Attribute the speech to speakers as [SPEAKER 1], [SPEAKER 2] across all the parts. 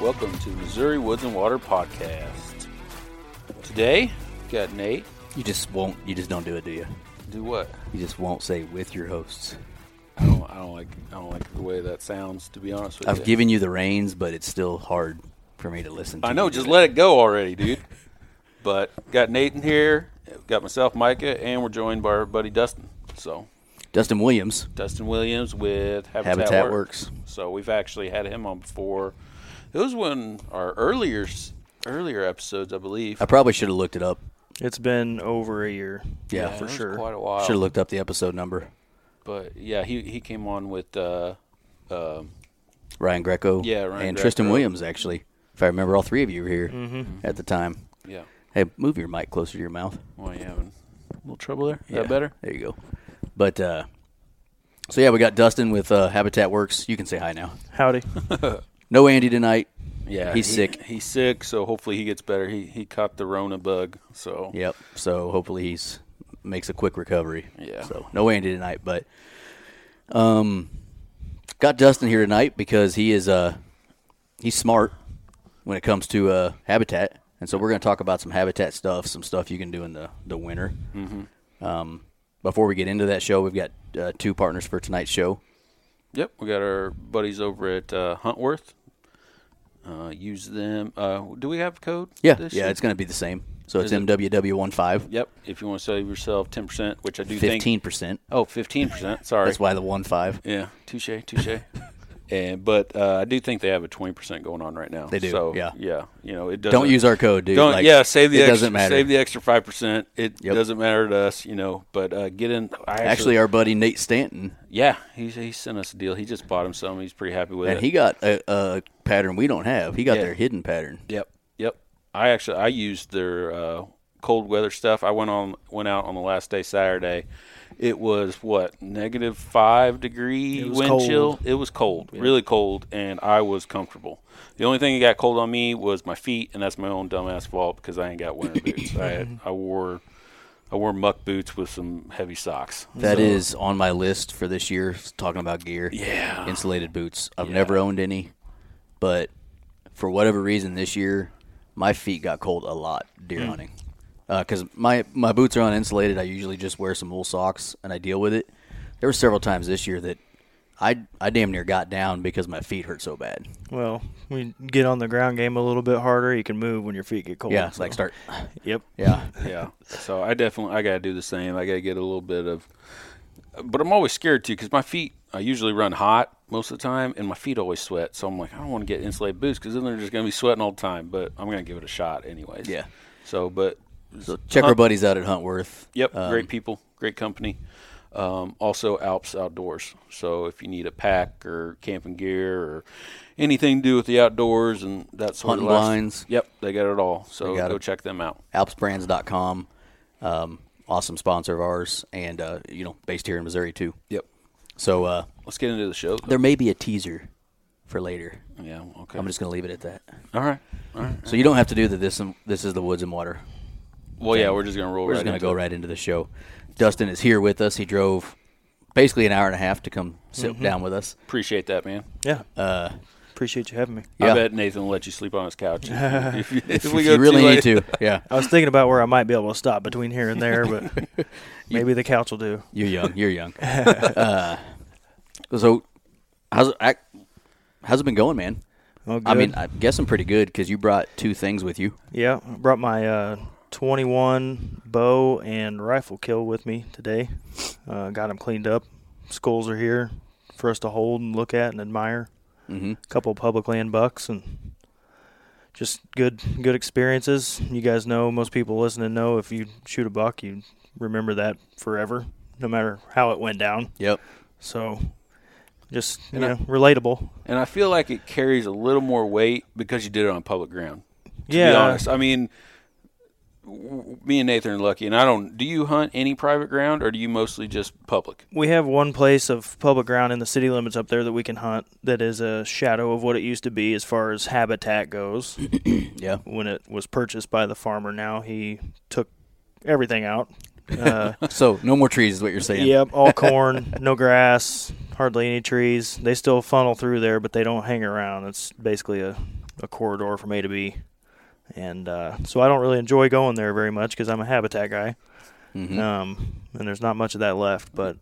[SPEAKER 1] Welcome to Missouri Woods and Water Podcast. Today, got Nate.
[SPEAKER 2] You just won't. You just don't do it, do you?
[SPEAKER 1] Do what?
[SPEAKER 2] You just won't say with your hosts.
[SPEAKER 1] I don't, I don't like. I don't like the way that sounds. To be honest with
[SPEAKER 2] I've
[SPEAKER 1] you,
[SPEAKER 2] given you the reins, but it's still hard for me to listen. to
[SPEAKER 1] I know. Just let it go already, dude. but got Nathan here. Got myself, Micah, and we're joined by our buddy Dustin. So
[SPEAKER 2] Dustin Williams.
[SPEAKER 1] Dustin Williams with Habitat,
[SPEAKER 2] Habitat Works.
[SPEAKER 1] So we've actually had him on before. It was one our earlier s- earlier episodes, I believe.
[SPEAKER 2] I probably should have looked it up.
[SPEAKER 3] It's been over a year.
[SPEAKER 2] Yeah,
[SPEAKER 1] It
[SPEAKER 2] for
[SPEAKER 1] was
[SPEAKER 3] sure.
[SPEAKER 1] Quite a while.
[SPEAKER 2] Should have looked up the episode number.
[SPEAKER 1] But yeah, he he came on with. Uh, um
[SPEAKER 2] Ryan Greco.
[SPEAKER 1] Yeah, Ryan
[SPEAKER 2] and Tristan
[SPEAKER 1] Greco.
[SPEAKER 2] Williams. Actually, if I remember, all three of you were here at the time.
[SPEAKER 1] yeah.
[SPEAKER 2] Hey, move your mic closer to your mouth.
[SPEAKER 1] Well, you having a little trouble there? Is that better?
[SPEAKER 2] There you go. But uh, so yeah, we got Dustin with uh, Habitat Works. You can say hi now.
[SPEAKER 3] Howdy.
[SPEAKER 2] No Andy tonight.
[SPEAKER 1] Yeah,
[SPEAKER 2] he's
[SPEAKER 1] he-
[SPEAKER 2] sick.
[SPEAKER 1] He's sick, so hopefully he gets better. He he caught the Rona bug, so
[SPEAKER 2] Yep. So hopefully he's makes a quick recovery.
[SPEAKER 1] Yeah.
[SPEAKER 2] So no Andy tonight, but um, got Dustin here tonight because he is uh he's smart when it comes to uh habitat, and so we're going to talk about some habitat stuff, some stuff you can do in the the winter. Mm-hmm. Um, before we get into that show, we've got uh, two partners for tonight's show.
[SPEAKER 1] yep. We got our buddies over at uh, Huntworth. Uh, use them. Uh, do we have code?
[SPEAKER 2] Yeah.
[SPEAKER 1] this
[SPEAKER 2] yeah.
[SPEAKER 1] year?
[SPEAKER 2] It's going to be the same. So it's
[SPEAKER 1] Is it-
[SPEAKER 2] MWW15.
[SPEAKER 1] yep. If you want to save yourself ten percent, which I do think.
[SPEAKER 2] 15%.
[SPEAKER 1] Oh, 15 percent. Sorry.
[SPEAKER 2] That's why the one five.
[SPEAKER 1] Yeah. Touche. Touche. and but uh, I do think they have a twenty percent going on right now.
[SPEAKER 2] They do,
[SPEAKER 1] So
[SPEAKER 2] yeah.
[SPEAKER 1] Yeah. You know it doesn't.
[SPEAKER 2] Don't use our code, dude.
[SPEAKER 1] Don't
[SPEAKER 2] Like,
[SPEAKER 1] yeah, save the
[SPEAKER 2] it
[SPEAKER 1] extra,
[SPEAKER 2] doesn't matter.
[SPEAKER 1] save the extra five percent. It
[SPEAKER 2] Yep.
[SPEAKER 1] doesn't matter to us, you know. But uh, get in. I
[SPEAKER 2] Actually, our buddy Nate Stanton
[SPEAKER 1] yeah, he he sent us a deal. He just bought him some. He's pretty happy with
[SPEAKER 2] And
[SPEAKER 1] it.
[SPEAKER 2] he got a, a pattern we don't have. He got
[SPEAKER 1] Yeah.
[SPEAKER 2] their hidden pattern.
[SPEAKER 1] yep yep. I actually I used their uh, cold weather stuff. I went on went out on the last day Saturday. It was what negative five degree
[SPEAKER 3] It was
[SPEAKER 1] wind
[SPEAKER 3] cold.
[SPEAKER 1] chill. It was cold, really cold, and I was comfortable. The only thing that got cold on me was my feet, and that's my own dumbass fault because I ain't got winter boots. I had, I wore I wore muck boots with some heavy socks.
[SPEAKER 2] That is on my list for this year. Talking about gear,
[SPEAKER 1] Yeah.
[SPEAKER 2] insulated boots. I've never owned any, but for whatever reason this year, my feet got cold a lot deer
[SPEAKER 1] Hmm.
[SPEAKER 2] hunting. Because my my boots are uninsulated. I usually just wear some wool socks and I deal with it. There were several times this year that I I damn near got down because my feet hurt so bad.
[SPEAKER 3] Well, we get on the ground game a little bit harder. You can move when your feet get cold.
[SPEAKER 2] Yeah,
[SPEAKER 3] so-
[SPEAKER 2] like start.
[SPEAKER 3] Yep.
[SPEAKER 2] Yeah,
[SPEAKER 1] yeah. So I definitely I gotta do the same. I gotta get a little bit of, but I'm always scared too because my feet. I usually run hot most of the time, and my feet always sweat. So I'm like, I don't want to get insulated boots because then they're just gonna be sweating all the time. But I'm gonna give it a shot anyways.
[SPEAKER 2] Yeah.
[SPEAKER 1] So, but
[SPEAKER 2] so check our buddies out at Huntworth.
[SPEAKER 1] yep,
[SPEAKER 2] Um,
[SPEAKER 1] great people, great company. Um, also, Alps Outdoors. So if you need a pack or camping gear or anything to do with the outdoors and that sort
[SPEAKER 2] Hunting
[SPEAKER 1] of lifestyle-
[SPEAKER 2] blinds.
[SPEAKER 1] yep, they got it all. So
[SPEAKER 2] They got
[SPEAKER 1] go
[SPEAKER 2] it.
[SPEAKER 1] check them out.
[SPEAKER 2] alpsbrands.com. Um, awesome sponsor of ours, and uh, you know, based here in Missouri too.
[SPEAKER 1] Yep.
[SPEAKER 2] So uh,
[SPEAKER 1] Let's get into the show. though.
[SPEAKER 2] there may be a teaser for later.
[SPEAKER 1] Yeah. Okay.
[SPEAKER 2] I'm just gonna leave it at that.
[SPEAKER 1] all right. All right.
[SPEAKER 2] So you don't have to do the this. And, this is the woods and water.
[SPEAKER 1] Well, yeah, we're just gonna roll.
[SPEAKER 2] We're
[SPEAKER 1] right
[SPEAKER 2] just gonna
[SPEAKER 1] into
[SPEAKER 2] go
[SPEAKER 1] it.
[SPEAKER 2] right into the show. Dustin is here with us. He drove basically an hour and a half to come sit
[SPEAKER 1] Mm-hmm.
[SPEAKER 2] down with us.
[SPEAKER 1] Appreciate that, man.
[SPEAKER 3] Yeah.
[SPEAKER 2] Uh,
[SPEAKER 3] Appreciate you having me.
[SPEAKER 1] I
[SPEAKER 2] Yeah.
[SPEAKER 1] bet Nathan will let you sleep on his couch if, if, if we
[SPEAKER 2] If
[SPEAKER 1] go
[SPEAKER 2] you really
[SPEAKER 1] too
[SPEAKER 2] need
[SPEAKER 1] late.
[SPEAKER 2] to, yeah.
[SPEAKER 3] I was thinking about where I might be able to stop between here and there, but maybe the couch will do.
[SPEAKER 2] You're young. You're young. uh, so, how's it, I, how's it been going, man?
[SPEAKER 3] Oh,
[SPEAKER 2] I mean,
[SPEAKER 3] good.
[SPEAKER 2] I guess I'm pretty good because you brought two things with you.
[SPEAKER 3] Yeah, I brought my uh, 21 bow and rifle kill with me today. Uh, got them cleaned up. Skulls are here for us to hold and look at and admire.
[SPEAKER 2] Mm-hmm.
[SPEAKER 3] A couple public land bucks and just good good experiences. You guys know, most people listening know, if you shoot a buck, you remember that forever, no matter how it went down.
[SPEAKER 2] Yep.
[SPEAKER 3] So just you
[SPEAKER 1] And I-
[SPEAKER 3] know, relatable.
[SPEAKER 1] And I feel like it carries a little more weight because you did it on public ground. To
[SPEAKER 3] yeah,
[SPEAKER 1] be honest, I mean, w- me and Nathan are lucky, and I don't. Do you hunt any private ground, or do you mostly just public?
[SPEAKER 3] we have one place of public ground in the city limits up there that we can hunt that is a shadow of what it used to be as far as habitat goes.
[SPEAKER 2] Yeah.
[SPEAKER 3] when it was purchased by the farmer, now he took everything out. Uh,
[SPEAKER 2] So no more trees is what you're saying.
[SPEAKER 3] Yep, all corn, no grass, hardly any trees. They still funnel through there, but they don't hang around. It's basically a, a corridor from A to B. And uh, so I don't really enjoy going there very much because I'm a habitat guy. Um, and there's not much of that left, but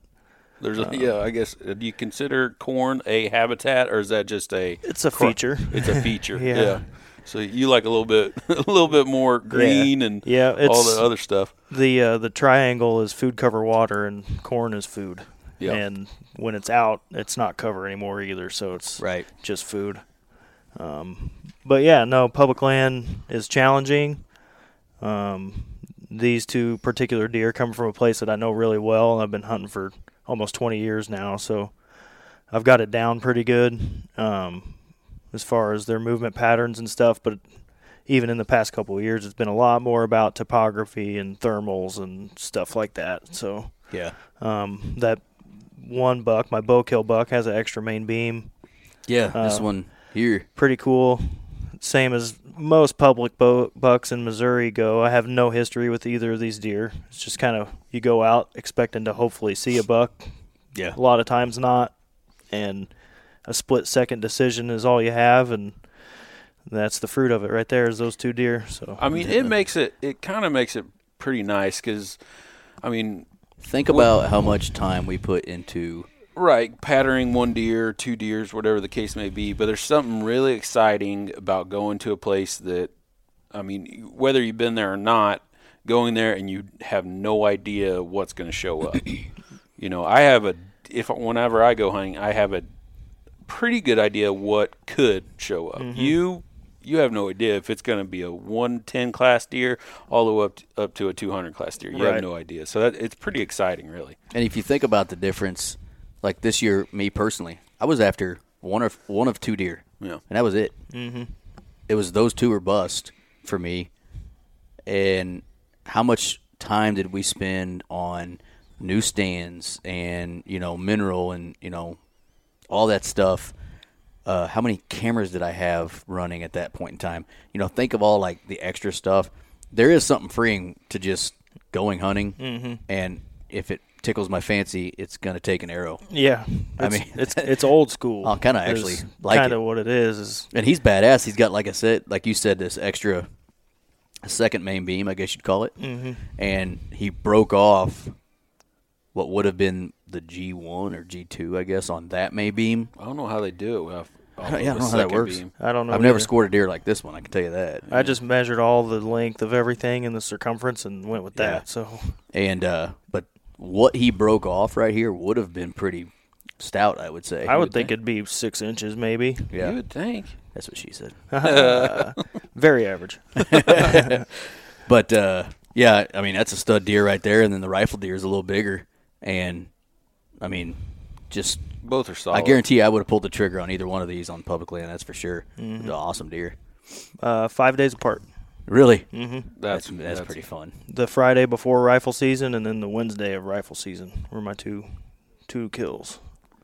[SPEAKER 1] There's, a, yeah, I guess. uh, Do you consider corn a habitat, or is that just a?
[SPEAKER 3] it's a
[SPEAKER 1] cro-
[SPEAKER 3] feature.
[SPEAKER 1] It's a feature.
[SPEAKER 3] Yeah.
[SPEAKER 1] yeah. So you like a little bit, a little bit more green and
[SPEAKER 3] Yeah,
[SPEAKER 1] all
[SPEAKER 3] it's-
[SPEAKER 1] the other stuff.
[SPEAKER 3] the uh, the triangle is food cover water and corn is food.
[SPEAKER 1] Yeah.
[SPEAKER 3] And when it's out, it's not cover anymore either, so it's
[SPEAKER 2] Right.
[SPEAKER 3] just food. Um, but yeah, no, public land is challenging. Um, these two particular deer come from a place that I know really well, and I've been hunting for almost 20 years now, so I've got it down pretty good um, as far as their movement patterns and stuff. But even in the past couple of years, it's been a lot more about topography and thermals and stuff like that. So
[SPEAKER 2] Yeah.
[SPEAKER 3] um, that one buck, my bow kill buck, has an extra main beam
[SPEAKER 2] Yeah. this one here.
[SPEAKER 3] pretty cool. Same as most public bo- bucks in Missouri go. I have no history with either of these deer. It's just kind of you go out expecting to hopefully see a buck.
[SPEAKER 2] Yeah.
[SPEAKER 3] A lot of times not, and a split second decision is all you have, and that's the fruit of it right there. Is those two deer. So
[SPEAKER 1] I mean, it makes it. It kind of makes it pretty nice because, I mean,
[SPEAKER 2] Think about how much time we put into.
[SPEAKER 1] Right, pattering one deer, two deers, whatever the case may be. But there's something really exciting about going to a place that, I mean, whether you've been there or not, going there and you have no idea what's going to show up. you know, I have a if whenever I go hunting, I have a pretty good idea what could show up. You you have no idea if it's going to be a 110 class deer all the way up to, up to a 200 class deer. You
[SPEAKER 3] Right.
[SPEAKER 1] have no idea. So that it's pretty exciting, really.
[SPEAKER 2] And if you think about the difference, like this year, me personally, I was after one of one of two deer.
[SPEAKER 1] Yeah.
[SPEAKER 2] And that was it. Mm-hmm. It was those two were bust for me. And how much time did we spend on new stands and you know mineral and you know all that stuff? Uh, how many cameras did I have running at that point in time? You know, think of all like the extra stuff. There is something freeing to just going hunting, and if it tickles my fancy, it's gonna take an arrow.
[SPEAKER 3] yeah,
[SPEAKER 2] I
[SPEAKER 3] it's,
[SPEAKER 2] mean-
[SPEAKER 3] it's it's old school.
[SPEAKER 2] I kinda actually
[SPEAKER 3] is
[SPEAKER 2] like
[SPEAKER 3] kinda
[SPEAKER 2] it.
[SPEAKER 3] what it is. Is
[SPEAKER 2] And he's badass. He's got like I said, like you said, this extra second main beam, I guess you'd call it. Mm-hmm. And he broke off what would have been the G one or G two, I guess, on that main beam.
[SPEAKER 1] I don't know how they do it. Without, off of
[SPEAKER 2] Yeah, I don't
[SPEAKER 1] a
[SPEAKER 2] know how that
[SPEAKER 1] second
[SPEAKER 2] works.
[SPEAKER 1] beam.
[SPEAKER 3] I don't know.
[SPEAKER 2] I've never
[SPEAKER 3] either.
[SPEAKER 2] scored a deer like this one. I can tell you that.
[SPEAKER 3] I just measured all the length of everything and the circumference and went with
[SPEAKER 2] Yeah.
[SPEAKER 3] that. So
[SPEAKER 2] And uh, but what he broke off right here would have been pretty stout, I would say.
[SPEAKER 3] I would think it'd be six inches, maybe.
[SPEAKER 2] Yeah,
[SPEAKER 1] You would think.
[SPEAKER 2] that's what she said.
[SPEAKER 3] Very average.
[SPEAKER 2] But uh, yeah, I mean that's a stud deer right there, and then the rifle deer is a little bigger, and I mean, just
[SPEAKER 1] Both are solid.
[SPEAKER 2] I guarantee I would have pulled the trigger on either one of these on public land. That's for sure.
[SPEAKER 3] Mm-hmm.
[SPEAKER 2] They're awesome deer.
[SPEAKER 3] Uh, five days apart.
[SPEAKER 2] Really,
[SPEAKER 3] Mm-hmm.
[SPEAKER 1] that's,
[SPEAKER 2] that's, pretty fun.
[SPEAKER 3] The Friday before rifle season and then the Wednesday of rifle season were my two two kills.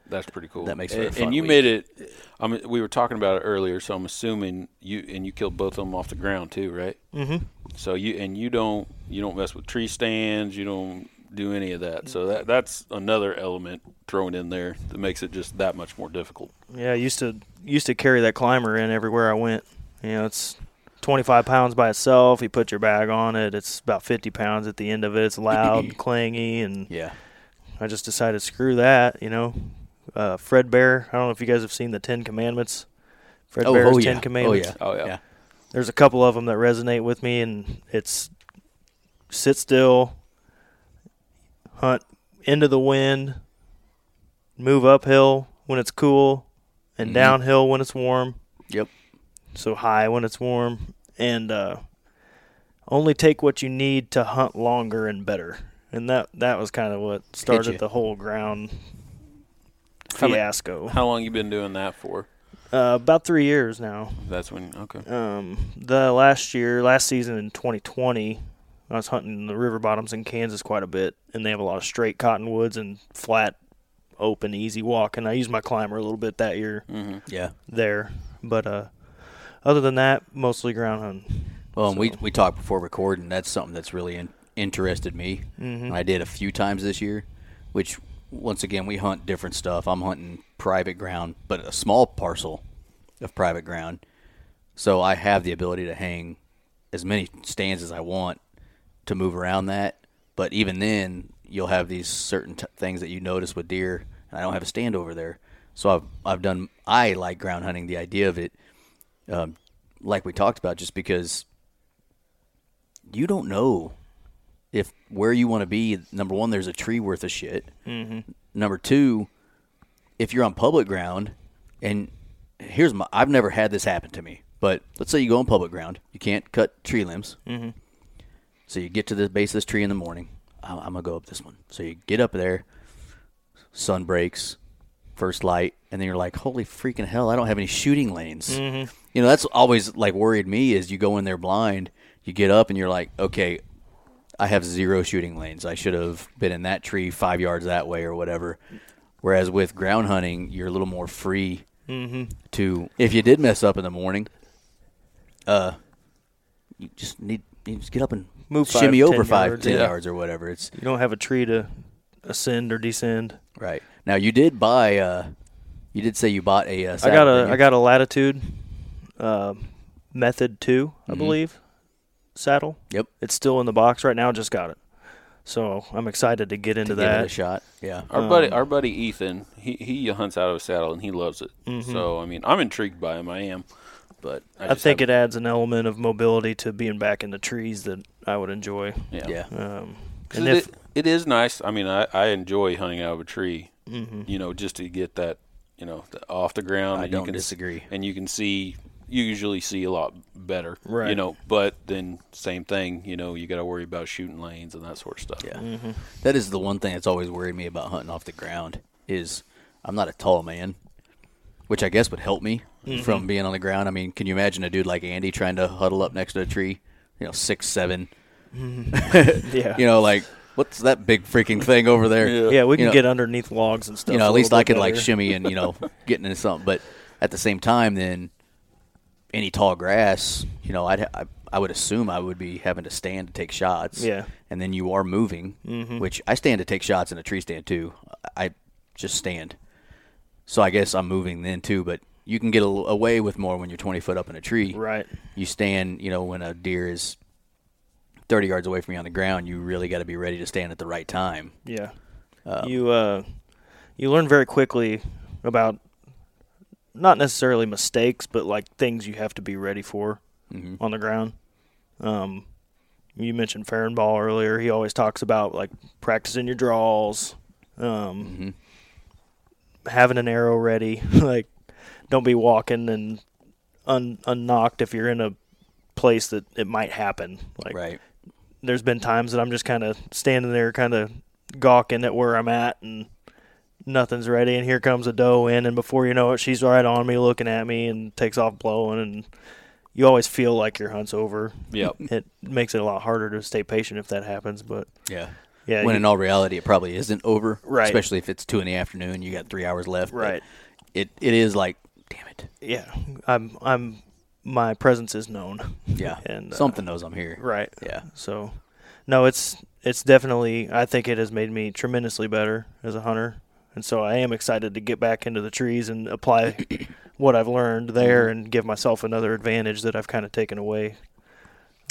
[SPEAKER 1] That's pretty cool.
[SPEAKER 2] That makes for
[SPEAKER 1] and,
[SPEAKER 2] a fun
[SPEAKER 1] and you
[SPEAKER 2] week.
[SPEAKER 1] made it. I mean, we were talking about it earlier, so I'm assuming you and you killed both of them off the ground too, right? Mm-hmm. So you and you don't you don't mess with tree stands. You don't do any of that. So that that's another element thrown in there that makes it just that much more difficult.
[SPEAKER 3] Yeah, I used to used to carry that climber in everywhere I went. You know, it's 25 pounds by itself. You put your bag on it. It's about 50 pounds at the end of it. It's loud, clangy, and
[SPEAKER 2] Yeah,
[SPEAKER 3] I just decided screw that. You know, uh, Fred Bear. I don't know if you guys have seen the Ten Commandments. Fred
[SPEAKER 2] Oh,
[SPEAKER 3] Bear's
[SPEAKER 2] oh,
[SPEAKER 3] Ten
[SPEAKER 2] yeah. Oh,
[SPEAKER 3] Commandments.
[SPEAKER 2] yeah.
[SPEAKER 1] Oh yeah.
[SPEAKER 2] Yeah.
[SPEAKER 3] There's a couple of them that resonate with me, and it's sit still, hunt into the wind, move uphill when it's cool, and downhill when it's warm
[SPEAKER 2] yep.
[SPEAKER 3] so high when it's warm, and uh, only take what you need to hunt longer and better. And that that was kind of what
[SPEAKER 2] you.
[SPEAKER 3] started the whole ground
[SPEAKER 1] many-
[SPEAKER 3] fiasco.
[SPEAKER 1] How long you been doing that for?
[SPEAKER 3] uh, about three years now.
[SPEAKER 1] That's when okay.
[SPEAKER 3] Um, the last year, last season in 2020, I was hunting the river bottoms in Kansas quite a bit, and they have a lot of straight cottonwoods and flat, open, easy walk. And I used my climber a little bit that year
[SPEAKER 2] Yeah.
[SPEAKER 3] there, but uh, other than that, mostly ground hunting.
[SPEAKER 2] Well, and we we talked before recording. That's something that's really in, interested me. And I did a few times this year, which once again we hunt different stuff. I'm hunting private ground, but a small parcel of private ground. So I have the ability to hang as many stands as I want to move around that. But even then, you'll have these certain t- things that you notice with deer, and I don't have a stand over there. So I've I've done I like ground hunting the idea of it, um, like we talked about, just because you don't know if where you want to be. Number one, there's a tree worth of shit. Mm-hmm. Number two, if you're on public ground, and here's my I've never had this happen to me, but let's say you go on public ground, you can't cut tree limbs. Mm-hmm. So you get to the base of this tree in the morning. I'm, I'm gonna go up this one. So you get up there, sun breaks, first light, and then you're like, holy freaking hell, I don't have any shooting lanes.
[SPEAKER 3] Mm-hmm.
[SPEAKER 2] You know, that's always like worried me is you go in there blind, you get up and you're like, okay, I have zero shooting lanes. I should have been in that tree five yards that way or whatever. Whereas with ground hunting, you're a little more free
[SPEAKER 3] Mm-hmm.
[SPEAKER 2] to if you did mess up in the morning, uh, you just need you just get up and
[SPEAKER 3] Move five,
[SPEAKER 2] shimmy over
[SPEAKER 3] 10
[SPEAKER 2] five,
[SPEAKER 3] yards,
[SPEAKER 2] ten
[SPEAKER 3] yeah.
[SPEAKER 2] yards or whatever. It's
[SPEAKER 3] You don't have a tree to ascend or descend.
[SPEAKER 2] right now. You did buy. Uh, you did say you bought a. Uh,
[SPEAKER 3] I got
[SPEAKER 2] saddle, didn't
[SPEAKER 3] a
[SPEAKER 2] you?
[SPEAKER 3] I got a latitude uh, method two, I believe. Saddle.
[SPEAKER 2] Yep.
[SPEAKER 3] It's still in the box right now. Just got it, so I'm excited to get into
[SPEAKER 2] Give it a
[SPEAKER 3] that.
[SPEAKER 2] shot. Yeah.
[SPEAKER 1] Our buddy, our buddy Ethan, he he hunts out of a saddle and he loves it. So I mean, I'm intrigued by him. I am, but I,
[SPEAKER 3] I
[SPEAKER 1] just
[SPEAKER 3] think it
[SPEAKER 1] haven't-
[SPEAKER 3] adds an element of mobility to being back in the trees that I would enjoy.
[SPEAKER 1] Yeah.
[SPEAKER 2] Yeah.
[SPEAKER 3] Um,
[SPEAKER 1] 'Cause
[SPEAKER 3] and
[SPEAKER 1] it,
[SPEAKER 3] if
[SPEAKER 1] it is nice. I mean, I, I enjoy hunting out of a tree. You know, just to get that you know the, off the ground.
[SPEAKER 2] I
[SPEAKER 1] and
[SPEAKER 2] don't
[SPEAKER 1] you can, s-
[SPEAKER 2] disagree.
[SPEAKER 1] And you can see. You usually see a lot better, You
[SPEAKER 3] Right.
[SPEAKER 1] know, but then same thing. You know, you got to worry about shooting lanes and that sort of stuff.
[SPEAKER 2] Yeah. That is the one thing that's always worried me about hunting off the ground is I'm not a tall man, which I guess would help me
[SPEAKER 3] Mm-hmm.
[SPEAKER 2] from being on the ground. I mean, can you imagine a dude like Andy trying to huddle up next to a tree? You know, six seven.
[SPEAKER 3] yeah,
[SPEAKER 2] You know, like what's that big freaking thing over there?
[SPEAKER 3] yeah, we
[SPEAKER 2] You
[SPEAKER 3] can
[SPEAKER 2] know-
[SPEAKER 3] get underneath logs and stuff.
[SPEAKER 2] you know,
[SPEAKER 3] a
[SPEAKER 2] at
[SPEAKER 3] little
[SPEAKER 2] least I
[SPEAKER 3] bit
[SPEAKER 2] could like
[SPEAKER 3] better.
[SPEAKER 2] shimmy and you know get into something. But at the same time, then any tall grass, you know, I'd ha- I, I would assume I would be having to stand to take shots.
[SPEAKER 3] Yeah. Mm-hmm.
[SPEAKER 2] and then you are moving, which I stand to take shots in a tree stand too. I I just stand, so I guess I'm moving then too. But you can get a, away with more when you're 20 foot up in a tree.
[SPEAKER 3] Right.
[SPEAKER 2] You stand, you know, when a deer is 30 yards away from you on the ground, you really got to be ready to stand at the right time.
[SPEAKER 3] Yeah. you uh, you learn very quickly about not necessarily mistakes, but like things you have to be ready for on the ground. Um, you mentioned Farrenball earlier. He always talks about like practicing your draws, um, having an arrow ready. like, don't be walking and un unknocked if you're in a place that it might happen. Like,
[SPEAKER 2] Right.
[SPEAKER 3] there's been times that I'm just kind of standing there, kind of gawking at where I'm at, and nothing's ready, and here comes a doe in, and before you know it, she's right on me, looking at me, and takes off blowing, and you always feel like your hunt's over.
[SPEAKER 1] Yep.
[SPEAKER 3] It makes it a lot harder to stay patient if that happens, but
[SPEAKER 2] Yeah.
[SPEAKER 3] yeah,
[SPEAKER 2] when
[SPEAKER 3] you-
[SPEAKER 2] in all reality, it probably isn't over.
[SPEAKER 3] Right.
[SPEAKER 2] Especially if it's two in the afternoon, you got three hours left. but
[SPEAKER 3] Right.
[SPEAKER 2] It it is like, damn it.
[SPEAKER 3] yeah, I'm I'm my presence is known.
[SPEAKER 2] Yeah.
[SPEAKER 3] And, uh,
[SPEAKER 2] Something knows I'm here.
[SPEAKER 3] Right.
[SPEAKER 2] Yeah.
[SPEAKER 3] So, no, it's it's definitely. I think it has made me tremendously better as a hunter, and so I am excited to get back into the trees and apply what I've learned there
[SPEAKER 2] Mm-hmm.
[SPEAKER 3] and give myself another advantage that I've kind of taken away.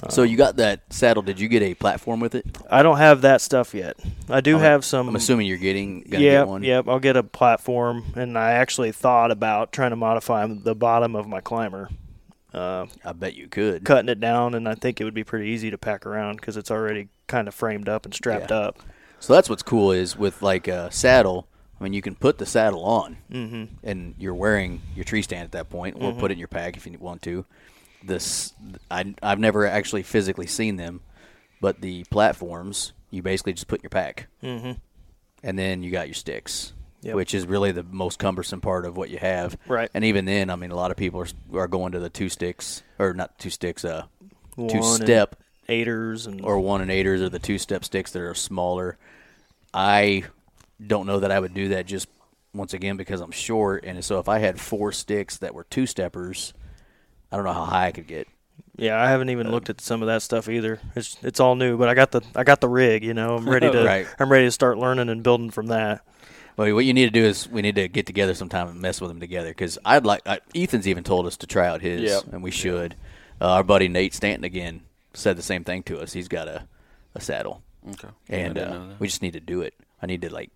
[SPEAKER 2] so you got that saddle? Did you get a platform with it?
[SPEAKER 3] I don't have that stuff yet. I do have some.
[SPEAKER 2] I'm assuming you're getting. Gonna
[SPEAKER 3] yeah,
[SPEAKER 2] get one.
[SPEAKER 3] yep. I'll get a platform, and I actually thought about trying to modify the bottom of my climber, uh,
[SPEAKER 2] I bet you could.
[SPEAKER 3] cutting it down, and I think it would be pretty easy to pack around because it's already kind of framed up and strapped
[SPEAKER 2] Yeah.
[SPEAKER 3] up.
[SPEAKER 2] So that's what's cool is with like a saddle. I mean, you can put the saddle on,
[SPEAKER 3] Mm-hmm.
[SPEAKER 2] and you're wearing your tree stand at that point, or put it in your pack if you want to. This I I've never actually physically seen them, but the platforms you basically just put in your pack, mm-hmm. and then you got your sticks,
[SPEAKER 3] Yep.
[SPEAKER 2] which is really the most cumbersome part of what you have.
[SPEAKER 3] Right.
[SPEAKER 2] And even then, I mean, a lot of people are are going to the two sticks or not two sticks, uh,
[SPEAKER 3] One
[SPEAKER 2] two
[SPEAKER 3] and-
[SPEAKER 2] step
[SPEAKER 3] Aiders and
[SPEAKER 2] or one and eighters or the two step sticks that are smaller. I don't know that I would do that just once again because I'm short, and so if I had four sticks that were two steppers, I don't know how high I could get.
[SPEAKER 3] Yeah, I haven't even looked at some of that stuff either. It's it's all new, but I got the I got the rig. You know, I'm ready to
[SPEAKER 2] Right.
[SPEAKER 3] I'm ready to start learning and building from that.
[SPEAKER 2] But what you need to do is we need to get together sometime and mess with them together because I'd like I, Ethan's even told us to try out his,
[SPEAKER 1] Yep.
[SPEAKER 2] and we should. Uh, our buddy Nate Stanton again said the same thing to us. He's got a, a saddle,
[SPEAKER 1] Okay.
[SPEAKER 2] and
[SPEAKER 1] I didn't
[SPEAKER 2] uh,
[SPEAKER 1] know that.
[SPEAKER 2] we just need to do it. I need to like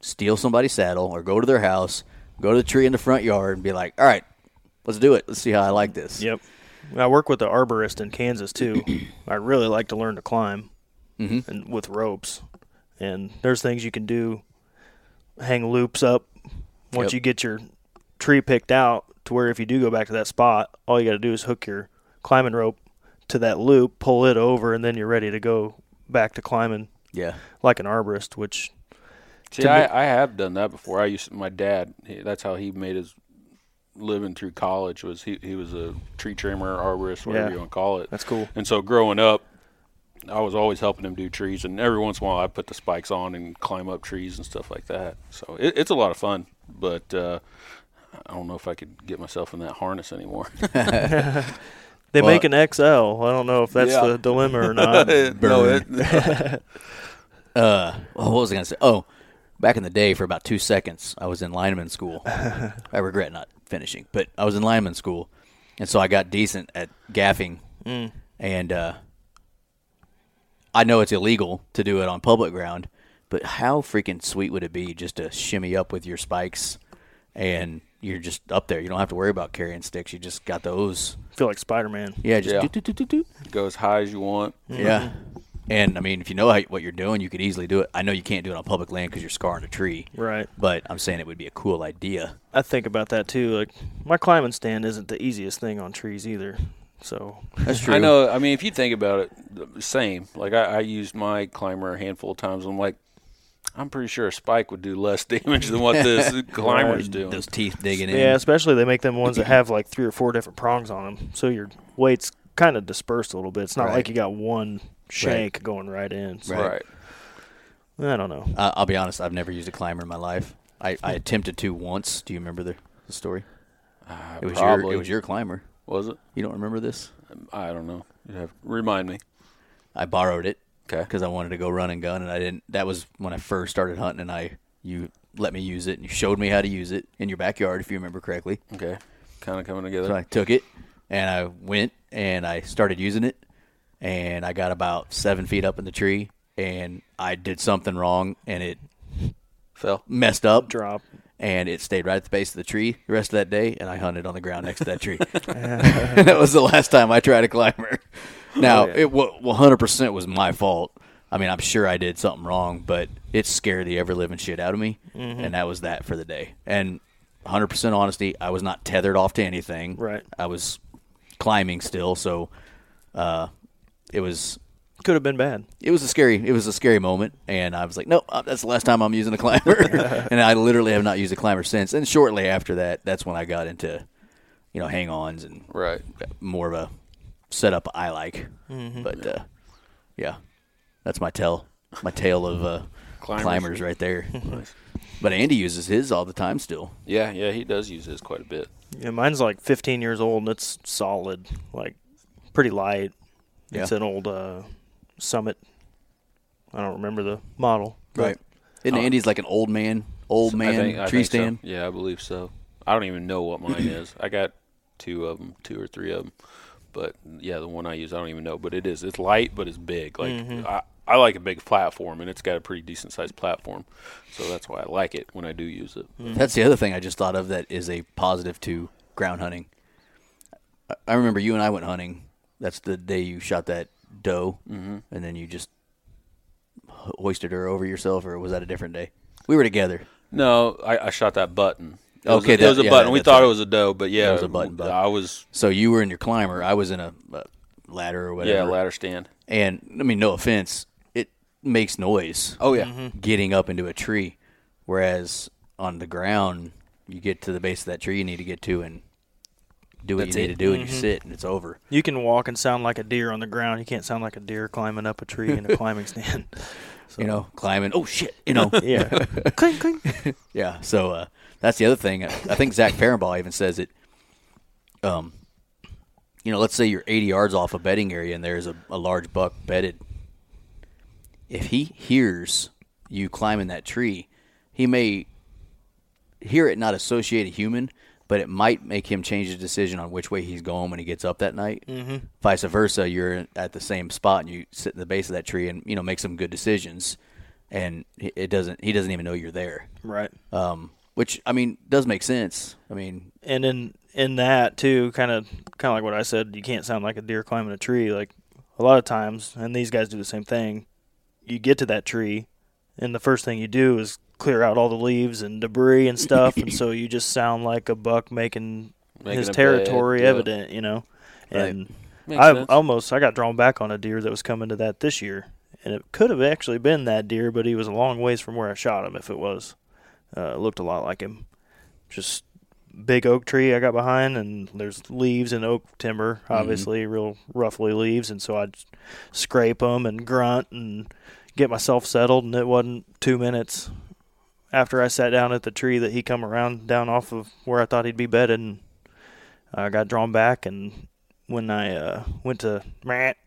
[SPEAKER 2] steal somebody's saddle or go to their house, go to the tree in the front yard, and be like, "All right, let's do it. Let's see how I like this."
[SPEAKER 3] Yep. I work with the arborist in Kansas too. I really like to learn to climb, mm-hmm. and with ropes. And there's things you can do, hang loops up.
[SPEAKER 2] Yep.
[SPEAKER 3] Once you get your tree picked out to where if you do go back to that spot, all you got to do is hook your climbing rope to that loop, pull it over, and then you're ready to go back to climbing
[SPEAKER 2] Yeah.
[SPEAKER 3] like an arborist, which
[SPEAKER 1] See,
[SPEAKER 3] to me-
[SPEAKER 1] I, I have done that before. I used my dad. He, that's how he made his living through college. Was he? He was a tree trimmer, arborist, whatever
[SPEAKER 3] Yeah.
[SPEAKER 1] you want to call it.
[SPEAKER 3] That's cool.
[SPEAKER 1] And so growing up, I was always helping him do trees, and every once in a while, I put the spikes on and climb up trees and stuff like that. So it, it's a lot of fun, but. uh I don't know if I could get myself in that harness anymore.
[SPEAKER 3] They
[SPEAKER 2] Well-
[SPEAKER 3] make an XL. I don't know if that's
[SPEAKER 1] Yeah.
[SPEAKER 3] the dilemma or not.
[SPEAKER 1] no, it,
[SPEAKER 2] Uh, oh, what was I gonna say? Oh, back in the day, for about two seconds, I was in lineman school. I regret not finishing, but I was in lineman school, and so I got decent at gaffing. And uh, I know it's illegal to do it on public ground, but how freaking sweet would it be just to shimmy up with your spikes, and you're just up there. You don't have to worry about carrying sticks. You just got those.
[SPEAKER 3] I feel like Spider Man.
[SPEAKER 2] Yeah, just
[SPEAKER 1] Yeah.
[SPEAKER 2] do, do, do, do, do.
[SPEAKER 1] go as high as you want.
[SPEAKER 2] Yeah. Mm-hmm. And I mean, if you know how, what you're doing, you could easily do it. I know you can't do it on public land because you're scarring a tree.
[SPEAKER 3] Right.
[SPEAKER 2] But I'm saying it would be a cool idea.
[SPEAKER 3] I think about that too. Like my climbing stand isn't the easiest thing on trees either. So
[SPEAKER 2] That's true.
[SPEAKER 1] I know. I mean, if you think about it, the same. Like I, I used my climber a handful of times. I'm like, I'm pretty sure a spike would do less damage than what this climber's doing.
[SPEAKER 2] Those teeth digging in.
[SPEAKER 3] yeah, especially they make them ones that have like three or four different prongs on them, so your weight's kind of dispersed a little bit. It's not
[SPEAKER 2] Right.
[SPEAKER 3] like you got one shank going right in. So
[SPEAKER 1] right.
[SPEAKER 3] I don't know.
[SPEAKER 2] I- I'll be honest. I've never used a climber in my life. I, I attempted to once. Do you remember the, the story?
[SPEAKER 1] Ah,
[SPEAKER 2] It was your
[SPEAKER 1] probably.
[SPEAKER 2] it was your climber.
[SPEAKER 1] Was it?
[SPEAKER 2] You don't remember this?
[SPEAKER 1] I don't know. You have remind me.
[SPEAKER 2] I borrowed it
[SPEAKER 1] 'Kay.
[SPEAKER 2] because I wanted to go run and gun, and I didn't. That was when I first started hunting, and I you let me use it, and you showed me how to use it in your backyard, if you remember correctly.
[SPEAKER 1] Okay. Kind of coming
[SPEAKER 2] So
[SPEAKER 1] together.
[SPEAKER 2] I took it and I went and I started using it and I got about seven feet up in the tree and I did something wrong and it
[SPEAKER 1] Fell.
[SPEAKER 2] messed up
[SPEAKER 3] Drop.
[SPEAKER 2] and it stayed right at the base of the tree the rest of that day and I hunted on the ground next to that tree. that was the last time I tried a climber. Now it wa- 100% was my fault. I mean, I'm sure I did something wrong, but it scared the ever living shit out of me, and that was that for the day. And 100% honesty, I was not tethered off to anything.
[SPEAKER 3] Right.
[SPEAKER 2] I was climbing still, so uh, it was
[SPEAKER 3] Could have been bad.
[SPEAKER 2] it was a scary it was a scary moment and i was like nope uh, that's the last time i'm using a climber and i literally have not used a climber since and shortly after that that's when i got into you know hang-ons and
[SPEAKER 1] Right.
[SPEAKER 2] more of a setup i like
[SPEAKER 1] Mm-hmm.
[SPEAKER 2] but uh, yeah that's my tell my tale of uh, climbers.
[SPEAKER 1] Climbers.
[SPEAKER 2] right there but andy uses his all the time still
[SPEAKER 1] Yeah, yeah, he does use his quite a bit.
[SPEAKER 3] Yeah, mine's like 15 years old and it's solid, like pretty light. It's
[SPEAKER 2] Yeah.
[SPEAKER 3] an old uh, Summit. I don't remember the model. but
[SPEAKER 2] and andy's like an old man old man
[SPEAKER 1] Oh. I think- I
[SPEAKER 2] tree
[SPEAKER 1] think so.
[SPEAKER 2] stand
[SPEAKER 1] Yeah, I believe so. I don't even know what mine is. I got two of them, two or three of them. But yeah, the one I use, I don't even know. But it is. It's light, but it's big. Like I, I like a big platform, and it's got a pretty decent sized platform, so that's why I like it when I do use it.
[SPEAKER 2] That's the other thing I just thought of that is a positive to ground hunting. I- I remember you and I went hunting. That's the day you shot that doe, mm-hmm. and then you just ho- hoisted her over yourself, or was that a different day? We were together.
[SPEAKER 1] No, I, I shot that button. It was
[SPEAKER 2] Okay,
[SPEAKER 1] a, it was
[SPEAKER 2] that-
[SPEAKER 1] a
[SPEAKER 2] yeah,
[SPEAKER 1] button. We
[SPEAKER 2] that's
[SPEAKER 1] thought
[SPEAKER 2] right.
[SPEAKER 1] it was a doe, but yeah,
[SPEAKER 2] was a button, but-
[SPEAKER 1] I was
[SPEAKER 2] So you were in your climber. I was in a, uh ladder or whatever.
[SPEAKER 1] yeah ladder stand.
[SPEAKER 2] And I mean, no offense, it makes noise.
[SPEAKER 1] Oh yeah,
[SPEAKER 2] getting up into a tree, whereas on the ground you get to the base of that tree you need to get to and do what
[SPEAKER 1] That's
[SPEAKER 2] you need
[SPEAKER 1] it.
[SPEAKER 2] to do, and you sit and it's over.
[SPEAKER 3] You can walk and sound like a deer on the ground. You can't sound like a deer climbing up a tree in a climbing stand.
[SPEAKER 2] you know, climbing. Oh shit, you know,
[SPEAKER 3] Yeah. cling, cling.
[SPEAKER 2] yeah. So uh, that's the other thing. I I think Zach Faribault even says it. Um, you know, let's say you're 80 yards off a bedding area and there's a, a large buck bedded. If he hears you climbing that tree, he may hear it not associate a human, but it might make him change his decision on which way he's going when he gets up that night. Mm-hmm. Vice versa, you're at the same spot and you sit in the base of that tree and you know make some good decisions, and it it doesn't he doesn't even know you're there.
[SPEAKER 3] Right.
[SPEAKER 2] Um, which I mean does make sense. I mean,
[SPEAKER 3] and in in that too, kind of kind of like what I said, you can't sound like a deer climbing a tree. Like a lot of times, and these guys do the same thing. You get to that tree, and the first thing you do is clear out all the leaves and debris and stuff, and so you just sound like a buck making,
[SPEAKER 1] Making
[SPEAKER 3] his
[SPEAKER 1] a bed,
[SPEAKER 3] territory
[SPEAKER 1] yeah.
[SPEAKER 3] evident, you know.
[SPEAKER 2] Right.
[SPEAKER 3] And
[SPEAKER 1] Makes
[SPEAKER 3] I
[SPEAKER 1] sense.
[SPEAKER 3] almost I got drawn back on a deer that was coming to that this year, and it could have actually been that deer, but he was a long ways from where I shot him. If it was, uh, it looked a lot like him. Just big oak tree I got behind, and there's leaves and oak timber,
[SPEAKER 1] Mm-hmm.
[SPEAKER 3] obviously real roughly leaves, and so I'd scrape them and grunt and get myself settled, and it wasn't two minutes after I sat down at the tree that he come around down off of where I thought he'd be bedded, and I got drawn back and. When I uh, went to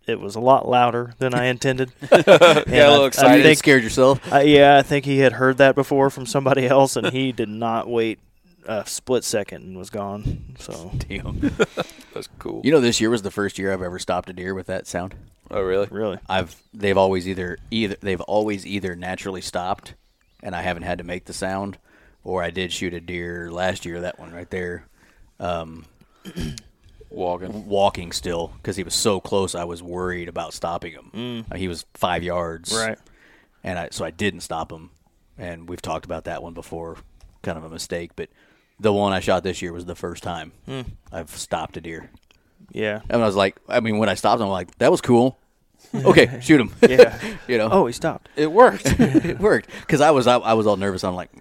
[SPEAKER 3] it was a lot louder than I intended. yeah,
[SPEAKER 1] a little
[SPEAKER 2] I
[SPEAKER 1] excited.
[SPEAKER 2] think scared yourself.
[SPEAKER 3] uh, yeah, I think he had heard that before from somebody else, and he did not wait a split second and was gone. So
[SPEAKER 2] Damn.
[SPEAKER 1] that's cool.
[SPEAKER 2] You know, this year was the first year I've ever stopped a deer with that sound.
[SPEAKER 1] oh really?
[SPEAKER 3] really,
[SPEAKER 2] I've they've always either either they've always either naturally stopped, and I haven't had to make the sound, or I did shoot a deer last year. That one right there,
[SPEAKER 1] Walking.
[SPEAKER 2] walking still because he was so close. I was worried about stopping him. Uh, He was five yards,
[SPEAKER 3] Mm. right?
[SPEAKER 2] and I so I didn't stop him. And we've talked about that one before, kind of a mistake. But the one I shot this year was the first time
[SPEAKER 3] Mm.
[SPEAKER 2] I've stopped a deer.
[SPEAKER 3] Yeah,
[SPEAKER 2] And I was like, I mean, when I stopped, I'm like, that was cool. Okay, shoot him.
[SPEAKER 3] yeah.
[SPEAKER 2] you know,
[SPEAKER 3] oh, he stopped.
[SPEAKER 1] It worked.
[SPEAKER 2] it worked because I was I, I was all nervous. I'm like,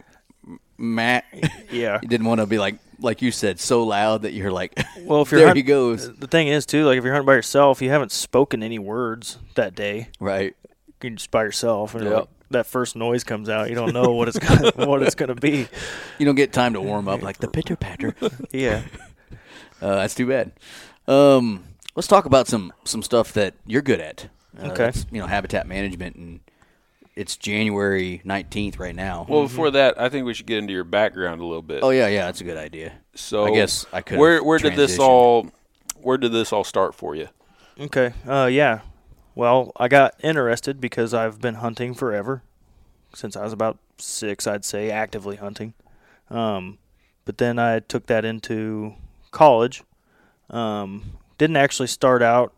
[SPEAKER 2] Matt,
[SPEAKER 3] Yeah.
[SPEAKER 2] you didn't want to be like like you said so loud that you're like,
[SPEAKER 3] Well, if you're
[SPEAKER 2] there
[SPEAKER 3] hunt-
[SPEAKER 2] he goes,
[SPEAKER 3] The thing is, too, like if you're hunting by yourself, you haven't spoken any words that day.
[SPEAKER 2] right?
[SPEAKER 3] You're just by yourself, and
[SPEAKER 1] Yep.
[SPEAKER 3] like, that first noise comes out. You don't know what it's gonna, what it's gonna be.
[SPEAKER 2] You don't get time to warm up like the pitter patter. uh,
[SPEAKER 3] Yeah.
[SPEAKER 2] that's too bad. Um, let's talk about some some stuff that you're good at. Uh,
[SPEAKER 3] Okay.
[SPEAKER 2] that's, you know, habitat management and it's January 19th right now.
[SPEAKER 1] well, before that, I think we should get into your background a little bit.
[SPEAKER 2] oh yeah, yeah, that's a good idea.
[SPEAKER 1] So
[SPEAKER 2] I guess I could.
[SPEAKER 1] Where where did this all where did this all start for you?
[SPEAKER 3] Okay. Uh, yeah. Well, I got interested because I've been hunting forever, since I was about six, I'd say, actively hunting. Um, but then I took that into college. Um, didn't actually start out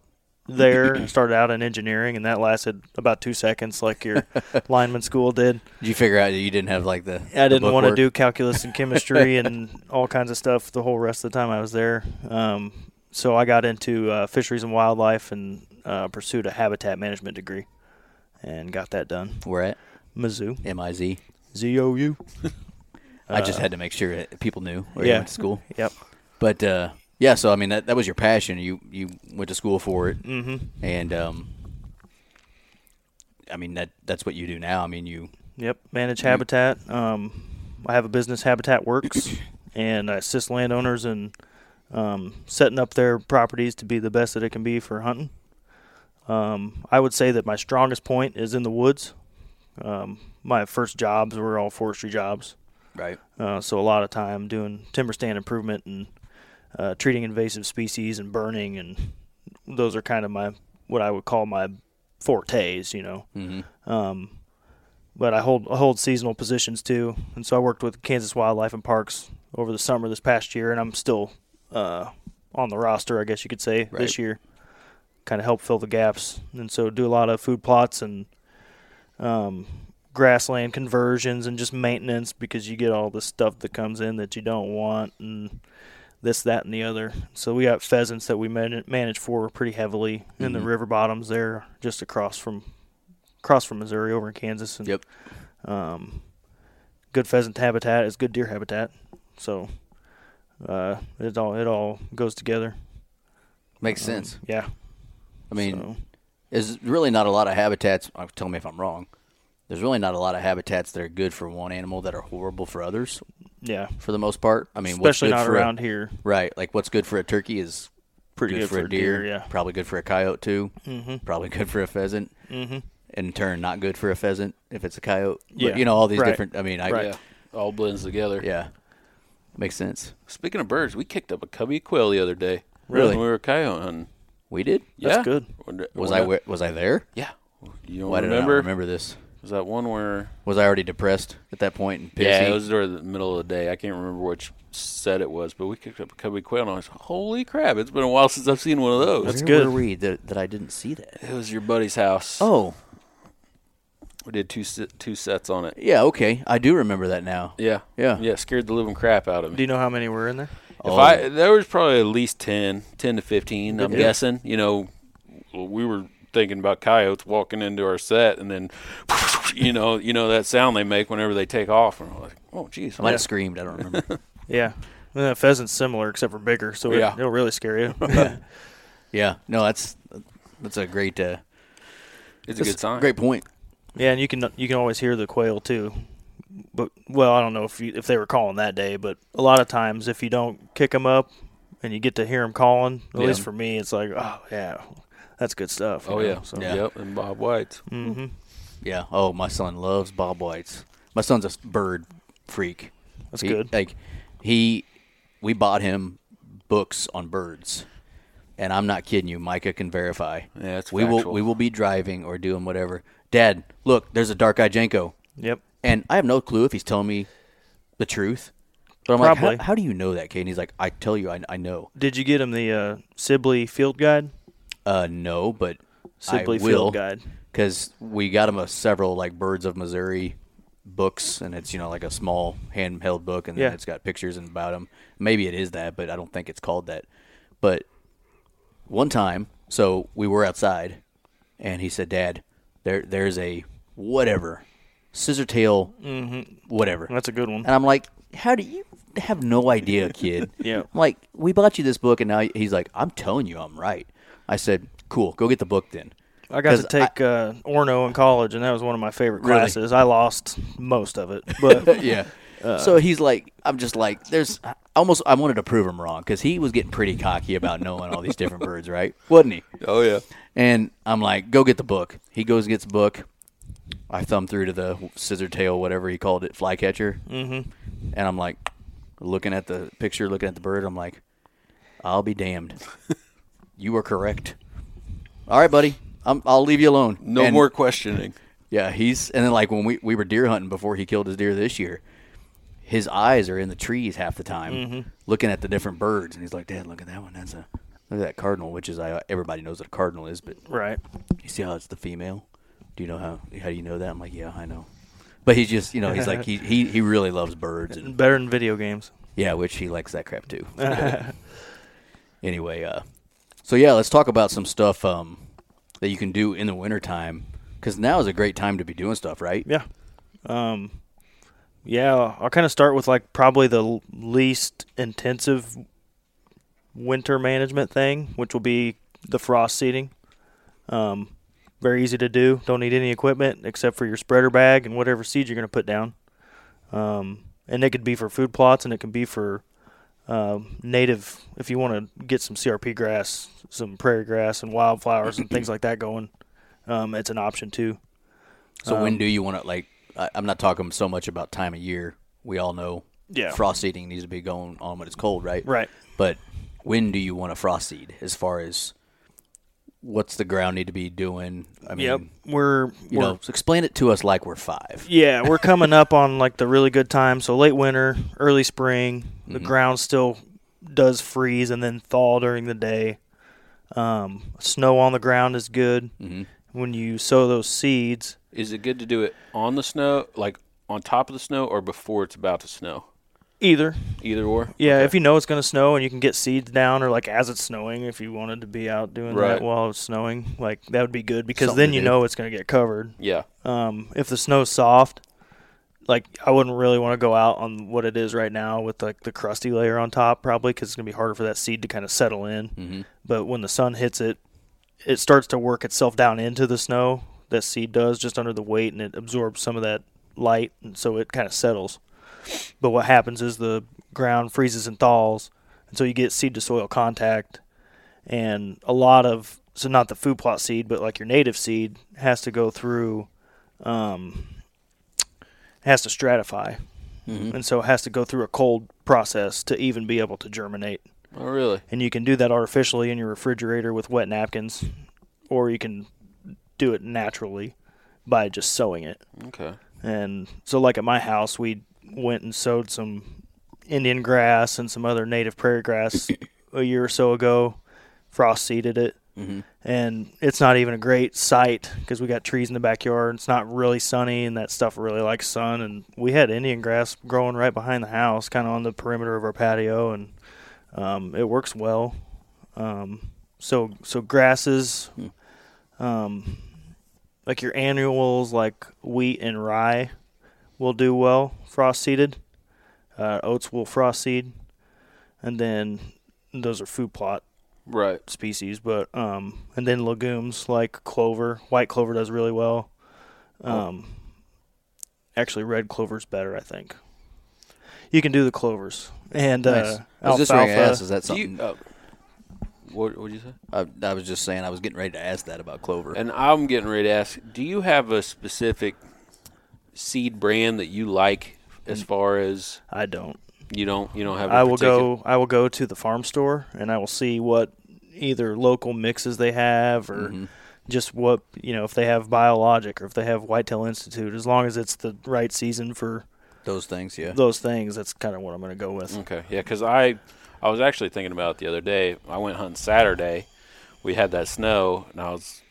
[SPEAKER 3] there. I started out in engineering, and that lasted about two seconds, like your lineman school did.
[SPEAKER 2] Did you figure out that you didn't have like the?
[SPEAKER 3] I didn't
[SPEAKER 2] want to
[SPEAKER 3] do calculus and chemistry and all kinds of stuff the whole rest of the time I was there. Um, so I got into uh, fisheries and wildlife and uh, pursued a habitat management degree and got that done.
[SPEAKER 2] Where at?
[SPEAKER 3] Mizzou,
[SPEAKER 2] M I Z.
[SPEAKER 3] Z O U.
[SPEAKER 2] I just had to make sure that people knew where you
[SPEAKER 3] Uh, yeah.
[SPEAKER 2] went to school.
[SPEAKER 3] Yep.
[SPEAKER 2] But uh, yeah, so I mean that that was your passion. You you went to school for it, mm-hmm. and um, I mean that that's what you do now. I mean you
[SPEAKER 3] Yep, manage habitat. Um, I have a business, Habitat Works, and I assist landowners in um, setting up their properties to be the best that it can be for hunting. Um, I would say that my strongest point is in the woods. Um, my first jobs were all forestry jobs,
[SPEAKER 2] right
[SPEAKER 3] uh, so a lot of time doing timber stand improvement and uh, treating invasive species and burning, and those are kind of my what I would call my fortes, you know
[SPEAKER 2] hmm
[SPEAKER 3] but I hold I hold seasonal positions too, and so I worked with Kansas Wildlife and Parks over the summer this past year, and I'm still uh, on the roster, I guess you could say,
[SPEAKER 2] Right.
[SPEAKER 3] this year. Kind of help fill the gaps, and so do a lot of food plots and um, grassland conversions and just maintenance because you get all the stuff that comes in that you don't want and this, that, and the other. So we got pheasants that we man- manage for pretty heavily in the river bottoms there, just across from across from Missouri over in Kansas. And
[SPEAKER 2] Yep.
[SPEAKER 3] um, good pheasant habitat is good deer habitat. So uh, it all it all goes together.
[SPEAKER 2] makes sense.
[SPEAKER 3] Yeah.
[SPEAKER 2] I mean
[SPEAKER 3] so,
[SPEAKER 2] there's really not a lot of habitats. uh, Tell me if I'm wrong. There's really not a lot of habitats that are good for one animal that are horrible for others.
[SPEAKER 3] yeah,
[SPEAKER 2] For the most part, I mean, what's
[SPEAKER 3] especially
[SPEAKER 2] good
[SPEAKER 3] not
[SPEAKER 2] for a-
[SPEAKER 3] around here.
[SPEAKER 2] right, like what's good for a turkey is
[SPEAKER 3] Pretty good, for,
[SPEAKER 2] a deer,
[SPEAKER 3] Yeah.
[SPEAKER 2] probably good for a coyote too, mm-hmm. probably good for a pheasant,
[SPEAKER 3] Mm-hmm.
[SPEAKER 2] in turn not good for a pheasant if it's a coyote. But,
[SPEAKER 3] Yeah,
[SPEAKER 2] you know all these
[SPEAKER 3] right,
[SPEAKER 2] different. I mean, I,
[SPEAKER 3] right.
[SPEAKER 1] Yeah, all blends together.
[SPEAKER 2] yeah, makes sense.
[SPEAKER 1] Speaking of birds, we kicked up a cubby quail the other day.
[SPEAKER 2] Really?
[SPEAKER 1] When we were coyote hunting.
[SPEAKER 2] We did.
[SPEAKER 1] Yeah.
[SPEAKER 3] That's good.
[SPEAKER 1] Wonder-
[SPEAKER 2] Was
[SPEAKER 1] wonder-
[SPEAKER 2] I where- was I there?
[SPEAKER 1] Yeah. You don't
[SPEAKER 2] Why did I not
[SPEAKER 1] remember?
[SPEAKER 2] remember this?
[SPEAKER 1] It Was that one where?
[SPEAKER 2] Was I already depressed at that point and pissy?
[SPEAKER 1] Yeah, it was during the middle of the day. I can't remember which set it was, but we kicked up a cubby quail, and I was holy crap! It's been a while since I've seen one of those.
[SPEAKER 3] That's
[SPEAKER 2] Where
[SPEAKER 3] good.
[SPEAKER 2] were we that, that I didn't see that?
[SPEAKER 1] It was your buddy's house.
[SPEAKER 2] Oh,
[SPEAKER 1] we did two se- two sets on it.
[SPEAKER 2] yeah, okay, I do remember that now.
[SPEAKER 1] Yeah,
[SPEAKER 2] Yeah.
[SPEAKER 1] yeah. Scared the living crap out of me.
[SPEAKER 3] Do you know how many were in there?
[SPEAKER 1] If
[SPEAKER 2] Oh.
[SPEAKER 1] I there was probably at least 10, 10 to fifteen. I'm
[SPEAKER 3] deal.
[SPEAKER 1] guessing. You know, we were thinking about coyotes walking into our set, and then you know, you know that sound they make whenever they take off, and I'm like, oh, geez,
[SPEAKER 2] I might have screamed. I don't remember.
[SPEAKER 3] Yeah. And that pheasant's similar except for bigger, so
[SPEAKER 1] Yeah.
[SPEAKER 3] it, it'll really scare you.
[SPEAKER 2] yeah, no, that's that's a great. Uh,
[SPEAKER 1] it's a good
[SPEAKER 2] that's
[SPEAKER 1] sign.
[SPEAKER 2] Great point.
[SPEAKER 3] Yeah, and you can you can always hear the quail too. But well, I don't know if you, if they were calling that day, but a lot of times if you don't kick them up and you get to hear them calling, at
[SPEAKER 1] Yeah.
[SPEAKER 3] least for me, it's like oh yeah, that's good stuff. you
[SPEAKER 1] Oh
[SPEAKER 3] know,
[SPEAKER 1] yeah.
[SPEAKER 3] so-
[SPEAKER 2] Yeah. Mm.
[SPEAKER 1] yep, and Bob White.
[SPEAKER 2] Yeah. Oh, my son loves Bob Whites. My son's a s- bird freak.
[SPEAKER 3] that's
[SPEAKER 2] He-
[SPEAKER 3] good.
[SPEAKER 2] Like he, we bought him books on birds, and I'm not kidding you. Micah can verify.
[SPEAKER 1] Yeah, it's
[SPEAKER 2] we will
[SPEAKER 1] factual.
[SPEAKER 2] we will be driving or doing whatever. Dad, look, there's a dark eyed Janko,
[SPEAKER 3] Yep.
[SPEAKER 2] and I have no clue if he's telling me the truth. But I'm
[SPEAKER 3] Probably.
[SPEAKER 2] like, how, how do you know that, Kate? And he's like, I tell you, I, I know.
[SPEAKER 3] Did you get him the uh, Sibley Field Guide?
[SPEAKER 2] Uh, no, but
[SPEAKER 3] Sibley
[SPEAKER 2] I will
[SPEAKER 3] Field Guide.
[SPEAKER 2] because we got him a several like Birds of Missouri books, and it's you know like a small handheld book, and then
[SPEAKER 3] Yeah.
[SPEAKER 2] it's got pictures and about them. Maybe it is that, but I don't think it's called that. But one time, so we were outside, and he said, "Dad, there there's a whatever scissor tail, whatever."
[SPEAKER 3] Mm-hmm. That's a good one.
[SPEAKER 2] And I'm like, how do you have no idea, kid?
[SPEAKER 3] Yeah.
[SPEAKER 2] I'm like, we bought you this book, and now he's like, I'm telling you, I'm right. I said, cool, go get the book then.
[SPEAKER 3] I got to
[SPEAKER 2] 'Cause I-
[SPEAKER 3] take uh, Orno in college, and that was one of my favorite
[SPEAKER 2] Really?
[SPEAKER 3] classes. I lost most of it, but
[SPEAKER 2] yeah. so he's like, I'm just like, there's I almost, I wanted to prove him wrong because he was getting pretty cocky about knowing all these different birds, right? Wasn't he?
[SPEAKER 1] Oh yeah.
[SPEAKER 2] And I'm like, go get the book. He goes and gets the book. I thumb through to the scissor tail, whatever he called it, flycatcher. Mm-hmm. And I'm like, looking at the picture, looking at the bird, I'm like, I'll be damned. you were correct. All right, buddy. I'm, I'll leave you alone.
[SPEAKER 1] No
[SPEAKER 2] And-
[SPEAKER 1] more questioning.
[SPEAKER 2] yeah, he's and then like when we we were deer hunting before he killed his deer this year, his eyes are in the trees half the time,
[SPEAKER 1] Mm-hmm.
[SPEAKER 2] looking at the different birds, and he's like, "Dad, look at that one. That's a look at that cardinal, which is I everybody knows what a cardinal is, but
[SPEAKER 3] right.
[SPEAKER 2] you see how it's the female. Do you know how how do you know that? I'm like, yeah, I know. But he's just you know he's like he he he really loves birds and
[SPEAKER 3] Better than video games.
[SPEAKER 2] yeah, which he likes that crap too. anyway, uh, so yeah, let's talk about some stuff um, that you can do in the wintertime because now is a great time to be doing stuff, right?
[SPEAKER 3] Yeah. Um, yeah, I'll kind of start with like probably the l- least intensive winter management thing, which will be the frost seeding. Um, very easy to do. Don't need any equipment except for your spreader bag and whatever seed you're going to put down. Um, and it could be for food plots and it could be for um native, if you want to get some CRP grass, some prairie grass, and wildflowers and things like that going. Um, it's an option too.
[SPEAKER 2] So
[SPEAKER 3] Um,
[SPEAKER 2] when do you want to like? I, I'm not talking so much about time of year. We all know
[SPEAKER 3] Yeah.
[SPEAKER 2] frost seeding needs to be going on when it's cold, right?
[SPEAKER 3] Right.
[SPEAKER 2] But when do you want to frost seed? As far as what's the ground need to be doing? I mean,
[SPEAKER 3] Yep. We're,
[SPEAKER 2] you
[SPEAKER 3] we're
[SPEAKER 2] know, explain it to us like we're five.
[SPEAKER 3] Yeah, we're coming up on like the really good time. So late winter, early spring,
[SPEAKER 2] Mm-hmm.
[SPEAKER 3] the ground still does freeze and then thaw during the day. Um, snow on the ground is good
[SPEAKER 2] Mm-hmm.
[SPEAKER 3] when you sow those seeds.
[SPEAKER 1] Is it good to do it on the snow, like on top of the snow, or before it's about to snow?
[SPEAKER 3] Either,
[SPEAKER 1] Either or.
[SPEAKER 3] yeah, if you know it's going to snow and you can get seeds down, or like as it's snowing, if you wanted to be out doing
[SPEAKER 1] Right.
[SPEAKER 3] that while it's snowing, like that would be good because
[SPEAKER 2] Something
[SPEAKER 3] then
[SPEAKER 2] to
[SPEAKER 3] you
[SPEAKER 2] do.
[SPEAKER 3] know it's going to get covered.
[SPEAKER 1] Yeah.
[SPEAKER 3] Um, if the snow's soft, like I wouldn't really want to go out on what it is right now with like the crusty layer on top, probably because it's gonna be harder for that seed to kind of settle in. But when the sun hits it, it starts to work itself down into the snow. That seed does just under the weight, and it absorbs some of that light, and so it kind of settles. But what happens is the ground freezes and thaws, and so you get seed to soil contact, and a lot of so not the food plot seed, but like your native seed has to go through um, has to stratify, and so it has to go through a cold process to even be able to germinate.
[SPEAKER 1] Oh, really?
[SPEAKER 3] And you can do that artificially in your refrigerator with wet napkins, or you can do it naturally by just sowing it.
[SPEAKER 1] Okay.
[SPEAKER 3] And so, like at my house, we went and sowed some Indian grass and some other native prairie grass a year or so ago. Frost seeded it, and it's not even a great site because we got trees in the backyard. It's not really sunny, and that stuff really likes sun. And we had Indian grass growing right behind the house, kind of on the perimeter of our patio, and um, it works well. Um, so, so grasses, um, like your annuals like wheat and rye will do well frost seeded uh, oats will frost seed and then those are food plot
[SPEAKER 1] Right.
[SPEAKER 3] species but um and then legumes like clover white clover does really well
[SPEAKER 2] Oh.
[SPEAKER 3] um actually red clover's better i think you can do the clovers and uh
[SPEAKER 2] I was just going to
[SPEAKER 3] alfalfa.
[SPEAKER 2] ask, is that
[SPEAKER 1] Do
[SPEAKER 2] something?
[SPEAKER 1] you? Uh, what would you say?
[SPEAKER 2] I, I was just saying, I was getting ready to ask that about clover.
[SPEAKER 1] And I'm getting ready to ask: Do you have a specific seed brand that you like? As far as
[SPEAKER 3] i don't
[SPEAKER 1] you don't, you don't have. a
[SPEAKER 3] Mm. I will
[SPEAKER 1] particular-
[SPEAKER 3] go. I will go to the farm store and I will see what either local mixes they have or
[SPEAKER 1] Mm-hmm.
[SPEAKER 3] just what you know if they have biologic or if they have Whitetail Institute. As long as it's the right season for
[SPEAKER 2] Those things, yeah.
[SPEAKER 3] those things, that's kind of what I'm going to go with.
[SPEAKER 1] Okay, yeah, because I, I was actually thinking about it the other day. I went hunting Saturday. We had that snow, and I was,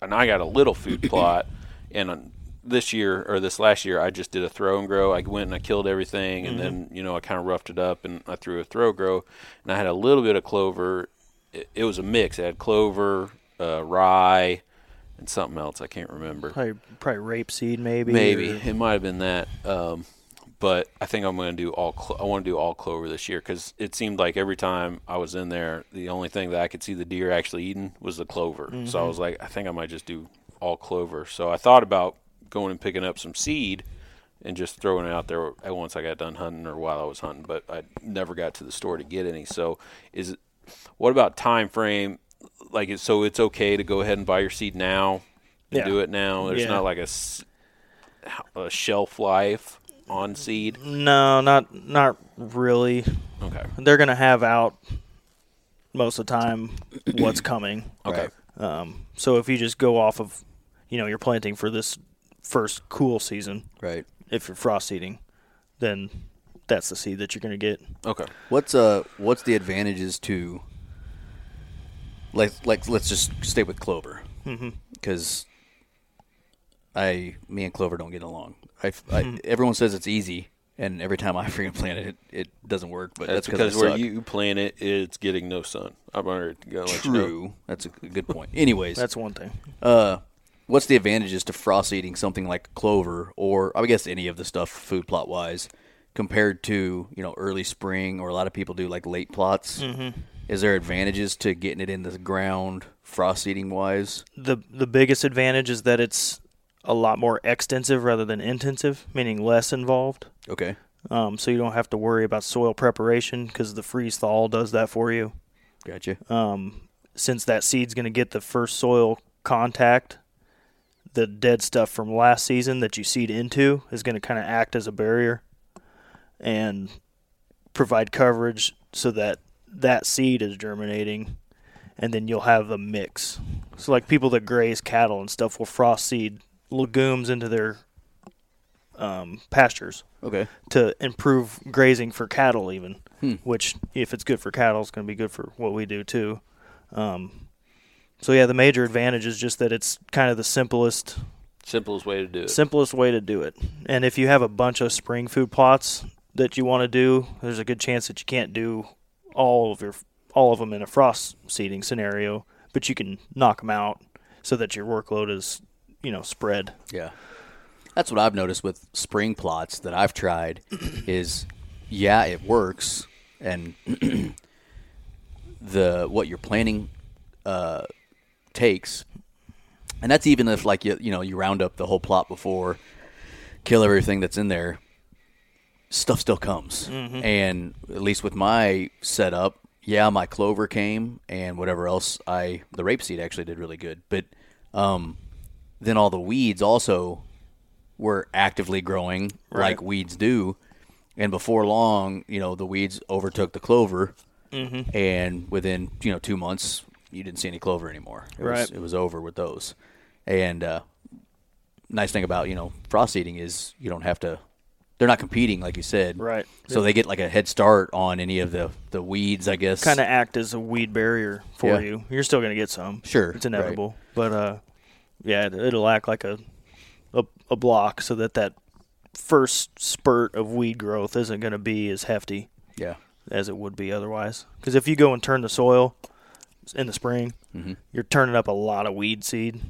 [SPEAKER 1] and I got a little food plot. And on this year or this last year, I just did a throw and grow. I went and I killed everything, and then you know I kind of roughed it up, and I threw a throw grow, and I had a little bit of clover. It, it was a mix. It had clover, uh, rye, and something else I can't remember.
[SPEAKER 3] Probably, probably rapeseed, maybe.
[SPEAKER 1] Maybe
[SPEAKER 3] or-
[SPEAKER 1] it might have been that, um, but I think I'm going to do all. Clo- I want to do all clover this year because it seemed like every time I was in there, the only thing that I could see the deer actually eating was the clover. So I was like, I think I might just do all clover. So I thought about going and picking up some seed and just throwing it out there at once I got done hunting or while I was hunting, but I never got to the store to get any. So is it, what about time frame? Like, it's- so it's okay to go ahead and buy your seed now. and
[SPEAKER 3] Yeah.
[SPEAKER 1] Do it now. There's
[SPEAKER 3] Yeah.
[SPEAKER 1] not like a s- a shelf life on seed.
[SPEAKER 3] Mm-hmm. No, not not really.
[SPEAKER 1] Okay.
[SPEAKER 3] They're going to have out most of the time what's coming.
[SPEAKER 1] Okay.
[SPEAKER 2] Right.
[SPEAKER 3] Um, so if you just go off of, you know, you're planting for this first cool season,
[SPEAKER 2] Right.
[SPEAKER 3] if you're frost seeding, then that's the seed that you're going to get.
[SPEAKER 1] Okay.
[SPEAKER 2] What's uh what's the advantages to like like let's just stay with clover
[SPEAKER 1] Mm-hmm.
[SPEAKER 2] because
[SPEAKER 1] Mm-hmm.
[SPEAKER 2] I me and clover don't get along. I, I everyone says it's easy And every time I freaking plant it, it, it doesn't work. But
[SPEAKER 1] That's
[SPEAKER 2] that's, because
[SPEAKER 1] because where you plant it, it's getting no sun. I'm already gonna let you know.
[SPEAKER 2] True. That's a good point. Anyways,
[SPEAKER 3] That's one thing.
[SPEAKER 2] uh, what's the advantages to frost seeding something like clover or I guess any of the stuff food plot wise compared to you know early spring or a lot of people do like late plots? Is there advantages to getting it in the ground frost seeding wise?
[SPEAKER 3] the the biggest advantage is that it's a lot more extensive rather than intensive, meaning less involved.
[SPEAKER 2] Okay.
[SPEAKER 3] Um, so you don't have to worry about soil preparation because the freeze thaw does that for you.
[SPEAKER 2] Gotcha.
[SPEAKER 3] Um, since that seed's going to get the first soil contact, the dead stuff from last season that you seed into is going to kind of act as a barrier and provide coverage so that that seed is germinating and then you'll have a mix. So like people that graze cattle and stuff will frost seed legumes into their um, pastures
[SPEAKER 2] Okay.
[SPEAKER 3] to improve grazing for cattle, even which if it's good for cattle, it's going to be good for what we do too. Um, so yeah, the major advantage is just that it's kind of the simplest
[SPEAKER 1] Simplest way to do it.
[SPEAKER 3] simplest way to do it. And if you have a bunch of spring food plots that you want to do, there's a good chance that you can't do all of your all of them in a frost seeding scenario, but you can knock them out so that your workload is you know spread.
[SPEAKER 2] Yeah. That's what I've noticed with spring plots that I've tried is yeah, it works and the what you're planning uh, takes and that's even if like you you know you round up the whole plot before kill everything that's in there stuff still comes and at least with my setup yeah my clover came and whatever else i the rapeseed actually did really good but um then all the weeds also were actively growing like weeds do and before long you know the weeds overtook the clover and within you know two months you didn't see any clover anymore it was,
[SPEAKER 3] Right.
[SPEAKER 2] it was over with those and uh, nice thing about you know frost seeding is you don't have to they're not competing like you said
[SPEAKER 3] Right.
[SPEAKER 2] so they get like a head start on any of the the weeds i guess
[SPEAKER 3] kind of act as a weed barrier for
[SPEAKER 2] Yeah.
[SPEAKER 3] you. You're still going to get some.
[SPEAKER 2] Sure,
[SPEAKER 3] It's inevitable. But uh, yeah, it, it'll act like a, a a block so that that first spurt of weed growth isn't going to be as hefty
[SPEAKER 2] yeah
[SPEAKER 3] as it would be otherwise. Because if you go and turn the soil in the spring,
[SPEAKER 2] Mm-hmm.
[SPEAKER 3] you're turning up a lot of weed seed,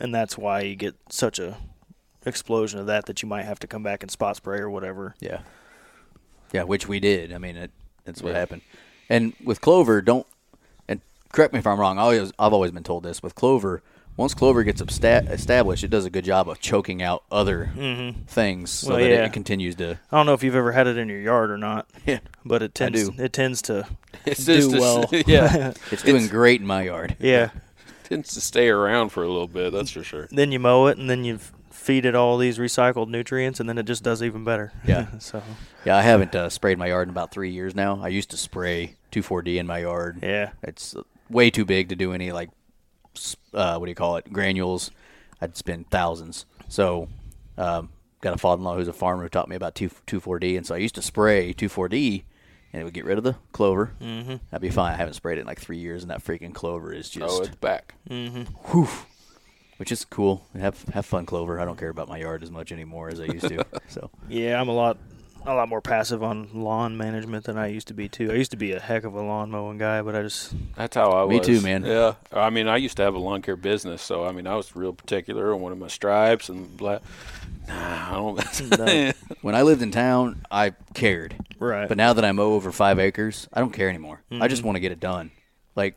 [SPEAKER 3] and that's why you get such a explosion of that that you might have to come back and spot spray or whatever.
[SPEAKER 2] Yeah. Yeah, which we did. I mean, it, that's what happened. And with clover, don't and correct me if I'm wrong. I always, I've always been told this with clover. Once clover gets absta- established, it does a good job of choking out other things so
[SPEAKER 3] Mm-hmm. Well,
[SPEAKER 2] that
[SPEAKER 3] yeah.
[SPEAKER 2] it continues to.
[SPEAKER 3] I don't know if you've ever had it in your yard or not.
[SPEAKER 2] Yeah.
[SPEAKER 3] But it tends
[SPEAKER 2] do.
[SPEAKER 3] it tends to
[SPEAKER 1] It's
[SPEAKER 3] do
[SPEAKER 1] just a-
[SPEAKER 3] well.
[SPEAKER 1] yeah,
[SPEAKER 2] It's doing great in my yard.
[SPEAKER 3] Yeah.
[SPEAKER 1] tends to stay around for a little bit. That's for sure.
[SPEAKER 3] Then you mow it, and then you f- feed it all these recycled nutrients, and then it just does even better.
[SPEAKER 2] Yeah.
[SPEAKER 3] so
[SPEAKER 2] Yeah, I haven't uh, sprayed my yard in about three years now. I used to spray 2,4-D in my yard.
[SPEAKER 3] Yeah.
[SPEAKER 2] it's uh, way too big to do any like, s- uh, what do you call it, granules. I'd spend thousands. So, um, got a father-in-law who's a farmer who taught me about 2 2,4-D, and so I used to spray 2,4-D, and it would get rid of the clover. Mm-hmm. That'd be fine. I haven't sprayed it in like three years, and that freaking clover is just,
[SPEAKER 1] Oh, it's back.
[SPEAKER 3] Mm.
[SPEAKER 2] which is cool. Have have fun, clover. I don't care about my yard as much anymore as I used to. so,
[SPEAKER 3] yeah, I'm a lot a lot more passive on lawn management than I used to be too. I used to be a heck of a lawn mowing guy, but I just
[SPEAKER 1] That's how I
[SPEAKER 2] Me
[SPEAKER 1] was.
[SPEAKER 2] too, man.
[SPEAKER 1] Yeah. I mean, I used to have a lawn care business, so I mean, I was real particular on one of my stripes and blah. Nah, I don't.
[SPEAKER 2] when I lived in town, I cared.
[SPEAKER 3] Right. Mm-hmm.
[SPEAKER 2] But now that I mow over five acres, I don't care anymore. I just want to get it done. Like,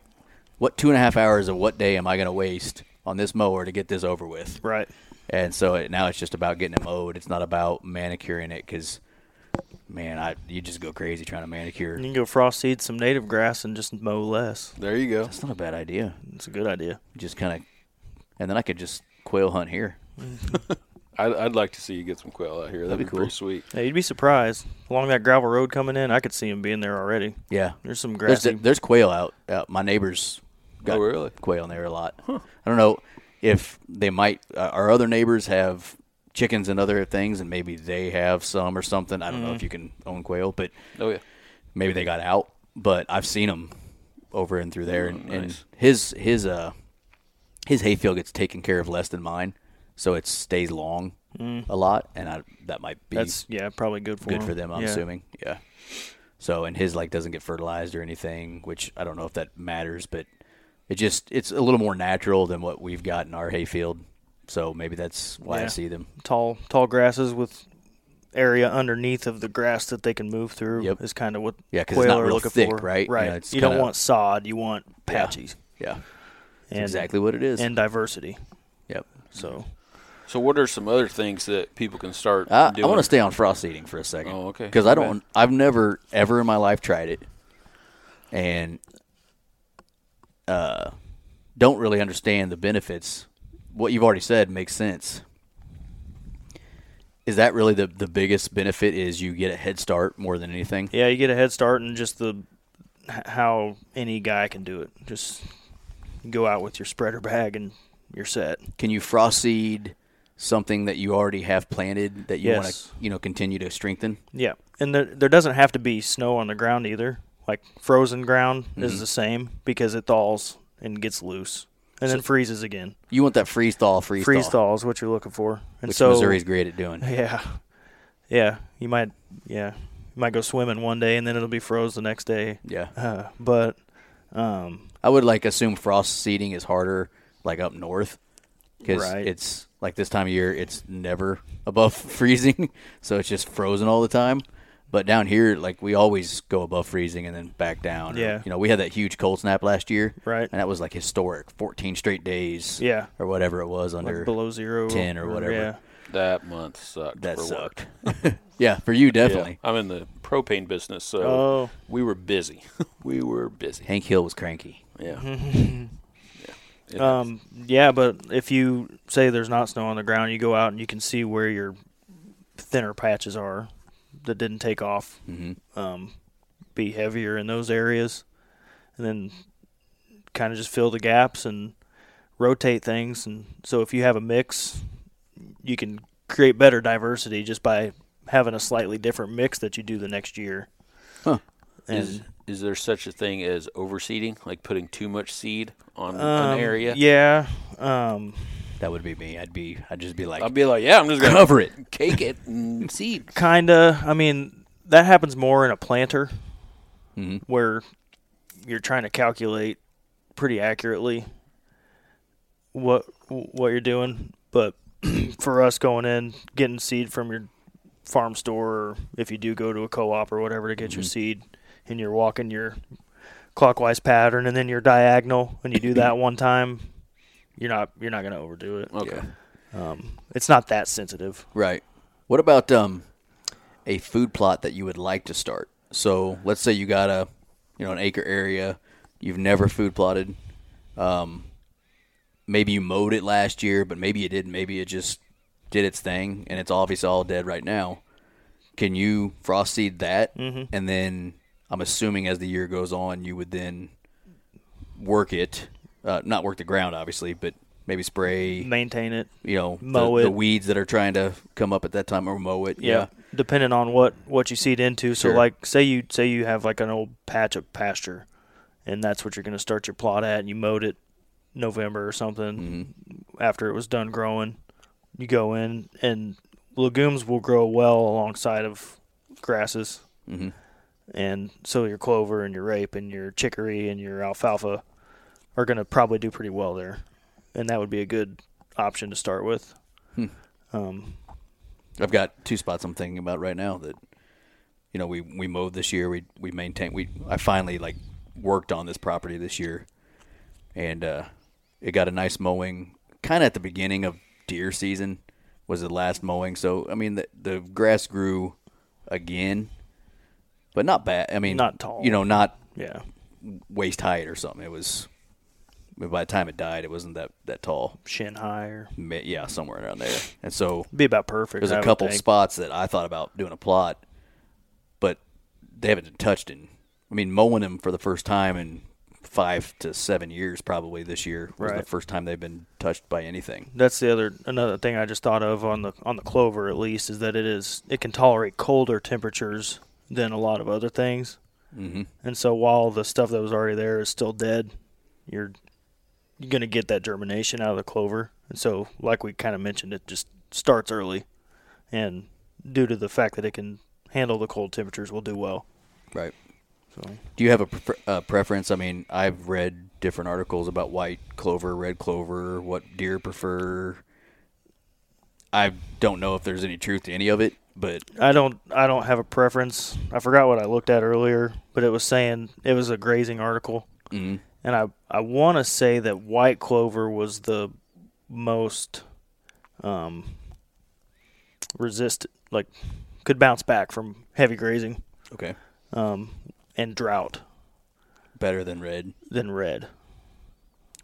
[SPEAKER 2] what two and a half hours of what day am I going to waste on this mower to get this over with?
[SPEAKER 3] right.
[SPEAKER 2] And so it, now it's just about getting it mowed. It's not about manicuring it because, man, I you just go crazy trying to manicure.
[SPEAKER 3] You can go frost seed some native grass and just mow less.
[SPEAKER 1] there you go.
[SPEAKER 2] It's not a bad idea.
[SPEAKER 3] It's a good idea.
[SPEAKER 2] Just kind of, and then I could just quail hunt here.
[SPEAKER 1] I'd, I'd like to see you get some quail out here. That'd,
[SPEAKER 2] be
[SPEAKER 1] be
[SPEAKER 2] cool.
[SPEAKER 1] pretty sweet.
[SPEAKER 3] Yeah, you'd be surprised along that gravel road coming in. I could see him being there already.
[SPEAKER 2] Yeah,
[SPEAKER 3] There's some
[SPEAKER 2] There's,
[SPEAKER 3] grassy.
[SPEAKER 2] there's quail out, out. My neighbors got
[SPEAKER 1] Oh, really?
[SPEAKER 2] quail in there a lot. I don't know if they might. Uh, our other neighbors have chickens and other things, and maybe they have some or something. I don't
[SPEAKER 3] Mm.
[SPEAKER 2] know if you can own quail, but
[SPEAKER 1] Oh yeah.
[SPEAKER 2] maybe they got out. But I've seen them over and through there,
[SPEAKER 3] Mm,
[SPEAKER 2] and, and
[SPEAKER 1] nice.
[SPEAKER 2] his his uh his hayfield gets taken care of less than mine, so it stays long. a lot, and I, that might be
[SPEAKER 3] Mm. That's yeah, probably good for
[SPEAKER 2] good
[SPEAKER 3] them.
[SPEAKER 2] for them. I'm
[SPEAKER 3] Yeah.
[SPEAKER 2] assuming, yeah. So and his like doesn't get fertilized or anything, which I don't know if that matters, but it just it's a little more natural than what we've got in our hayfield. So maybe that's why I
[SPEAKER 3] Yeah.
[SPEAKER 2] see them.
[SPEAKER 3] Tall tall grasses with area underneath of the grass that they can move through
[SPEAKER 2] Yep.
[SPEAKER 3] is kind of what
[SPEAKER 2] Yeah, 'cause it's
[SPEAKER 3] quail
[SPEAKER 2] not
[SPEAKER 3] are
[SPEAKER 2] real
[SPEAKER 3] looking
[SPEAKER 2] thick,
[SPEAKER 3] for.
[SPEAKER 2] right? You
[SPEAKER 3] Right.
[SPEAKER 2] know, it's
[SPEAKER 3] you don't
[SPEAKER 2] kinda-
[SPEAKER 3] want sod. You want patches.
[SPEAKER 2] Yeah,
[SPEAKER 3] And-
[SPEAKER 2] exactly what it is. Mm-hmm.
[SPEAKER 3] And diversity.
[SPEAKER 2] yep.
[SPEAKER 3] So
[SPEAKER 1] So, what are some other things that people can start
[SPEAKER 2] I, I
[SPEAKER 1] doing?
[SPEAKER 2] want to stay on frost eating for a second.
[SPEAKER 1] Oh, okay.
[SPEAKER 2] Because I
[SPEAKER 1] My
[SPEAKER 2] don't. I've never ever in my life tried it, and uh, don't really understand the benefits. What you've already said makes sense. Is that really the the biggest benefit? Is you get a head start more than anything.
[SPEAKER 3] yeah, you get a head start and just the h- how any guy can do it. Just go out with your spreader bag and you're set.
[SPEAKER 2] Can you frost seed something that you already have planted that you want
[SPEAKER 3] Yes.
[SPEAKER 2] to you know continue to strengthen?
[SPEAKER 3] Yeah, and there there doesn't have to be snow on the ground either. Like frozen ground
[SPEAKER 2] Mm-hmm.
[SPEAKER 3] is the same because it thaws and gets loose and then freezes again.
[SPEAKER 2] You want that freeze thaw, freeze,
[SPEAKER 3] Freeze
[SPEAKER 2] thaw,
[SPEAKER 3] thaw is what you're looking for. And
[SPEAKER 2] which
[SPEAKER 3] so
[SPEAKER 2] Missouri's great at doing.
[SPEAKER 3] yeah, yeah, you might yeah you might go swimming one day and then it'll be froze the next day.
[SPEAKER 2] Yeah.
[SPEAKER 3] Uh, but um,
[SPEAKER 2] I would like assume frost seeding is harder like up north because
[SPEAKER 3] Right.
[SPEAKER 2] it's like this time of year it's never above freezing, so it's just frozen all the time. But down here, like we always go above freezing and then back down. or,
[SPEAKER 3] Yeah.
[SPEAKER 2] you know we had that huge cold snap last year,
[SPEAKER 3] Right.
[SPEAKER 2] And that was like historic, fourteen straight days,
[SPEAKER 3] Yeah.
[SPEAKER 2] or whatever it was under
[SPEAKER 3] like below zero,
[SPEAKER 2] ten or whatever.
[SPEAKER 3] Yeah,
[SPEAKER 1] That month sucked.
[SPEAKER 2] That
[SPEAKER 1] for work.
[SPEAKER 2] sucked. yeah, for you
[SPEAKER 1] Yeah,
[SPEAKER 2] definitely.
[SPEAKER 1] I'm in the propane business, so
[SPEAKER 3] Oh.
[SPEAKER 1] we were busy. we were busy.
[SPEAKER 2] Hank Hill was cranky.
[SPEAKER 1] Yeah.
[SPEAKER 3] Mm-hmm.
[SPEAKER 1] It happens.
[SPEAKER 3] Um, yeah, but if you say there's not snow on the ground, you go out and you can see where your thinner patches are that didn't take off. Mm-hmm. Um, be heavier in those areas, and then kind of just fill the gaps and rotate things. And so if you have a mix, you can create better diversity just by having a slightly different mix that you do the next year.
[SPEAKER 2] Huh.
[SPEAKER 1] is is there such a thing as overseeding, like putting too much seed on an
[SPEAKER 3] Um,
[SPEAKER 1] area?
[SPEAKER 3] Yeah. Um,
[SPEAKER 2] That would be me. I'd be. I'd just be like,
[SPEAKER 1] I'd be like, yeah, I'm just gonna
[SPEAKER 2] cover it.
[SPEAKER 1] cake it, and seed.
[SPEAKER 3] Kinda. I mean, that happens more in a planter, where you're trying to calculate pretty accurately what what you're doing. But for us going in, getting seed from your farm store, or if you do go to a co-op or whatever to get your seed, and you're walking your clockwise pattern and then your diagonal, and you do that one time, you're not you're not gonna overdo it. Um,
[SPEAKER 1] Okay.
[SPEAKER 3] It's not that sensitive.
[SPEAKER 2] Right. What about um, a food plot that you would like to start? So let's say you got a, you know, an acre area, you've never food plotted. Um, maybe you mowed it last year, but maybe you didn't. Maybe it just did its thing, and it's obviously all dead right now. Can you frost seed that, and then I'm assuming as the year goes on, you would then work it, uh, not work the ground obviously, but maybe spray
[SPEAKER 3] Maintain it.
[SPEAKER 2] you know,
[SPEAKER 3] Mow
[SPEAKER 2] the, the
[SPEAKER 3] it.
[SPEAKER 2] weeds that are trying to come up at that time or mow it.
[SPEAKER 3] yeah, depending on what what you seed into. So
[SPEAKER 2] Sure.
[SPEAKER 3] like say you say you have like an old patch of pasture, and that's what you're going to start your plot at, and you mowed it November or something after it was done growing. You go in and legumes will grow well alongside of grasses, and so your clover and your rape and your chicory and your alfalfa are going to probably do pretty well there, and that would be a good option to start with.
[SPEAKER 2] I've got two spots I'm thinking about right now that, you know, we, we mowed this year. We we maintained. We I finally like worked on this property this year, and uh, it got a nice mowing. Kind of at the beginning of deer season was the last mowing. So I mean, the the grass grew again, but not bad. I mean,
[SPEAKER 3] Not tall.
[SPEAKER 2] You know, not
[SPEAKER 3] Yeah.
[SPEAKER 2] waist height or something. It was. By the time it died, it wasn't that, that tall.
[SPEAKER 3] Shin high or
[SPEAKER 2] Ma- yeah, somewhere around there. And so
[SPEAKER 3] be about perfect.
[SPEAKER 2] there's
[SPEAKER 3] I
[SPEAKER 2] a
[SPEAKER 3] would
[SPEAKER 2] couple
[SPEAKER 3] think.
[SPEAKER 2] spots that I thought about doing a plot, but they haven't been touched in. I mean, mowing them for the first time in five to seven years, probably this year was the
[SPEAKER 3] Right.
[SPEAKER 2] first time they've been touched by anything.
[SPEAKER 3] That's the other another thing I just thought of on the on the clover at least is that it is it can tolerate colder temperatures than a lot of other things, mm-hmm. and so while the stuff that was already there is still dead, you're you're gonna get that germination out of the clover, and so like we kind of mentioned, it just starts early, and due to the fact that it can handle the cold temperatures, will do well.
[SPEAKER 2] Right.
[SPEAKER 3] So
[SPEAKER 2] Do you have a prefer- uh, preference? I mean, I've read different articles about white clover, red clover, what deer prefer. I don't know if there's any truth to any of it, but
[SPEAKER 3] I don't I don't have a preference. I forgot what I looked at earlier, but it was saying it was a grazing article,
[SPEAKER 2] mm,
[SPEAKER 3] and I I want to say that white clover was the most um, resist like could bounce back from heavy grazing
[SPEAKER 2] okay,
[SPEAKER 3] um, and drought
[SPEAKER 2] better than red.
[SPEAKER 3] than red.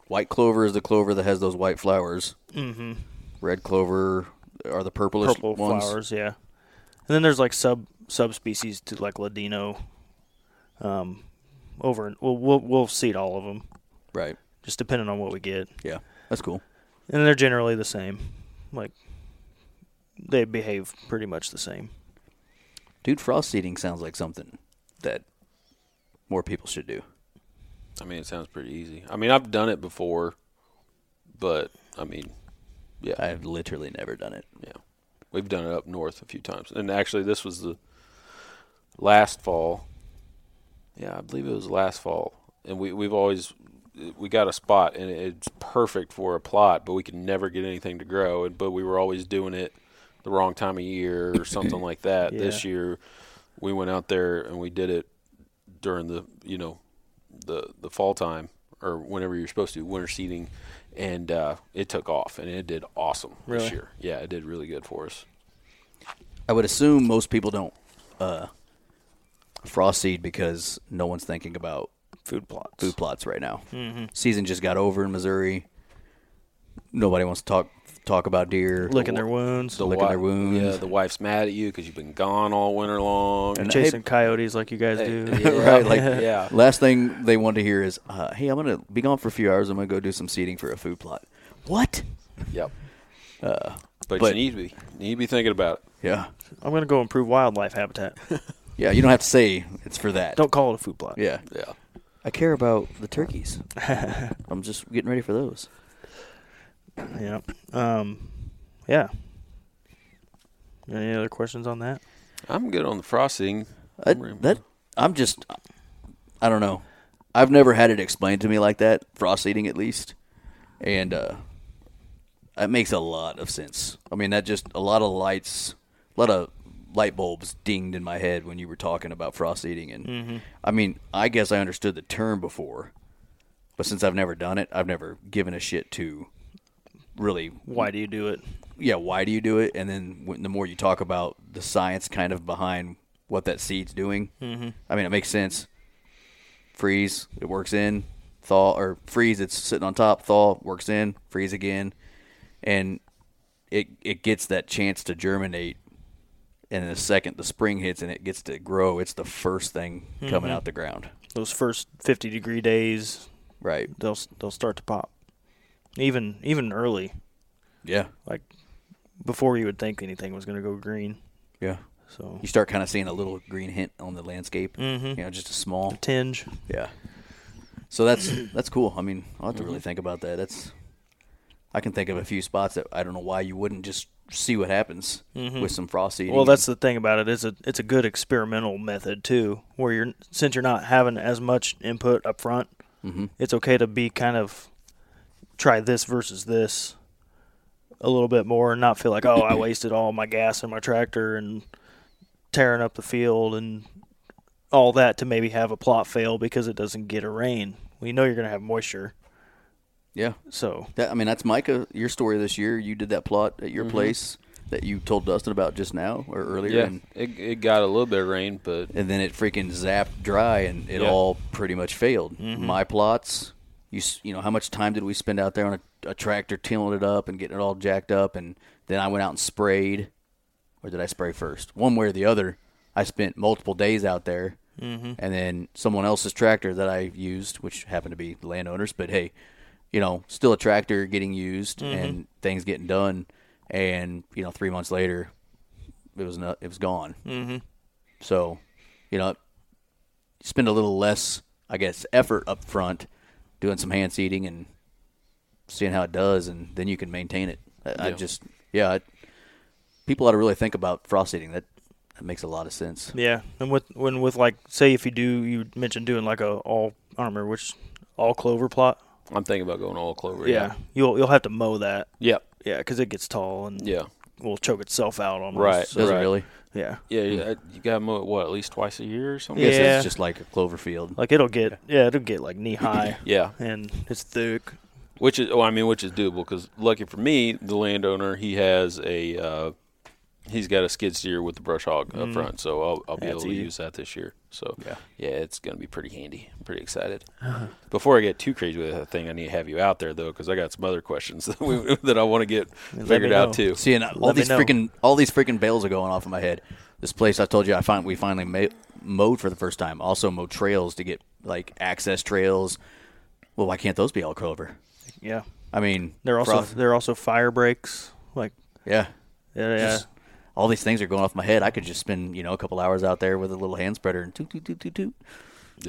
[SPEAKER 2] White clover is the clover that has those white flowers.
[SPEAKER 3] Mm-hmm.
[SPEAKER 2] Red clover are the purplish
[SPEAKER 3] Purple
[SPEAKER 2] ones.
[SPEAKER 3] flowers, yeah. And then there's like sub subspecies to like ladino. Um, over and we'll, we'll we'll seed all of them.
[SPEAKER 2] Right.
[SPEAKER 3] just depending on what we get.
[SPEAKER 2] Yeah. That's cool.
[SPEAKER 3] And they're generally the same. Like they behave pretty much the same.
[SPEAKER 2] Dude, frost seeding sounds like something that more people should do.
[SPEAKER 1] I mean, it sounds pretty easy. I mean, I've done it before, but I mean, yeah,
[SPEAKER 2] I've literally never done it.
[SPEAKER 1] yeah, we've done it up north a few times, and actually, this was the last fall. Yeah, I believe it was last fall, and we we've always we got a spot, and it's perfect for a plot, but we could never get anything to grow, and but we were always doing it the wrong time of year or something like that. This
[SPEAKER 3] Yeah.
[SPEAKER 1] year, we went out there and we did it during the you know the the fall time or whenever you're supposed to winter seeding and uh, it took off and it did awesome
[SPEAKER 3] Really?
[SPEAKER 1] this year yeah it did really good for us
[SPEAKER 2] I would assume most people don't uh, frost seed because no one's thinking about
[SPEAKER 3] Food plots. Mm-hmm.
[SPEAKER 2] food plots right now. Season just got over in Missouri. Nobody wants to talk talk about deer.
[SPEAKER 3] Licking their wounds,
[SPEAKER 2] The- Licking their
[SPEAKER 1] wi-
[SPEAKER 2] wounds.
[SPEAKER 1] yeah the wife's mad at you because you've been gone all winter long
[SPEAKER 2] And-
[SPEAKER 3] chasing coyotes like you guys do.
[SPEAKER 2] right, like
[SPEAKER 1] yeah.
[SPEAKER 2] Last thing they want to hear is, uh, "Hey, I'm gonna be gone for a few hours. I'm gonna go do some seeding for a food plot." What?
[SPEAKER 1] yep
[SPEAKER 2] Uh,
[SPEAKER 1] but, you
[SPEAKER 2] But-
[SPEAKER 1] need to be you need to be thinking about it
[SPEAKER 2] yeah,
[SPEAKER 3] I'm gonna go improve wildlife habitat.
[SPEAKER 2] yeah. You don't have to say it's for that.
[SPEAKER 3] Don't call it a food plot.
[SPEAKER 2] Yeah,
[SPEAKER 1] yeah
[SPEAKER 2] I care about the turkeys. I'm just getting ready for those.
[SPEAKER 3] Yeah. Um yeah. Any other questions on that?
[SPEAKER 1] i'm good on the frosting
[SPEAKER 2] I, that I'm just, I don't know. I've never had it explained to me like that. Frost eating, at least, and uh, that makes a lot of sense. I mean, that just a lot of lights, a lot of light bulbs dinged in my head when you were talking about frost eating, and I mean, I guess I understood the term before, but since I've never done it, I've never given a shit to really
[SPEAKER 3] Why do you do it?
[SPEAKER 2] yeah, why do you do it? And then when, the more you talk about the science kind of behind what that seed's doing, mm-hmm. I mean, it makes sense. Freeze, it works in. Thaw, or freeze, it's sitting on top. Thaw, works in. Freeze again. And it, it gets that chance to germinate. And the second the spring hits and it gets to grow, it's the first thing coming out the ground.
[SPEAKER 3] Those first 50 degree days,
[SPEAKER 2] Right.
[SPEAKER 3] they'll they'll start to pop. Even even early,
[SPEAKER 2] Yeah.
[SPEAKER 3] like before you would think anything was going to go green.
[SPEAKER 2] Yeah.
[SPEAKER 3] So
[SPEAKER 2] You start kind of seeing a little green hint on the landscape.
[SPEAKER 3] Mhm.
[SPEAKER 2] You know, just a small.
[SPEAKER 3] tinge.
[SPEAKER 2] Yeah. So that's that's cool. I mean, I'll have to really think about that. That's I can think of a few spots that I don't know why you wouldn't just see what happens with some frost seeding.
[SPEAKER 3] Well, that's the thing about it. It's a it's a good experimental method too, where you're since you're not having as much input up front,
[SPEAKER 2] Mhm.
[SPEAKER 3] it's okay to be kind of try this versus this a little bit more and not feel like oh I wasted all my gas in my tractor and tearing up the field and all that to maybe have a plot fail because it doesn't get a rain. We know you're going to have moisture,
[SPEAKER 2] yeah.
[SPEAKER 3] so
[SPEAKER 2] That, I mean, that's Micah. Your story this year. You did that plot at your place that you told Dustin about just now or earlier,
[SPEAKER 1] yeah
[SPEAKER 2] and,
[SPEAKER 1] it, it got a little bit of rain but
[SPEAKER 2] and then it freaking zapped dry, and it
[SPEAKER 1] Yeah.
[SPEAKER 2] all pretty much failed. My plots. You s- you know how much time did we spend out there on a, a tractor tilling it up and getting it all jacked up, and then I went out and sprayed. or did I spray first? One way or the other, I spent multiple days out there, and then someone else's tractor that I used, which happened to be the landowners, but hey, you know, still a tractor getting used and things getting done, and you know, three months later, it was not, it was gone. Mm-hmm. So, you know, spend a little less, I guess, effort up front, doing some hand seeding and seeing how it does, and then you can maintain it. I, I
[SPEAKER 1] Yeah.
[SPEAKER 2] just, yeah. I, people ought to really think about frost eating. That that makes a lot of sense.
[SPEAKER 3] Yeah, and with when with like say if you do you mentioned doing like a all I don't remember which all clover plot.
[SPEAKER 1] I'm thinking about going all clover.
[SPEAKER 3] Yeah, you'll you'll have to mow that.
[SPEAKER 1] Yep.
[SPEAKER 3] Yeah, because it gets tall and
[SPEAKER 1] Yeah.
[SPEAKER 3] will choke itself out almost.
[SPEAKER 1] Right.
[SPEAKER 3] So,
[SPEAKER 2] Does it
[SPEAKER 1] Right.
[SPEAKER 2] really?
[SPEAKER 3] yeah,
[SPEAKER 1] Yeah. yeah. You got to mow it, what, at least twice a year or something?
[SPEAKER 2] I guess
[SPEAKER 3] Yeah.
[SPEAKER 2] it's just like a clover field.
[SPEAKER 3] like it'll get yeah it'll get like knee high
[SPEAKER 1] Yeah.
[SPEAKER 3] and it's thick.
[SPEAKER 1] Which is, oh, I mean, which is doable because lucky for me, the landowner he has a, uh, he's got a skid steer with the brush hog up front, so I'll, I'll be
[SPEAKER 3] Mm-hmm. That's
[SPEAKER 1] able to
[SPEAKER 3] easy.
[SPEAKER 1] use that this year. So yeah, it's gonna be pretty handy. I'm pretty excited.
[SPEAKER 3] Uh-huh.
[SPEAKER 1] Before I get too crazy with that thing, I need to have you out there though because I got some other questions that, we, that I want to get
[SPEAKER 3] me
[SPEAKER 1] figured out
[SPEAKER 3] know.
[SPEAKER 1] too.
[SPEAKER 2] Seeing all
[SPEAKER 3] Let me
[SPEAKER 2] these
[SPEAKER 3] know.
[SPEAKER 2] freaking all these freaking bales are going off in my head. This place I told you I find we finally ma- mowed for the first time. Also mowed trails to get like access trails. Well, why can't those be all clover?
[SPEAKER 3] Yeah,
[SPEAKER 2] I mean,
[SPEAKER 3] they're also
[SPEAKER 2] frost-
[SPEAKER 3] they're also fire breaks. Like
[SPEAKER 2] yeah.
[SPEAKER 3] yeah,
[SPEAKER 2] Just- all these things are going off my head. I could just spend you know a couple hours out there with a little hand spreader and toot toot toot toot toot,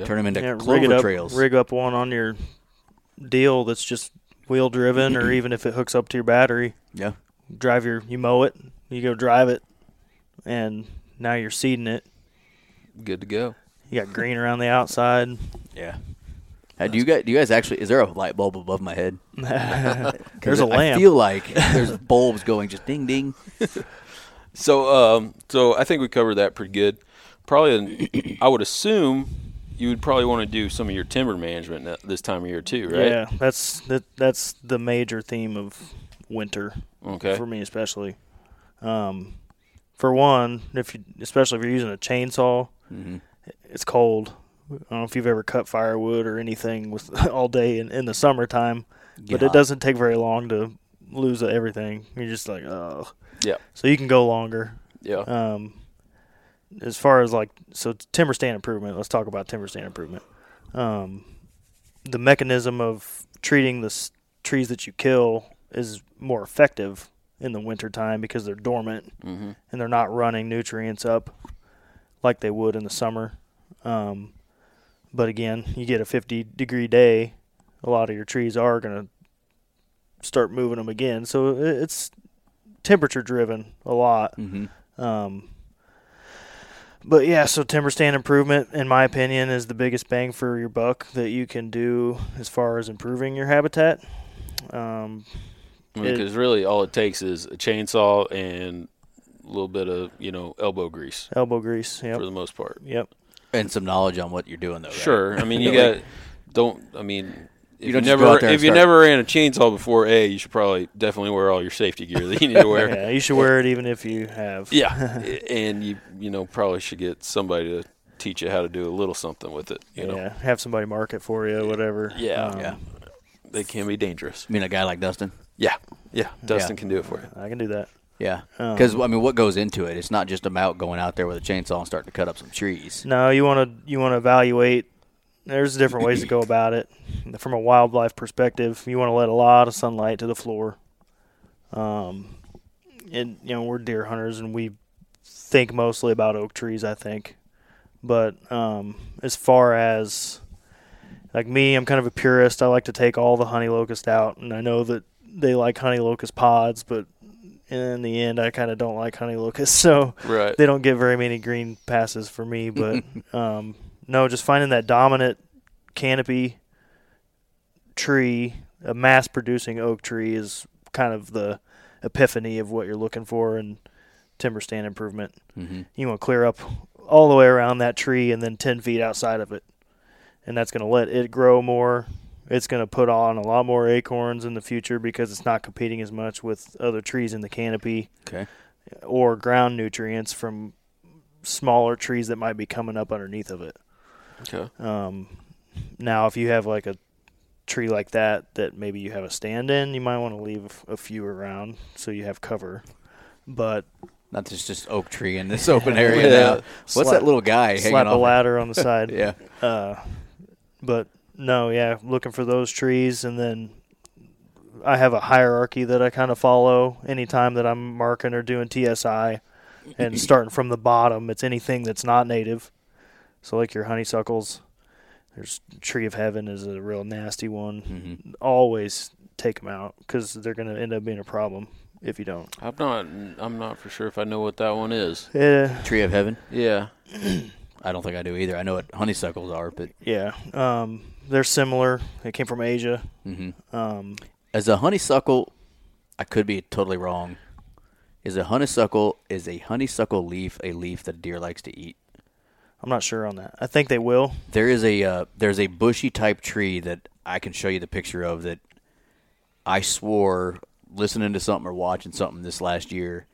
[SPEAKER 2] turn them into
[SPEAKER 3] yeah, yeah rig it
[SPEAKER 2] clover
[SPEAKER 3] up,
[SPEAKER 2] trails.
[SPEAKER 3] rig up one on your deal that's just wheel driven, or even if it hooks up to your battery,
[SPEAKER 2] Yeah,
[SPEAKER 3] drive your you mow it, you go drive it, and now you're seeding it.
[SPEAKER 1] Good to go.
[SPEAKER 3] You got green around the outside.
[SPEAKER 2] yeah. Uh, do you guys? Do you guys actually? Is there a light bulb above my head?
[SPEAKER 3] There's a
[SPEAKER 2] I
[SPEAKER 3] lamp.
[SPEAKER 2] feel like there's bulbs going just ding ding.
[SPEAKER 1] So, um, so I think we covered that pretty good. Probably, an- I would assume you would probably want to do some of your timber management that- this time of year too, right?
[SPEAKER 3] Yeah, that's that, that's the major theme of winter.
[SPEAKER 1] Okay.
[SPEAKER 3] For me especially. Um for one, if you especially if you're using a chainsaw,
[SPEAKER 1] Mm-hmm.
[SPEAKER 3] it's cold. I don't know if you've ever cut firewood or anything with all day in, in the summertime, but
[SPEAKER 2] Yeah.
[SPEAKER 3] it doesn't take very long to lose everything. You're just like, oh.
[SPEAKER 1] Yeah.
[SPEAKER 3] So you can go longer.
[SPEAKER 1] Yeah.
[SPEAKER 3] Um, as far as like so timber stand improvement, let's talk about timber stand improvement. Um, the mechanism of treating the s- trees that you kill is more effective in the wintertime because they're dormant and they're not running nutrients up like they would in the summer. Um, but again, you get a 50 degree day, a lot of your trees are going to start moving them again. So i- it's temperature driven a lot.
[SPEAKER 2] Mm-hmm.
[SPEAKER 3] Um, but yeah, so timber stand improvement, in my opinion, is the biggest bang for your buck that you can do as far as improving your habitat. Um, It-
[SPEAKER 1] Because really, all it takes is a chainsaw and a little bit of you know elbow grease
[SPEAKER 3] elbow grease, yep,
[SPEAKER 1] for the most part.
[SPEAKER 3] yep,
[SPEAKER 2] And some knowledge on what you're doing though. right?
[SPEAKER 1] Sure, I mean you got don't. I mean, if you,
[SPEAKER 2] don't just go
[SPEAKER 1] never
[SPEAKER 2] out there and
[SPEAKER 1] if you
[SPEAKER 2] start-
[SPEAKER 1] never ran a chainsaw before, a you should probably definitely wear all your safety gear that you need to wear.
[SPEAKER 3] yeah. You should wear it even if you have.
[SPEAKER 1] Yeah, a- and you you know probably should get somebody to teach you how to do a little something with it. You know,
[SPEAKER 3] yeah, have somebody mark it for you, whatever.
[SPEAKER 1] Yeah.
[SPEAKER 3] Um,
[SPEAKER 2] Yeah.
[SPEAKER 1] they can be dangerous.
[SPEAKER 2] I mean, a guy like Dustin.
[SPEAKER 1] Yeah, yeah. Dustin can do it for you.
[SPEAKER 3] I can do that.
[SPEAKER 2] Yeah.
[SPEAKER 3] Oh.
[SPEAKER 2] Because I mean, what goes into it? It's not just about going out there with a chainsaw and starting to cut up some trees.
[SPEAKER 3] No, you want to you want to evaluate. There's different ways to go about it. From a wildlife perspective, you want to let a lot of sunlight to the floor. Um, and you know we're deer hunters and we think mostly about oak trees, I think. But um, as far as like me, I'm kind of a purist. I like to take all the honey locust out, and I know that they like honey locust pods, but in the end, I kind of don't like honey locust. So
[SPEAKER 1] Right.
[SPEAKER 3] they don't get very many green passes for me, but um, no, just finding that dominant canopy tree, a mass producing oak tree is kind of the epiphany of what you're looking for in timber stand improvement.
[SPEAKER 2] Mm-hmm.
[SPEAKER 3] You want to clear up all the way around that tree and then 10 feet outside of it. And that's going to let it grow more. It's going to put on a lot more acorns in the future because it's not competing as much with other trees in the canopy
[SPEAKER 2] Okay.
[SPEAKER 3] or ground nutrients from smaller trees that might be coming up underneath of it.
[SPEAKER 1] Okay.
[SPEAKER 3] Um, now, if you have like a tree like that that maybe you have a stand in, you might want to leave a few around so you have cover. But
[SPEAKER 2] Not just just oak tree in this open area.
[SPEAKER 1] Yeah.
[SPEAKER 2] now. What's
[SPEAKER 3] Slap-
[SPEAKER 2] that little guy
[SPEAKER 3] slap
[SPEAKER 2] hanging
[SPEAKER 3] a
[SPEAKER 2] off?
[SPEAKER 3] ladder on the side.
[SPEAKER 2] Yeah.
[SPEAKER 3] Uh, but no, yeah, looking for those trees, and then I have a hierarchy that I kind of follow. Anytime that I'm marking or doing TSI, and starting from the bottom, it's anything that's not native. So like your honeysuckles, there's tree of heaven is a real nasty one.
[SPEAKER 2] Mm-hmm.
[SPEAKER 3] Always take them out because they're going to end up being a problem if you don't.
[SPEAKER 1] I'm not. I'm not for sure if I know what that one is.
[SPEAKER 3] Yeah,
[SPEAKER 2] Tree of Heaven.
[SPEAKER 1] Yeah.
[SPEAKER 2] I don't think I do either. I know what honeysuckles are, but
[SPEAKER 3] yeah. Um, they're similar. They came from Asia.
[SPEAKER 2] mhm.
[SPEAKER 3] Um,
[SPEAKER 2] as a honeysuckle, I could be totally wrong. Is a honeysuckle is a honeysuckle leaf a leaf that a deer likes to eat?
[SPEAKER 3] I'm not sure on that. I think they will.
[SPEAKER 2] There is a uh, there's a bushy type tree that I can show you the picture of that I swore listening to something or watching something this last year.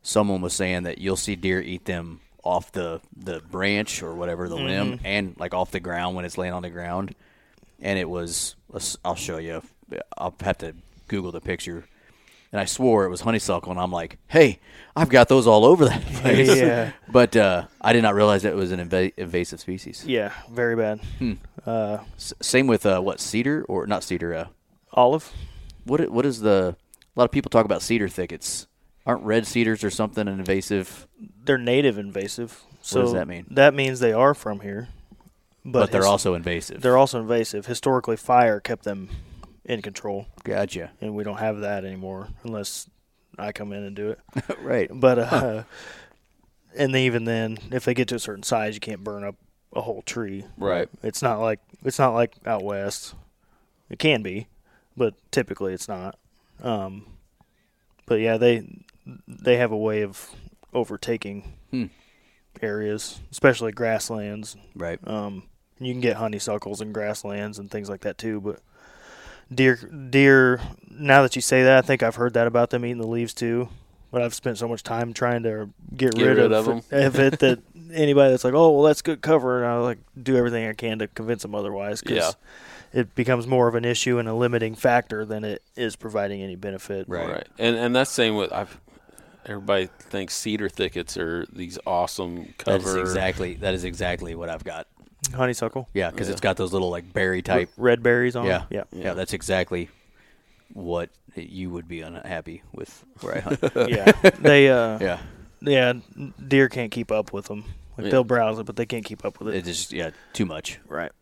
[SPEAKER 2] Someone was saying that you'll see deer eat them off the the branch or whatever the limb and like off the ground when it's laying on the ground. And it was let's- I'll show you. I'll have to Google the picture. And I swore it was honeysuckle, and I'm like, "Hey, I've got those all over that place."
[SPEAKER 3] Yeah.
[SPEAKER 2] but uh, I did not realize that it was an inva- invasive species.
[SPEAKER 3] Yeah, very bad.
[SPEAKER 2] S- same with uh, what cedar or not cedar? Uh,
[SPEAKER 3] Olive.
[SPEAKER 2] what i- what is the? A lot of people talk about cedar thickets. Aren't red cedars or something an invasive?
[SPEAKER 3] They're native invasive. So
[SPEAKER 2] does that mean?
[SPEAKER 3] That means they are from here, but,
[SPEAKER 2] But, they're
[SPEAKER 3] his-
[SPEAKER 2] also invasive.
[SPEAKER 3] they're also invasive. Historically, fire kept them in control,
[SPEAKER 2] gotcha.
[SPEAKER 3] and we don't have that anymore unless I come in and do it.
[SPEAKER 2] right.
[SPEAKER 3] But uh, and then even then, if they get to a certain size, you can't burn up a whole tree.
[SPEAKER 1] Right.
[SPEAKER 3] It's not like it's not like out west. It can be, but typically it's not. Um, but yeah, they they have a way of overtaking
[SPEAKER 2] Hmm.
[SPEAKER 3] areas, especially grasslands.
[SPEAKER 2] Right.
[SPEAKER 3] Um, you can get honeysuckles in grasslands and things like that too. But deer, deer. Now that you say that, I think I've heard that about them eating the leaves too. But I've spent so much time trying to get,
[SPEAKER 1] Get rid of 'em.
[SPEAKER 3] it that anybody that's like, oh well, that's good cover, and I like do everything I can to convince them otherwise. 'cause
[SPEAKER 1] Yeah.
[SPEAKER 3] It becomes more of an issue and a limiting factor than it is providing any benefit.
[SPEAKER 2] Right.
[SPEAKER 1] Right. And and that's same with I've. Everybody thinks cedar thickets are these awesome
[SPEAKER 2] That is
[SPEAKER 1] cover.
[SPEAKER 2] exactly that is exactly what I've got.
[SPEAKER 3] Honeysuckle,
[SPEAKER 2] Yeah, because it's got those little like berry type.
[SPEAKER 3] red berries on.
[SPEAKER 2] Yeah.
[SPEAKER 3] it. Oh, yeah,
[SPEAKER 2] Yeah. That's exactly what you would be unhappy with where I hunt.
[SPEAKER 3] yeah. They uh,
[SPEAKER 2] yeah.
[SPEAKER 3] Yeah, deer can't keep up with them. Like
[SPEAKER 1] Yeah.
[SPEAKER 3] they'll browse it, but they can't keep up with
[SPEAKER 2] It
[SPEAKER 3] it.
[SPEAKER 2] just yeah too much.
[SPEAKER 3] right.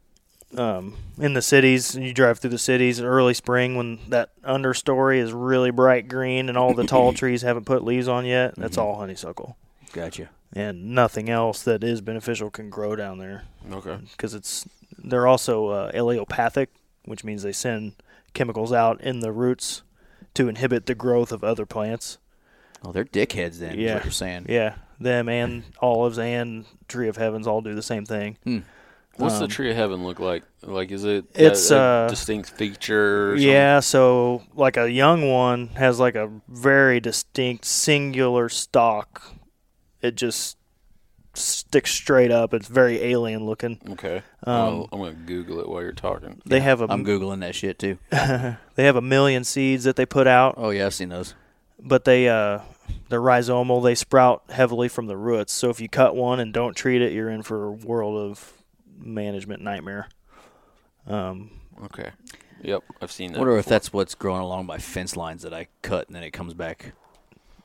[SPEAKER 3] Um, in the cities, you drive through the cities in early spring when that understory is really bright green and all the tall trees haven't put leaves on yet. That's
[SPEAKER 2] Mm-hmm.
[SPEAKER 3] all honeysuckle,
[SPEAKER 2] Gotcha.
[SPEAKER 3] and nothing else that is beneficial can grow down there
[SPEAKER 1] Okay.
[SPEAKER 2] Mm.
[SPEAKER 3] because it's they're also uh, allelopathic, which means they send chemicals out in the roots to inhibit the growth of other plants.
[SPEAKER 2] Oh, they're dickheads then. Yeah. Is
[SPEAKER 3] Yeah.
[SPEAKER 2] what you're saying.
[SPEAKER 3] Yeah, them and olives and tree of heavens all do the same thing.
[SPEAKER 1] What's the tree of heaven look like? Like, is it a-
[SPEAKER 3] um, It's,
[SPEAKER 1] a,
[SPEAKER 3] uh,
[SPEAKER 1] distinct feature? or something?
[SPEAKER 3] Yeah, so like a young one has like a very distinct singular stalk. It just sticks straight up. It's very alien looking.
[SPEAKER 1] Okay. I'll- I'm gonna Google it while you're talking.
[SPEAKER 3] um, They have a
[SPEAKER 2] I'm googling that shit too.
[SPEAKER 3] they have a million seeds that they put out,
[SPEAKER 2] Oh yeah, I've seen those.
[SPEAKER 3] but they uh they're rhizomal. They sprout heavily from the roots. So if you cut one and don't treat it, you're in for a world of management nightmare. Um,
[SPEAKER 1] Okay. Yep, I've seen
[SPEAKER 2] I
[SPEAKER 1] that.
[SPEAKER 2] wonder if that's what's growing along my fence lines that I cut and then it comes back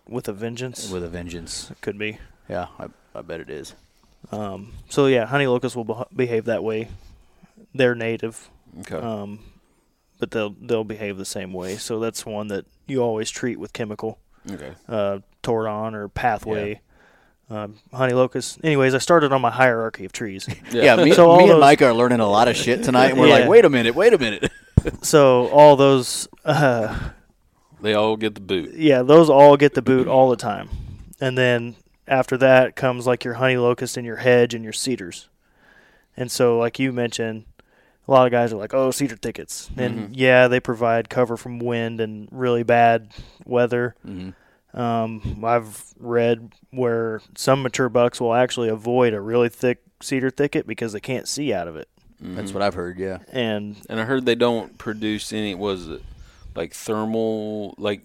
[SPEAKER 3] with a vengeance,
[SPEAKER 2] with a vengeance.
[SPEAKER 3] could be.
[SPEAKER 2] Yeah, I, I bet it is.
[SPEAKER 3] Um, so yeah, honey locusts will beh behave that way. They're native,
[SPEAKER 1] Okay.
[SPEAKER 3] um, but they'll they'll behave the same way. So that's one that you always treat with chemical
[SPEAKER 1] okay.
[SPEAKER 3] uh, tordon or pathway. Um, honey locust. Anyways, I started on my hierarchy of trees.
[SPEAKER 2] Yeah, me,
[SPEAKER 3] So all
[SPEAKER 2] me and
[SPEAKER 3] those-
[SPEAKER 2] Mike are learning a lot of shit tonight. And we're
[SPEAKER 3] Yeah.
[SPEAKER 2] like, wait a minute, wait a minute.
[SPEAKER 3] so all those, uh,
[SPEAKER 1] They all get the boot.
[SPEAKER 3] yeah, those all get the boot all the time. And then after that comes like your honey locust and your hedge and your cedars. And so, like you mentioned, a lot of guys are like, "Oh, cedar thickets," and yeah, they provide cover from wind and really bad weather. Um, I've read where some mature bucks will actually avoid a really thick cedar thicket because they can't see out of it.
[SPEAKER 1] Mm-hmm.
[SPEAKER 2] That's what I've heard. Yeah,
[SPEAKER 3] And
[SPEAKER 1] And I heard they don't produce any. Was it like thermal? Like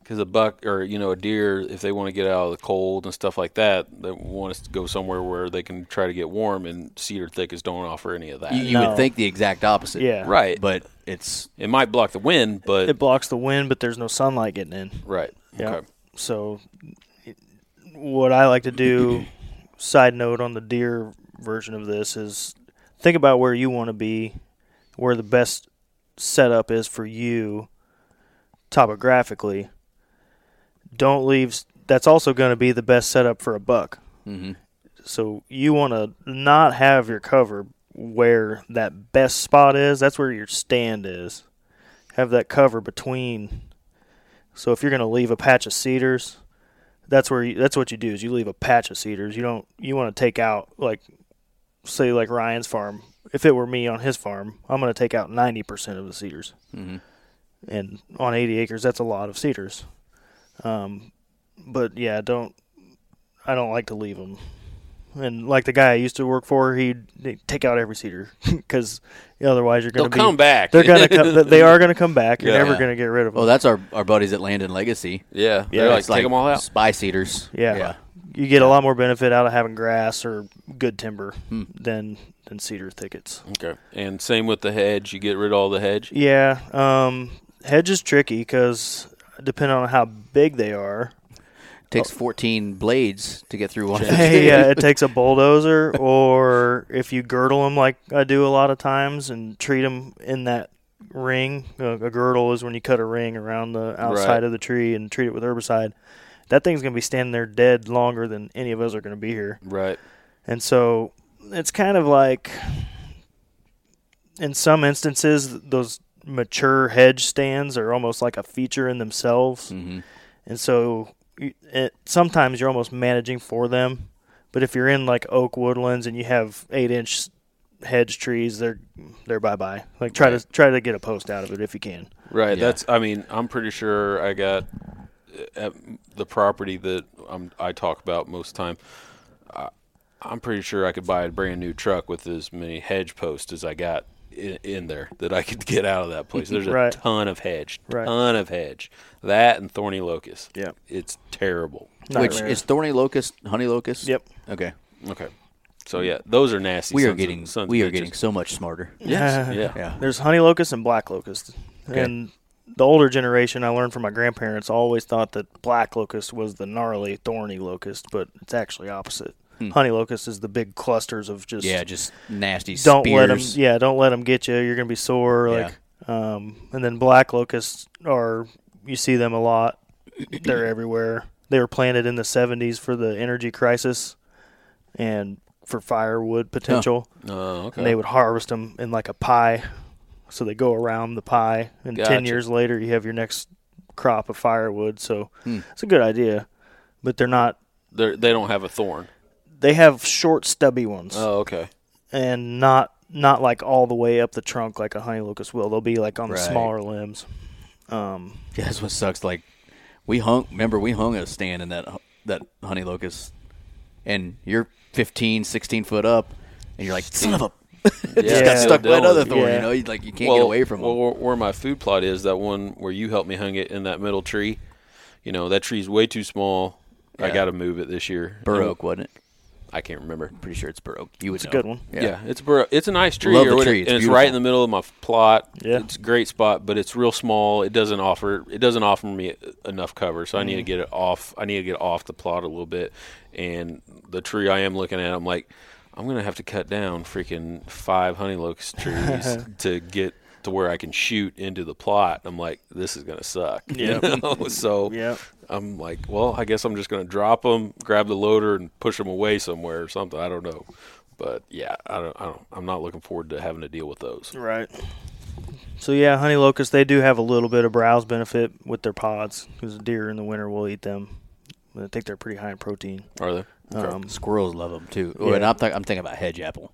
[SPEAKER 1] because a buck or you know a deer, if they want to get out of the cold and stuff like that, they want us to go somewhere where they can try to get warm. And cedar thickets don't offer any of that.
[SPEAKER 2] you, you
[SPEAKER 3] No.
[SPEAKER 2] would think the exact opposite.
[SPEAKER 3] Yeah.
[SPEAKER 1] Right.
[SPEAKER 2] but it's
[SPEAKER 1] it might block the wind, but
[SPEAKER 3] it blocks the wind, but there's no sunlight getting in.
[SPEAKER 1] right.
[SPEAKER 3] Yeah.
[SPEAKER 1] Okay.
[SPEAKER 3] So, it- what I like to do, side note on the deer version of this, is think about where you want to be, where the best setup is for you topographically, don't leave. s- That's also going to be the best setup for a buck.
[SPEAKER 2] Mm-hmm.
[SPEAKER 3] So you want to not have your cover where that best spot is. That's where your stand is. Have that cover between. So if you're going to leave a patch of cedars, that's where you, that's what you do is you leave a patch of cedars. You don't you want to take out like say like Ryan's farm. If it were me on his farm, I'm going to take out 90% of the cedars.
[SPEAKER 2] Mm-hmm.
[SPEAKER 3] And on 80 acres, that's a lot of cedars. Um, but yeah, don't I don't like to leave them and like the guy I used to work for, he'd he'd take out every cedar because otherwise you're
[SPEAKER 1] They'll
[SPEAKER 3] going to
[SPEAKER 1] come back.
[SPEAKER 3] They're going to come. They are going to come back. You're
[SPEAKER 1] Yeah.
[SPEAKER 3] never going to get rid of them.
[SPEAKER 2] Well, oh, that's our, our buddies at Landon Legacy.
[SPEAKER 1] yeah. They're
[SPEAKER 3] Yeah,
[SPEAKER 1] like,
[SPEAKER 2] It's
[SPEAKER 1] take them all out.
[SPEAKER 2] Spice eaters.
[SPEAKER 3] yeah. you get a lot more benefit out of having grass or good timber than than cedar thickets.
[SPEAKER 1] Okay. And same with the hedge. You get rid of all the hedge.
[SPEAKER 3] Yeah, um, hedge is tricky because depending on how big they are,
[SPEAKER 2] Takes 14 blades to get through one.
[SPEAKER 3] Oh. yeah, it takes a bulldozer, or if you girdle them like I do a lot of times and treat them in that ring. A, a girdle is when you cut a ring around the outside
[SPEAKER 1] Right.
[SPEAKER 3] of the tree and treat it with herbicide. That thing's going to be standing there dead longer than any of us are going to be here.
[SPEAKER 1] Right.
[SPEAKER 3] And so it's kind of like, in some instances, those mature hedge stands are almost like a feature in themselves.
[SPEAKER 2] Mhm.
[SPEAKER 3] And so you- it, sometimes you're almost managing for them. But if you're in like oak woodlands and you have eight inch hedge trees, they're they're bye bye. Like try to try to get a post out of it if you can.
[SPEAKER 1] Right.
[SPEAKER 2] Yeah.
[SPEAKER 1] That's. I mean, I'm pretty sure I got uh, at the property that I'm, I talk about most time. I, I'm pretty sure I could buy a brand new truck with as many hedge posts as I got in, in there that I could get out of that place. There's
[SPEAKER 3] Right.
[SPEAKER 1] a ton of hedge.
[SPEAKER 3] Right.
[SPEAKER 1] Ton of hedge. That and thorny locust.
[SPEAKER 3] Yeah.
[SPEAKER 1] It's terrible.
[SPEAKER 2] Which
[SPEAKER 3] Nightmare.
[SPEAKER 2] is thorny locust, honey locust.
[SPEAKER 3] Yep.
[SPEAKER 2] Okay.
[SPEAKER 1] Okay. So yeah, those are nasty.
[SPEAKER 2] We
[SPEAKER 1] sons
[SPEAKER 2] are
[SPEAKER 1] of-
[SPEAKER 2] getting
[SPEAKER 1] sons of
[SPEAKER 2] we are
[SPEAKER 1] bitches.
[SPEAKER 2] getting so much smarter.
[SPEAKER 1] Yes. yeah.
[SPEAKER 2] Yeah.
[SPEAKER 3] There's honey locust and black locust. And the older generation, I learned from my grandparents, always thought that black locust was the gnarly, thorny locust, but it's actually opposite. Honey locust is the big clusters of just
[SPEAKER 2] Hmm. Yeah, just nasty
[SPEAKER 3] don't let them
[SPEAKER 2] spears.
[SPEAKER 3] yeah don't let them get you. You're gonna be sore.
[SPEAKER 2] Yeah.
[SPEAKER 3] Like um, and then black locusts are you see them a lot. They're everywhere. They were planted in the 70s for the energy crisis and for firewood potential
[SPEAKER 1] Oh, okay.
[SPEAKER 3] and they would harvest them in like a pie. So they go around the pie, and ten
[SPEAKER 1] Gotcha.
[SPEAKER 3] years later, you have your next crop of firewood. So
[SPEAKER 1] Hmm.
[SPEAKER 3] it's a good idea, but they're not.
[SPEAKER 1] They're, they don't have a thorn.
[SPEAKER 3] They have short, stubby ones,
[SPEAKER 1] Oh, okay.
[SPEAKER 3] and not not like all the way up the trunk like a honey locust will. They'll be like on
[SPEAKER 2] Right.
[SPEAKER 3] the smaller limbs. Um,
[SPEAKER 2] Yeah, that's what sucks. Like we hung. Remember, we hung a stand in that uh, that honey locust, and you're 15, 16 foot up, and you're like, son of a,
[SPEAKER 1] Yeah.
[SPEAKER 2] just got stuck by
[SPEAKER 1] Dylan.
[SPEAKER 2] another thorn.
[SPEAKER 3] Yeah.
[SPEAKER 2] You know, you like you can't get away from
[SPEAKER 1] well,
[SPEAKER 2] them.
[SPEAKER 1] where, where my food plot is, that one where you helped me hung it in that middle tree. You know that tree's way too small. I
[SPEAKER 2] Yeah.
[SPEAKER 1] got to move it this year.
[SPEAKER 2] Bur oak, wasn't it?
[SPEAKER 1] I can't remember.
[SPEAKER 2] Pretty sure it's bur oak. You would. It's
[SPEAKER 3] a good one.
[SPEAKER 1] Yeah, it's a bur- It's a nice tree.
[SPEAKER 2] Love the
[SPEAKER 1] or what
[SPEAKER 2] tree.
[SPEAKER 1] it-
[SPEAKER 2] It's
[SPEAKER 1] and it's right in
[SPEAKER 2] beautiful.
[SPEAKER 1] the middle of my f- plot.
[SPEAKER 3] Yeah.
[SPEAKER 1] it's a great spot, but it's real small. It doesn't offer. It doesn't offer me enough cover, so I need to get it off. I need to get off the plot a little bit. And the tree I am looking at, I'm like, I'm gonna have to cut down freaking five honey locust trees to get to where I can shoot into the plot. I'm like, this is gonna suck. Yeah. so
[SPEAKER 3] Yeah.
[SPEAKER 1] I'm like, well, I guess I'm just going to drop them, grab the loader, and push them away somewhere or something. I don't know, but yeah, I don't, I don't. I'm not looking forward to having to deal with those.
[SPEAKER 3] Right. So yeah, honey locusts they do have a little bit of browse benefit with their pods because deer in the winter will eat them. I think they're pretty high in protein.
[SPEAKER 1] Are they?
[SPEAKER 3] Um,
[SPEAKER 2] Squirrels love them too. Oh,
[SPEAKER 3] Yeah.
[SPEAKER 2] and I'm, th- I'm thinking about hedge apple.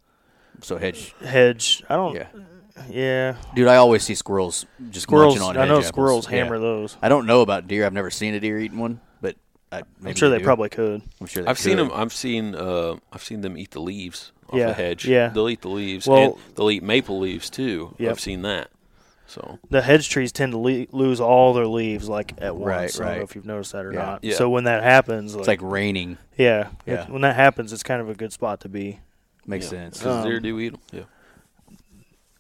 [SPEAKER 2] So hedge.
[SPEAKER 3] hedge. I don't.
[SPEAKER 2] Yeah.
[SPEAKER 3] Yeah, yeah.
[SPEAKER 2] Dude, I always see squirrels just
[SPEAKER 3] squirrels.
[SPEAKER 2] munching on
[SPEAKER 3] I
[SPEAKER 2] hedge
[SPEAKER 3] know
[SPEAKER 2] apples.
[SPEAKER 3] squirrels
[SPEAKER 2] Yeah.
[SPEAKER 3] hammer those.
[SPEAKER 2] I don't know about deer. I've never seen a deer eating one, but I, maybe
[SPEAKER 3] I'm sure they
[SPEAKER 2] do.
[SPEAKER 3] probably could.
[SPEAKER 2] I'm sure they
[SPEAKER 1] I've seen them.
[SPEAKER 2] could.
[SPEAKER 1] I've seen. Uh, I've seen them eat the leaves off
[SPEAKER 3] Yeah,
[SPEAKER 1] the hedge.
[SPEAKER 3] yeah.
[SPEAKER 1] they'll eat the leaves.
[SPEAKER 3] Well-
[SPEAKER 1] and they'll eat maple leaves too.
[SPEAKER 3] Yep.
[SPEAKER 1] I've seen that. So
[SPEAKER 3] The hedge trees tend to le- lose all their leaves like at once.
[SPEAKER 2] Right,
[SPEAKER 3] I don't
[SPEAKER 2] right.
[SPEAKER 3] know if you've noticed that or
[SPEAKER 2] Yeah.
[SPEAKER 3] not.
[SPEAKER 1] Yeah.
[SPEAKER 3] So when that happens, like,
[SPEAKER 2] It's like raining.
[SPEAKER 3] yeah, it-
[SPEAKER 2] Yeah.
[SPEAKER 3] when that happens, it's kind of a good spot to be.
[SPEAKER 2] Makes
[SPEAKER 1] yeah.
[SPEAKER 2] sense.
[SPEAKER 1] 'Cause deer do eat them.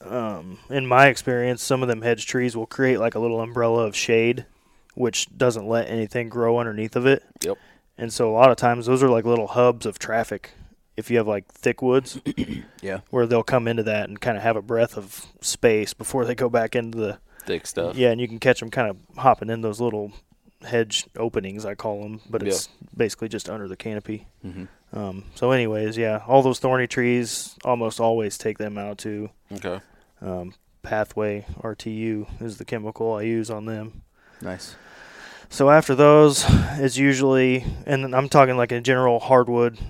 [SPEAKER 1] Yeah.
[SPEAKER 3] Um, in my experience, some of them hedge trees will create like a little umbrella of shade, which doesn't let anything grow underneath of it.
[SPEAKER 1] Yep.
[SPEAKER 3] And so a lot of times those are like little hubs of traffic if you have like thick woods
[SPEAKER 2] Yeah.
[SPEAKER 3] where they'll come into that and kind of have a breath of space before they go back into the
[SPEAKER 1] thick stuff.
[SPEAKER 3] yeah, and you can catch them kind of hopping in those little hedge openings, I call them, but it's basically just under the canopy.
[SPEAKER 2] Mhm.
[SPEAKER 3] Um, so, anyways, yeah, all those thorny trees almost always take them out too.
[SPEAKER 1] Okay.
[SPEAKER 3] Um, Pathway RTU is the chemical I use on them.
[SPEAKER 2] Nice.
[SPEAKER 3] So after those, it's usually, and I'm talking like a general hardwood,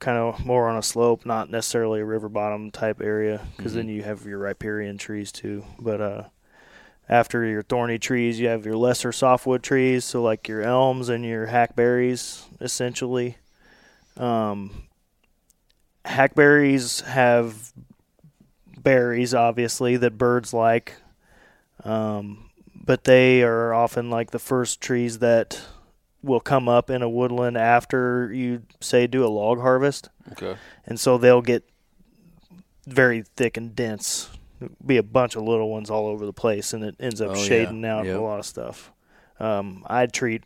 [SPEAKER 3] kind of more on a slope, not necessarily a river bottom type area, because then you have your riparian trees too. But uh, after your thorny trees, you have your lesser softwood trees, so like your elms and your hackberries, essentially. Um, hackberries have berries, obviously, that birds like. Um, but they are often like the first trees that will come up in a woodland after you say do a log harvest
[SPEAKER 1] Okay.
[SPEAKER 3] and so they'll get very thick and dense be a bunch of little ones all over the place and it ends up
[SPEAKER 2] Oh, yeah.
[SPEAKER 3] shading out
[SPEAKER 2] Yep.
[SPEAKER 3] a lot of stuff um, i treat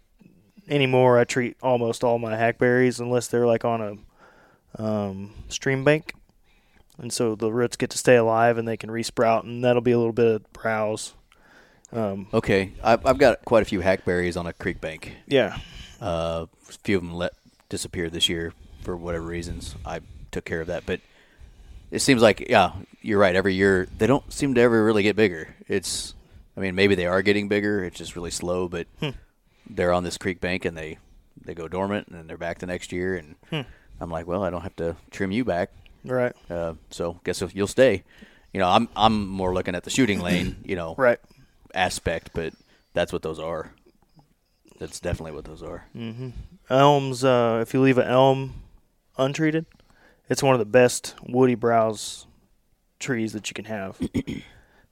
[SPEAKER 3] anymore i treat almost all my hackberries unless they're like on a um, stream bank and so the roots get to stay alive and they can resprout and that'll be a little bit of browse um,
[SPEAKER 2] Okay, I've, I've got quite a few hackberries on a creek bank.
[SPEAKER 3] yeah
[SPEAKER 2] Uh, a few of them let disappear this year for whatever reasons. I took care of that, but it seems like yeah, you're right. Every year they don't seem to ever really get bigger. It's, I mean, maybe they are getting bigger. It's just really slow, but
[SPEAKER 3] Hmm.
[SPEAKER 2] they're on this creek bank and they they go dormant and then they're back the next year. And
[SPEAKER 3] Hmm.
[SPEAKER 2] I'm like, well, I don't have to trim you back.
[SPEAKER 3] right
[SPEAKER 2] Uh, so guess if you'll stay. You know, I'm I'm more looking at the shooting lane. You know,
[SPEAKER 3] right
[SPEAKER 2] aspect, but that's what those are. That's definitely what those are.
[SPEAKER 3] Mm. elms uh, if you leave an elm untreated it's one of the best woody browse trees that you can have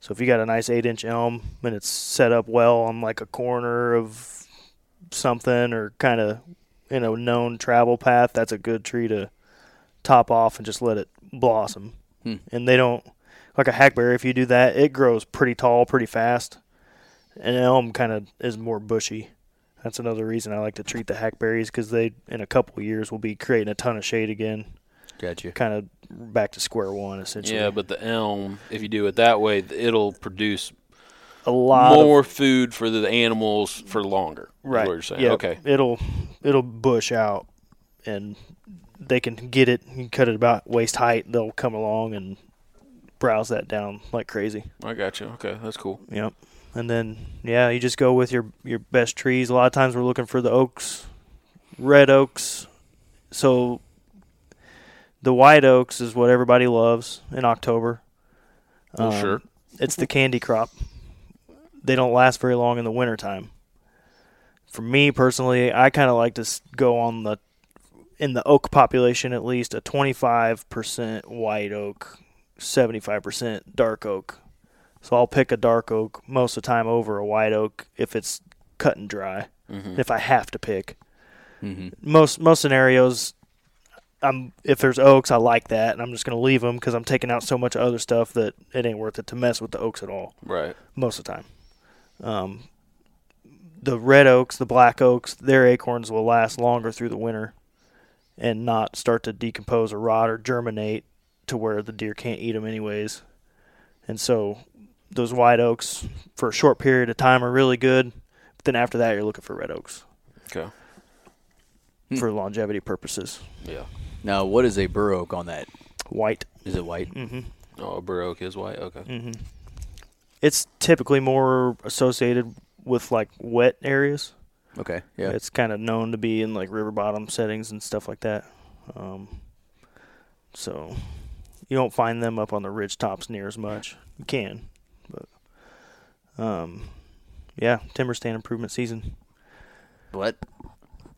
[SPEAKER 3] so if you got a nice eight inch elm and it's set up well on like a corner of something or kind of in a known travel path that's a good tree to top off and just let it blossom
[SPEAKER 2] Hmm.
[SPEAKER 3] and they don't like a hackberry if you do that it grows pretty tall pretty fast an elm kind of is more bushy that's another reason I like to treat the hackberries because they, in a couple of years, will be creating a ton of shade again,
[SPEAKER 2] Gotcha.
[SPEAKER 3] kind of back to square one essentially.
[SPEAKER 1] Yeah, but the elm, if you do it that way, th- it'll produce
[SPEAKER 3] a lot of-
[SPEAKER 1] more food for the animals for longer. is
[SPEAKER 3] right.
[SPEAKER 1] What you're saying.
[SPEAKER 3] Yeah,
[SPEAKER 1] Okay.
[SPEAKER 3] it'll it'll bush out, and they can get it. You can cut it about waist height. They'll come along and browse that down like crazy.
[SPEAKER 1] I got you. Okay, that's cool.
[SPEAKER 3] Yep. And then yeah, you just go with your your best trees. A lot of times we're looking for the oaks, red oaks. So the white oaks is what everybody loves in October. Um,
[SPEAKER 1] Well, sure.
[SPEAKER 3] It's the candy crop. They don't last very long in the wintertime. For me personally, I kind of like to s- go on the in the oak population at least a 25% white oak, 75% dark oak. So I'll pick a dark oak most of the time over a white oak if it's cut and dry. If I have to pick. Most most scenarios I'm if there's oaks, I like that and I'm just going to leave them cuz I'm taking out so much other stuff that it ain't worth it to mess with the oaks at all
[SPEAKER 1] Right.
[SPEAKER 3] most of the time. Um, the red oaks, the black oaks, their acorns will last longer through the winter and not start to decompose or rot or germinate to where the deer can't eat them anyways. And so those white oaks for a short period of time are really good, but then after that you're looking for red oaks
[SPEAKER 1] Okay.
[SPEAKER 3] for longevity purposes.
[SPEAKER 1] Yeah.
[SPEAKER 2] Now, what is a bur oak on that?
[SPEAKER 3] White.
[SPEAKER 2] Is it white?
[SPEAKER 3] Mm-hmm.
[SPEAKER 1] Oh, a bur oak is white. Okay.
[SPEAKER 3] It's typically more associated with like wet areas.
[SPEAKER 2] Okay. Yeah.
[SPEAKER 3] It's kind of known to be in like river bottom settings and stuff like that. Um, so you don't find them up on the ridge tops near as much. You can, but um, yeah, timber stand improvement season.
[SPEAKER 2] what?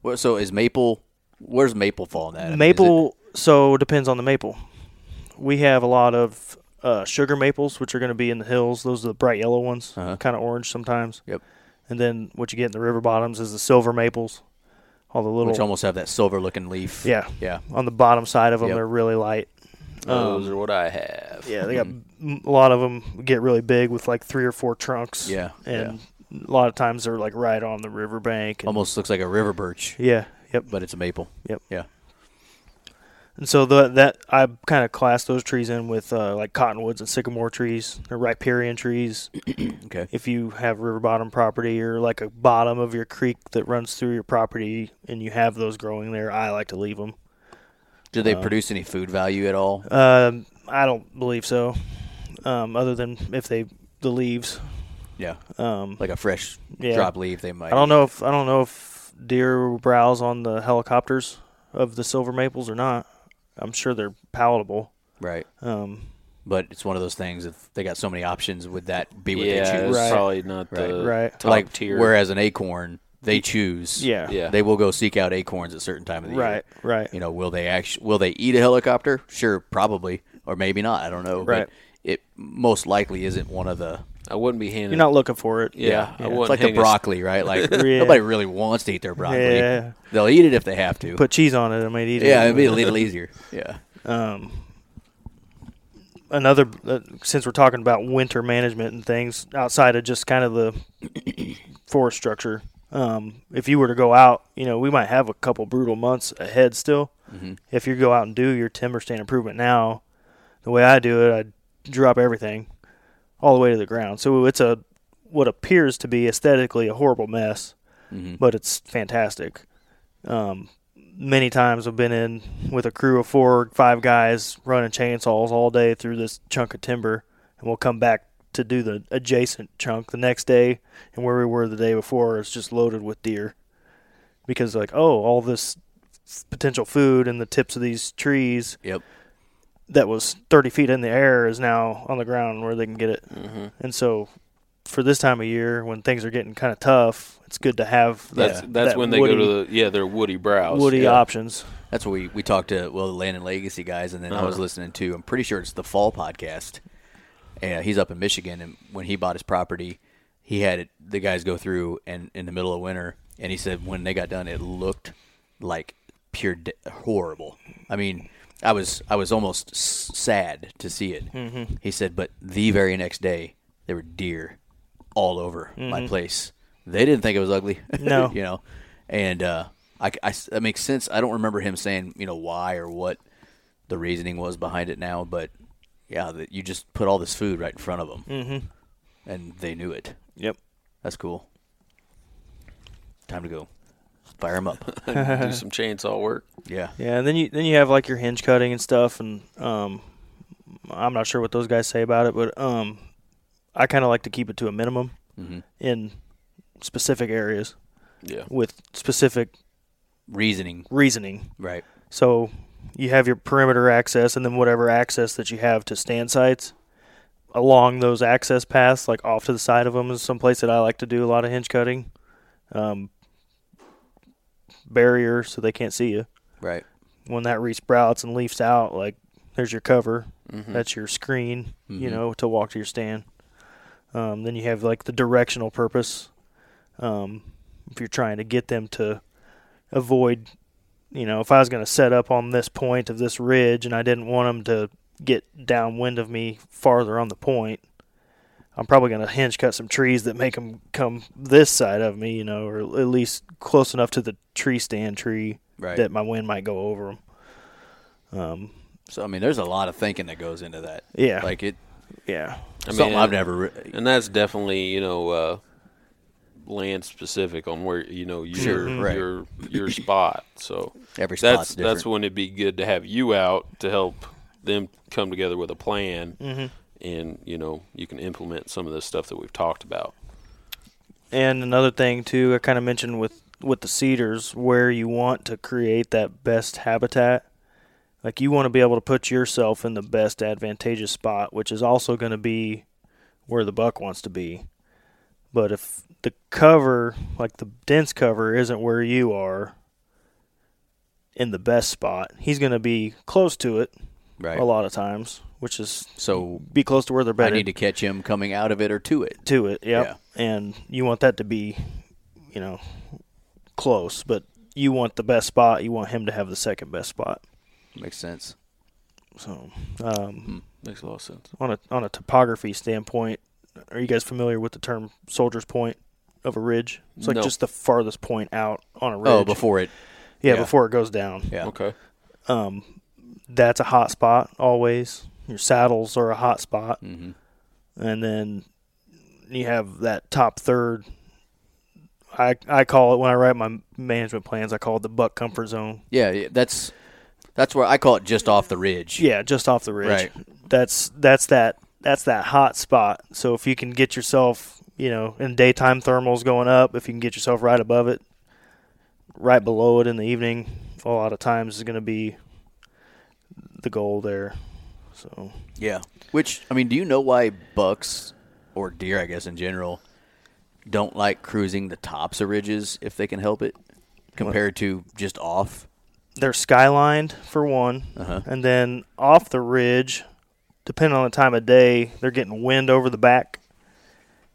[SPEAKER 2] What- So is maple? Where's maple fall in that? I mean, is it-
[SPEAKER 3] maple. So depends on the maple. We have a lot of uh, sugar maples, which are going to be in the hills. Those are the bright yellow ones,
[SPEAKER 2] Uh-huh.
[SPEAKER 3] kind of orange sometimes.
[SPEAKER 2] Yep.
[SPEAKER 3] And then what you get in the river bottoms is the silver maples, all the little
[SPEAKER 2] which almost have that silver-looking leaf.
[SPEAKER 3] yeah
[SPEAKER 2] Yeah.
[SPEAKER 3] on the bottom side of them.
[SPEAKER 2] Yep.
[SPEAKER 3] They're really light.
[SPEAKER 1] Those are what I have.
[SPEAKER 3] Um, Yeah, they got m- a lot of them get really big with like three or four trunks.
[SPEAKER 2] Yeah,
[SPEAKER 3] and a lot of times they're like right on the riverbank. and-
[SPEAKER 2] Almost looks like a river birch,
[SPEAKER 3] Yeah. Yep.
[SPEAKER 2] but it's a maple.
[SPEAKER 3] Yep.
[SPEAKER 2] Yeah.
[SPEAKER 3] And so the, that I kind of class those trees in with uh, like cottonwoods and sycamore trees or riparian trees.
[SPEAKER 2] Okay.
[SPEAKER 3] If you have river bottom property or like a bottom of your creek that runs through your property and you have those growing there, I like to leave them.
[SPEAKER 2] Do
[SPEAKER 3] uh,
[SPEAKER 2] they produce any food value at all?
[SPEAKER 3] Um, I don't believe so. Um, other than if they the leaves.
[SPEAKER 2] yeah.
[SPEAKER 3] Um,
[SPEAKER 2] Like a fresh
[SPEAKER 3] Yeah.
[SPEAKER 2] drop leaf, they might.
[SPEAKER 3] I don't know if I don't know if deer browse on the helicopters of the silver maples or not. I'm sure they're palatable.
[SPEAKER 2] Right.
[SPEAKER 3] Um,
[SPEAKER 2] But it's one of those things. If they got so many options, would that be what
[SPEAKER 1] yeah,
[SPEAKER 2] they choose?
[SPEAKER 1] it's
[SPEAKER 3] Right.
[SPEAKER 1] probably not the
[SPEAKER 3] Right.
[SPEAKER 1] top
[SPEAKER 2] like
[SPEAKER 1] tier.
[SPEAKER 2] Whereas an acorn, they choose.
[SPEAKER 3] yeah,
[SPEAKER 1] yeah,
[SPEAKER 2] They will go seek out acorns at certain time of the year.
[SPEAKER 3] right, right.
[SPEAKER 2] You know, will they actually will they eat a helicopter? Sure, probably, or maybe not. I don't know.
[SPEAKER 3] Right.
[SPEAKER 2] But it most likely isn't one of the.
[SPEAKER 1] I wouldn't be handing.
[SPEAKER 3] You're not looking for it.
[SPEAKER 1] yeah, I wouldn't
[SPEAKER 2] It's like the
[SPEAKER 1] hang a-
[SPEAKER 2] broccoli, right? Like nobody really wants to eat their broccoli.
[SPEAKER 3] Yeah.
[SPEAKER 2] They'll eat it if they have to.
[SPEAKER 3] Put cheese on it. I might eat it.
[SPEAKER 2] yeah, it'd be a little easier. Yeah.
[SPEAKER 3] Um, another uh, since we're talking about winter management and things outside of just kind of the forest structure. Um, if you were to go out, you know, we might have a couple brutal months ahead still. If you go out and do your timber stand improvement now, the way I do it, I drop everything all the way to the ground. So it's a what appears to be aesthetically a horrible mess, but it's fantastic. Um, many times I've been in with a crew of four or five guys running chainsaws all day through this chunk of timber, and we'll come back to do the adjacent chunk the next day, and where we were the day before is just loaded with deer because like oh all this f- potential food in the tips of these trees
[SPEAKER 2] Yep.
[SPEAKER 3] that was 30 feet in the air is now on the ground where they can get it.
[SPEAKER 1] Mm-hmm.
[SPEAKER 3] And so for this time of year when things are getting kind of tough, it's good to have
[SPEAKER 1] That's
[SPEAKER 3] that,
[SPEAKER 1] that's
[SPEAKER 3] that
[SPEAKER 1] when they
[SPEAKER 3] woody,
[SPEAKER 1] go to the yeah their woody brows.
[SPEAKER 3] woody
[SPEAKER 1] yeah.
[SPEAKER 3] options.
[SPEAKER 2] That's what we, we talked to, well, the Land and Legacy guys, and then I was listening to, I'm pretty sure it's the Fall podcast. And he's up in Michigan, and when he bought his property, he had it, the guys go through and in the middle of winter, and he said when they got done, it looked like pure de- horrible. I mean, I was I was almost s- sad to see it. Mm-hmm. He said, but the very next day, there were deer all over my place. They didn't think it was ugly.
[SPEAKER 3] No.
[SPEAKER 2] you know, and uh, I, I- that makes sense. I don't remember him saying you know why or what the reasoning was behind it now, but yeah, that you just put all this food right in front of them, mm-hmm. and they knew it.
[SPEAKER 3] Yep.
[SPEAKER 2] That's cool. Time to go. Fire them up.
[SPEAKER 1] do some chainsaw work.
[SPEAKER 2] yeah.
[SPEAKER 3] Yeah, and then you then you have like your hinge cutting and stuff, and um, I'm not sure what those guys say about it, but um, I kind of like to keep it to a minimum in specific areas
[SPEAKER 1] Yeah,
[SPEAKER 3] with specific
[SPEAKER 2] Reasoning.
[SPEAKER 3] reasoning.
[SPEAKER 2] Right.
[SPEAKER 3] So you have your perimeter access, and then whatever access that you have to stand sites along those access paths, like off to the side of them, is some place that I like to do a lot of hinge cutting. Um, barrier so they can't see you.
[SPEAKER 2] Right.
[SPEAKER 3] when that resprouts and leafs out, like there's your cover, that's your screen, you know, to walk to your stand. Um, then you have like the directional purpose. Um, if you're trying to get them to avoid, you know, if I was going to set up on this point of this ridge and I didn't want them to get downwind of me farther on the point, I'm probably going to hinge cut some trees that make them come this side of me, you know, or at least close enough to the tree stand tree
[SPEAKER 2] Right.
[SPEAKER 3] that my wind might go over them. Um,
[SPEAKER 2] So I mean, there's a lot of thinking that goes into that.
[SPEAKER 3] Yeah.
[SPEAKER 2] Like it.
[SPEAKER 3] yeah,
[SPEAKER 2] something I've
[SPEAKER 1] and-
[SPEAKER 2] never. Re-
[SPEAKER 1] and that's definitely you know uh, land specific on where you know your
[SPEAKER 2] right.
[SPEAKER 1] your your spot. So
[SPEAKER 2] Every
[SPEAKER 1] that's
[SPEAKER 2] spot's different.
[SPEAKER 1] that's when it'd be good to have you out to help them come together with a plan,
[SPEAKER 3] Mm-hmm.
[SPEAKER 1] and you know you can implement some of the stuff that we've talked about.
[SPEAKER 3] and another thing too, I kind of mentioned with with the cedars where you want to create that best habitat. Like you want to be able to put yourself in the best advantageous spot, which is also going to be where the buck wants to be. But if the cover, like the dense cover, isn't where you are in the best spot, he's going to be close to it
[SPEAKER 2] right.
[SPEAKER 3] a lot of times, which is
[SPEAKER 2] So
[SPEAKER 3] be close to where they're
[SPEAKER 2] I
[SPEAKER 3] better.
[SPEAKER 2] need to catch him coming out of it or to it.
[SPEAKER 3] to it. Yep.
[SPEAKER 2] Yeah.
[SPEAKER 3] And you want that to be, you know, close, but you want the best spot. You want him to have the second best spot.
[SPEAKER 2] Makes sense.
[SPEAKER 3] So, um,
[SPEAKER 1] Makes a lot of sense.
[SPEAKER 3] on a on a topography standpoint, are you guys familiar with the term soldier's point of a ridge? It's like
[SPEAKER 1] No.
[SPEAKER 3] just the farthest point out on a ridge.
[SPEAKER 2] Oh, before it.
[SPEAKER 3] yeah,
[SPEAKER 2] yeah.
[SPEAKER 3] before it goes down.
[SPEAKER 2] Yeah.
[SPEAKER 1] Okay,
[SPEAKER 3] Um, that's a hot spot always. Your saddles are a hot spot,
[SPEAKER 2] Mm-hmm.
[SPEAKER 3] and then you have that top third. I I call it when I write my management plans. I call it the buck comfort zone.
[SPEAKER 2] Yeah, yeah, that's that's where I call it just off the ridge.
[SPEAKER 3] Yeah, just off the ridge.
[SPEAKER 2] Right.
[SPEAKER 3] That's that's that that's that hot spot. So if you can get yourself, you know, in daytime thermals going up, if you can get yourself right above it, right below it in the evening, a lot of times is going to be the goal there. So
[SPEAKER 2] Yeah. Which I mean, do you know why bucks or deer, I guess in general, don't like cruising the tops of ridges if they can help it, compared to just off?
[SPEAKER 3] they're skylined for one,
[SPEAKER 2] Uh-huh.
[SPEAKER 3] and then off the ridge, depending on the time of day, they're getting wind over the back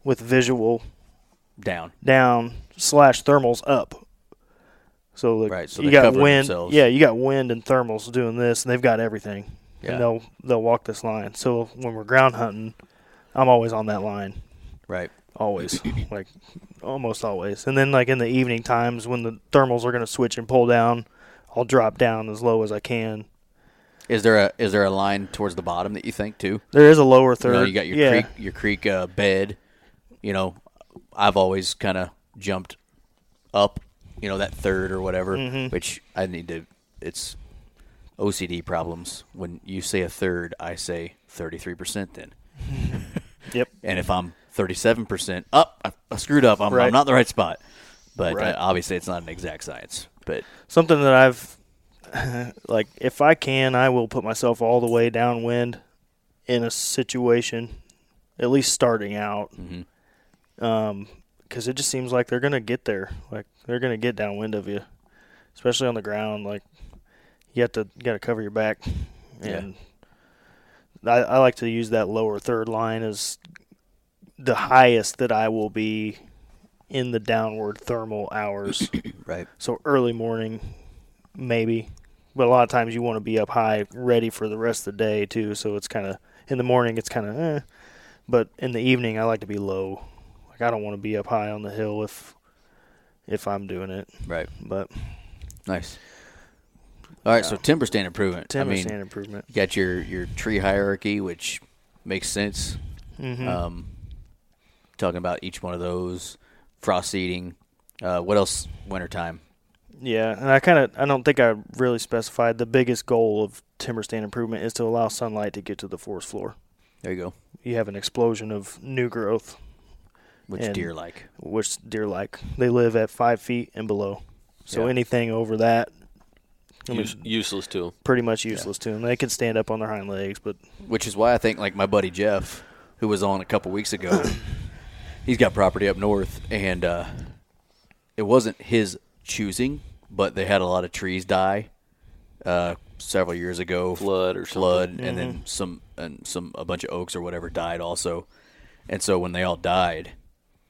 [SPEAKER 3] with visual
[SPEAKER 2] Down.
[SPEAKER 3] down slash thermals up. So like
[SPEAKER 2] Right, so
[SPEAKER 3] you
[SPEAKER 2] they
[SPEAKER 3] got
[SPEAKER 2] cover
[SPEAKER 3] wind,
[SPEAKER 2] themselves.
[SPEAKER 3] yeah, you got wind and thermals doing this, and they've got everything.
[SPEAKER 2] Yeah.
[SPEAKER 3] And they'll they'll walk this line. So when we're ground hunting, I'm always on that line,
[SPEAKER 2] Right.
[SPEAKER 3] always, like almost always. And then like in the evening times when the thermals are going to switch and pull down, I'll drop down as low as I can.
[SPEAKER 2] Is there a is there a line towards the bottom that you think too?
[SPEAKER 3] There is a lower third.
[SPEAKER 2] Oh, You, know, you got your
[SPEAKER 3] yeah.
[SPEAKER 2] creek your creek uh, bed. You know, I've always kind of jumped up. You know that third or whatever, which I need to. It's OCD problems. When you say a third, I say thirty three percent. Then,
[SPEAKER 3] Yep.
[SPEAKER 2] and if I'm thirty seven percent up, I, I screwed up. I'm,
[SPEAKER 3] Right.
[SPEAKER 2] I'm not in the right spot. But
[SPEAKER 3] Right.
[SPEAKER 2] uh, obviously, it's not an exact science. But
[SPEAKER 3] something that I've like if I can, I will put myself all the way downwind in a situation, at least starting out,
[SPEAKER 2] Mhm.
[SPEAKER 3] um, because it just seems like they're gonna get there, like they're gonna get downwind of you, especially on the ground. Like you have to you gotta cover your back,
[SPEAKER 2] Yeah.
[SPEAKER 3] and I, I like to use that lower third line as the highest that I will be in the downward thermal hours
[SPEAKER 2] right,
[SPEAKER 3] so early morning maybe but a lot of times you want to be up high ready for the rest of the day too so it's kind of in the morning it's kind of eh. but in the evening i like to be low like i don't want to be up high on the hill if if i'm doing it
[SPEAKER 2] right,
[SPEAKER 3] but
[SPEAKER 2] nice. All right, so timber stand improvement.
[SPEAKER 3] timber
[SPEAKER 2] I mean,
[SPEAKER 3] stand improvement
[SPEAKER 2] You got your your tree hierarchy, which makes sense.
[SPEAKER 3] mm-hmm.
[SPEAKER 2] Um, talking about each one of those, frost seeding. Uh, what else? Wintertime.
[SPEAKER 3] yeah and i kind of i don't think i really specified the biggest goal of timber stand improvement is to allow sunlight to get to the forest floor
[SPEAKER 2] There you go.
[SPEAKER 3] you have an explosion of new growth
[SPEAKER 2] Which
[SPEAKER 3] And-
[SPEAKER 2] deer like?
[SPEAKER 3] which deer like. They live at five feet and below. So
[SPEAKER 2] Yeah.
[SPEAKER 3] anything over that, I mean,
[SPEAKER 1] Use, useless tool.
[SPEAKER 3] pretty much useless to them. They can stand up on their hind legs, but
[SPEAKER 2] Which is why I think like my buddy Jeff, who was on a couple weeks ago, he's got property up north, and uh, it wasn't his choosing, but they had a lot of trees die uh, several years ago.
[SPEAKER 1] Flood or something.
[SPEAKER 2] flood, and then some and some a bunch of oaks or whatever died also. And so when they all died,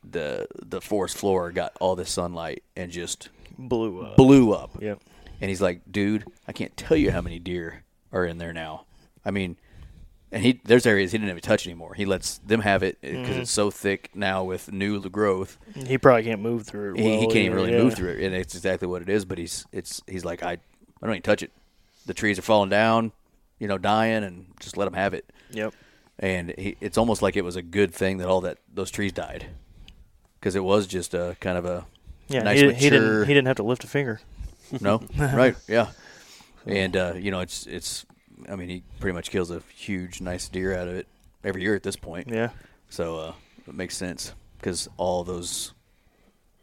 [SPEAKER 2] the the forest floor got all this sunlight and just
[SPEAKER 3] blew up.
[SPEAKER 2] blew up.
[SPEAKER 3] Yep.
[SPEAKER 2] And he's like, dude, I can't tell you how many deer are in there now. I mean, and he there's areas he didn't even touch anymore. He lets them have it because
[SPEAKER 3] Mm.
[SPEAKER 2] it's so thick now with new growth.
[SPEAKER 3] He probably can't move through it.
[SPEAKER 2] Mm-hmm. he, he
[SPEAKER 3] well
[SPEAKER 2] can't even
[SPEAKER 3] either,
[SPEAKER 2] really
[SPEAKER 3] yeah.
[SPEAKER 2] move through it, and it's exactly what it is. But he's it's he's like I I don't even touch it. The trees are falling down, you know, dying, and just let them have it.
[SPEAKER 3] Yep.
[SPEAKER 2] And he, it's almost like it was a good thing that all that those trees died, because it was just a kind of a
[SPEAKER 3] Yeah,
[SPEAKER 2] nice
[SPEAKER 3] he,
[SPEAKER 2] mature.
[SPEAKER 3] he didn't. He didn't have to lift a finger.
[SPEAKER 2] No, right? Yeah, and uh, you know, it's it's. I mean, he pretty much kills a huge, nice deer out of it every year at this point.
[SPEAKER 3] Yeah.
[SPEAKER 2] So uh, it makes sense because all those,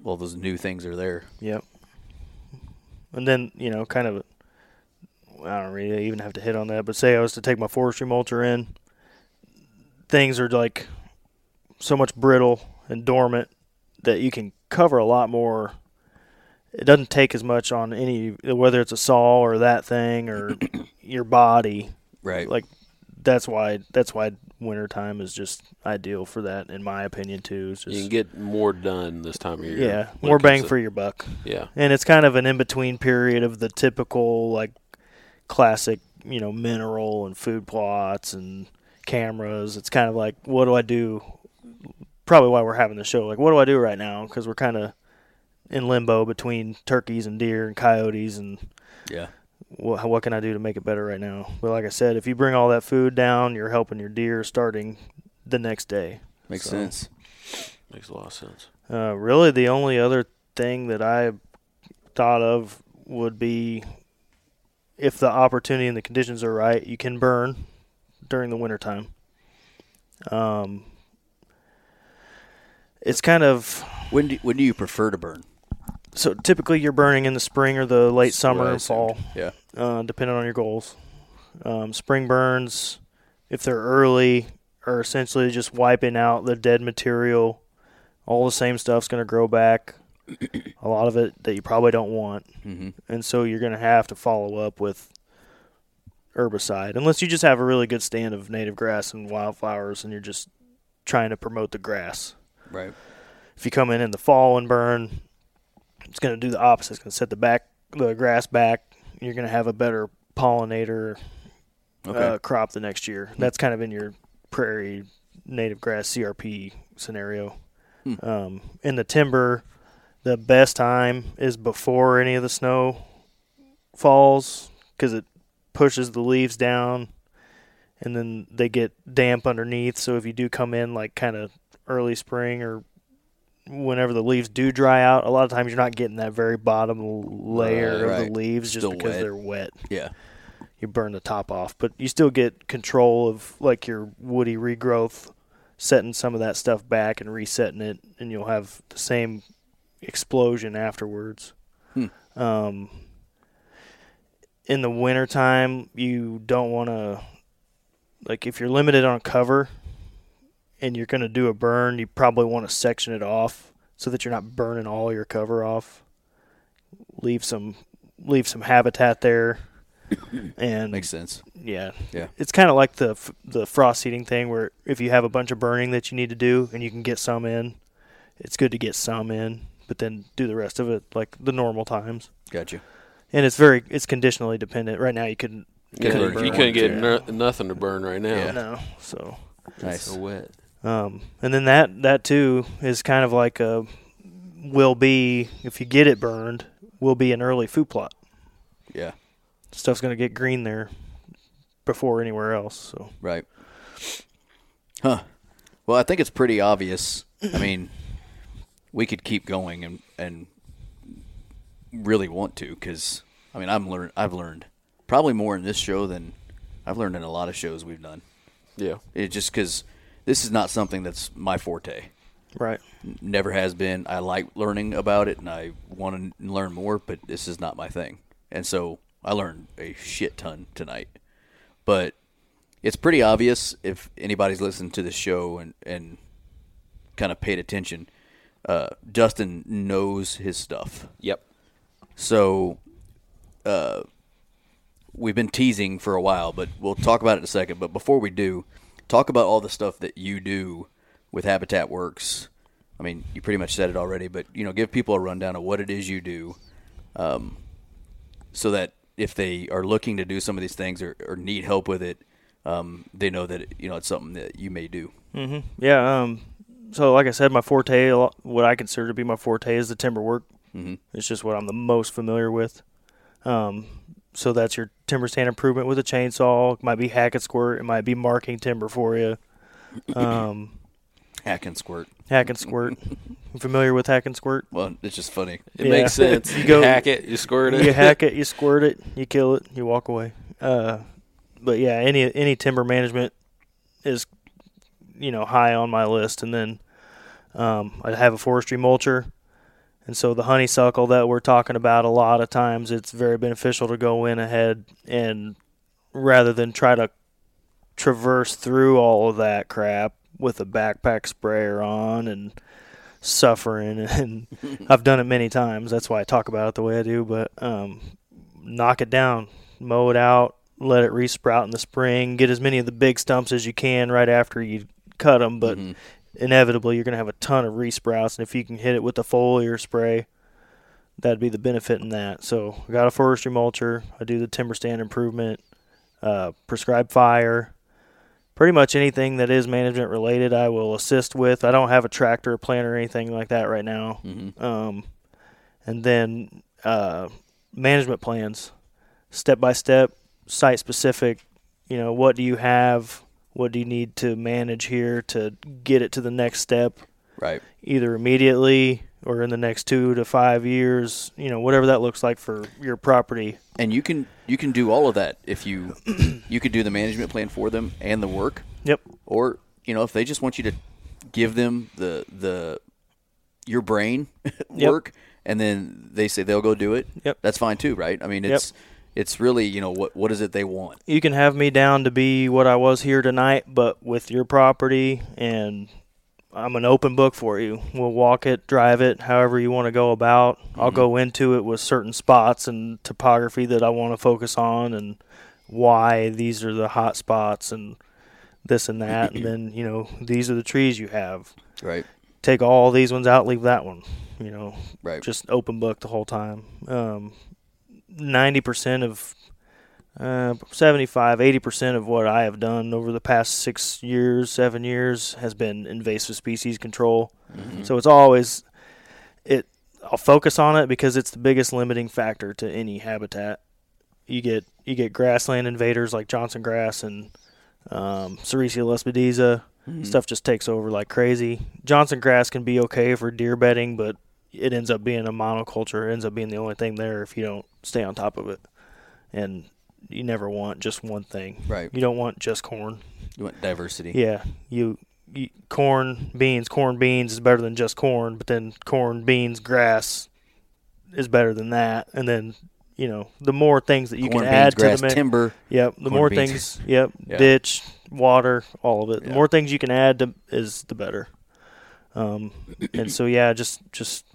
[SPEAKER 2] all those new things are there.
[SPEAKER 3] Yep. And then you know, kind of, I don't really even have to hit on that. But say I was to take my forestry mulcher in, things are like so much brittle and dormant that you can cover a lot more. It doesn't take as much on any whether it's a saw or that thing or your body.
[SPEAKER 2] Right.
[SPEAKER 3] Like that's why that's why wintertime is just ideal for that in my opinion too. It's
[SPEAKER 1] You can
[SPEAKER 3] just
[SPEAKER 1] get more done this time of year.
[SPEAKER 3] yeah,
[SPEAKER 1] when
[SPEAKER 3] more
[SPEAKER 1] it comes
[SPEAKER 3] bang
[SPEAKER 1] to-
[SPEAKER 3] for your buck
[SPEAKER 1] Yeah.
[SPEAKER 3] and it's kind of an in between period of the typical like classic you know mineral and food plots and cameras it's kind of like what do i do probably why we're having the show like what do i do right now because we're kind of in limbo between turkeys and deer and coyotes and
[SPEAKER 2] yeah.
[SPEAKER 3] what what can I do to make it better right now? But like I said, if you bring all that food down, you're helping your deer starting the next day.
[SPEAKER 2] Makes
[SPEAKER 3] So,
[SPEAKER 2] sense.
[SPEAKER 1] Makes a lot of sense.
[SPEAKER 3] Uh, really, the only other thing that I thought of would be if the opportunity and the conditions are right, you can burn during the wintertime. Um, it's kind of
[SPEAKER 2] When do, when do you prefer to burn?
[SPEAKER 3] so typically you're burning in the spring or the late summer
[SPEAKER 2] Right,
[SPEAKER 3] and fall.
[SPEAKER 2] Yeah.
[SPEAKER 3] uh, depending on your goals. Um, spring burns, if they're early, are essentially just wiping out the dead material. All the same stuff's going to grow back. a lot of it that you probably don't want,
[SPEAKER 2] Mm-hmm.
[SPEAKER 3] and so you're going to have to follow up with herbicide, unless you just have a really good stand of native grass and wildflowers, and you're just trying to promote the grass.
[SPEAKER 2] Right.
[SPEAKER 3] If you come in in the fall and burn, it's going to do the opposite. It's going to set the back the grass back. You're going to have a better pollinator
[SPEAKER 2] Okay.
[SPEAKER 3] uh, crop the next year. That's kind of in your prairie native grass CRP scenario.
[SPEAKER 2] Hmm.
[SPEAKER 3] Um, in the timber, the best time is before any of the snow falls because it pushes the leaves down and then they get damp underneath. So if you do come in like kind of early spring or whenever the leaves do dry out, a lot of times you're not getting that very bottom l- layer
[SPEAKER 2] Right,
[SPEAKER 3] of
[SPEAKER 2] right.
[SPEAKER 3] the leaves just
[SPEAKER 2] Still
[SPEAKER 3] because
[SPEAKER 2] wet.
[SPEAKER 3] they're wet
[SPEAKER 2] yeah.
[SPEAKER 3] you burn the top off, but you still get control of like your woody regrowth, setting some of that stuff back and resetting it, and you'll have the same explosion afterwards.
[SPEAKER 2] Hmm.
[SPEAKER 3] Um, in the wintertime, you don't want to, like, if you're limited on cover and you're going to do a burn, you probably want to section it off so that you're not burning all your cover off. Leave some leave some habitat there and
[SPEAKER 2] Makes sense.
[SPEAKER 3] yeah.
[SPEAKER 2] Yeah.
[SPEAKER 3] It's kind of like the f- the frost seeding thing where if you have a bunch of burning that you need to do and you can get some in, it's good to get some in, but then do the rest of it like the normal times.
[SPEAKER 2] Gotcha.
[SPEAKER 3] And it's very it's conditionally dependent. Right now you couldn't
[SPEAKER 2] Yeah,
[SPEAKER 3] couldn't
[SPEAKER 2] you
[SPEAKER 3] burn
[SPEAKER 2] couldn't
[SPEAKER 3] one,
[SPEAKER 2] get
[SPEAKER 3] yeah.
[SPEAKER 1] nothing to burn right now.
[SPEAKER 2] Yeah.
[SPEAKER 3] no. So
[SPEAKER 2] Nice.
[SPEAKER 1] wet.
[SPEAKER 3] Um, and then that that too is kind of like a will be if you get it burned will be an early food plot.
[SPEAKER 2] Yeah.
[SPEAKER 3] Stuff's gonna get green there before anywhere else. So
[SPEAKER 2] Right. Huh. Well, I think it's pretty obvious. I mean, we could keep going and and really want to because I mean I'm learn I've learned probably more in this show than I've learned in a lot of shows we've done.
[SPEAKER 1] Yeah.
[SPEAKER 2] It just because this is not something that's my forte.
[SPEAKER 3] right,
[SPEAKER 2] never has been. I like learning about it and I want to learn more, but this is not my thing. And so I learned a shit ton tonight. But it's pretty obvious if anybody's listened to this show and, and kind of paid attention. Uh, Dustin knows his stuff.
[SPEAKER 1] Yep.
[SPEAKER 2] So, uh, we've been teasing for a while, but we'll talk about it in a second. But before we do, talk about all the stuff that you do with Habitat Works. I mean, you pretty much said it already, but you know, give people a rundown of what it is you do, um, so that if they are looking to do some of these things or, or need help with it, um, they know that you know it's something that you may do.
[SPEAKER 3] yeah. Um, so like I said, my forte, a lot- what I consider to be my forte, is the timber work.
[SPEAKER 2] Mhm.
[SPEAKER 3] It's just what I'm the most familiar with. Um, so that's your timber stand improvement with a chainsaw. It might be hack and squirt. It might be marking timber for you. Um,
[SPEAKER 2] Hack and squirt.
[SPEAKER 3] hack and squirt. You familiar with hack and squirt?
[SPEAKER 2] Well, it's just funny.
[SPEAKER 1] It
[SPEAKER 3] Yeah.
[SPEAKER 1] makes sense.
[SPEAKER 3] You go-
[SPEAKER 1] hack it, you squirt it.
[SPEAKER 3] you hack it, you squirt it, you kill it, you walk away. Uh, but yeah, any any timber management is you know high on my list. And then um, I have a forestry mulcher, and so the honeysuckle that we're talking about a lot of times, it's very beneficial to go in ahead and rather than try to traverse through all of that crap with a backpack sprayer on and suffering and I've done it many times. That's why I talk about it the way I do. But um, knock it down, mow it out, let it resprout in the spring. Get as many of the big stumps as you can right after you cut them. But inevitably, you're going to have a ton of resprouts. And if you can hit it with the foliar spray, that'd be the benefit in that. So I got a forestry mulcher. I do the timber stand improvement, uh, prescribed fire. Pretty much anything that is management related, I will assist with. I don't have a tractor, planter, or anything like that right now
[SPEAKER 2] Mm-hmm.
[SPEAKER 3] um, and then uh, management plans. step by step, site specific. You know, what do you have? What do you need to manage here to get it to the next step?
[SPEAKER 2] Right.
[SPEAKER 3] either immediately or in the next two to five years, you know, whatever that looks like for your property.
[SPEAKER 2] And you can you can do all of that if you you could do the management plan for them and the work.
[SPEAKER 3] Yep.
[SPEAKER 2] Or, you know, if they just want you to give them the the your brain
[SPEAKER 3] Yep.
[SPEAKER 2] work and then they say they'll go do it.
[SPEAKER 3] Yep.
[SPEAKER 2] That's fine too, right? I mean it's it's really, you know, what what is it they want?
[SPEAKER 3] You can have me down to be what I was here tonight, but with your property and I'm an open book for you. We'll walk it, drive it, however you want to go about. I'll go into it with certain spots and topography that I want to focus on and why these are the hot spots and this and that. and then, you know, these are the trees you have.
[SPEAKER 2] Right.
[SPEAKER 3] take all these ones out, leave that one. You know,
[SPEAKER 2] Right.
[SPEAKER 3] just open book the whole time. Um, 90% of, uh, 75, 80% of what I have done over the past six years, seven years has been invasive species control. So it's always, it. I'll focus on it because it's the biggest limiting factor to any habitat. You get you get grassland invaders like Johnson grass and um, Ceresia lespediza. Stuff just takes over like crazy. Johnson grass can be okay for deer bedding, but it ends up being a monoculture. It ends up being the only thing there if you don't stay on top of it. And you never want just one thing.
[SPEAKER 2] Right.
[SPEAKER 3] You don't want just corn.
[SPEAKER 2] You want diversity.
[SPEAKER 3] Yeah. You, you corn beans. Corn beans is better than just corn, but then corn beans grass is better than that. And then you know the more things that you
[SPEAKER 2] Corn,
[SPEAKER 3] can
[SPEAKER 2] beans,
[SPEAKER 3] add
[SPEAKER 2] grass,
[SPEAKER 3] to the mix.
[SPEAKER 2] timber.
[SPEAKER 3] Yep. The
[SPEAKER 2] Corn
[SPEAKER 3] more
[SPEAKER 2] beans.
[SPEAKER 3] things, yep,
[SPEAKER 2] Yeah.
[SPEAKER 3] ditch, water, all of it.
[SPEAKER 2] Yeah.
[SPEAKER 3] The more things you can add to, is the better. Um, and so yeah, just just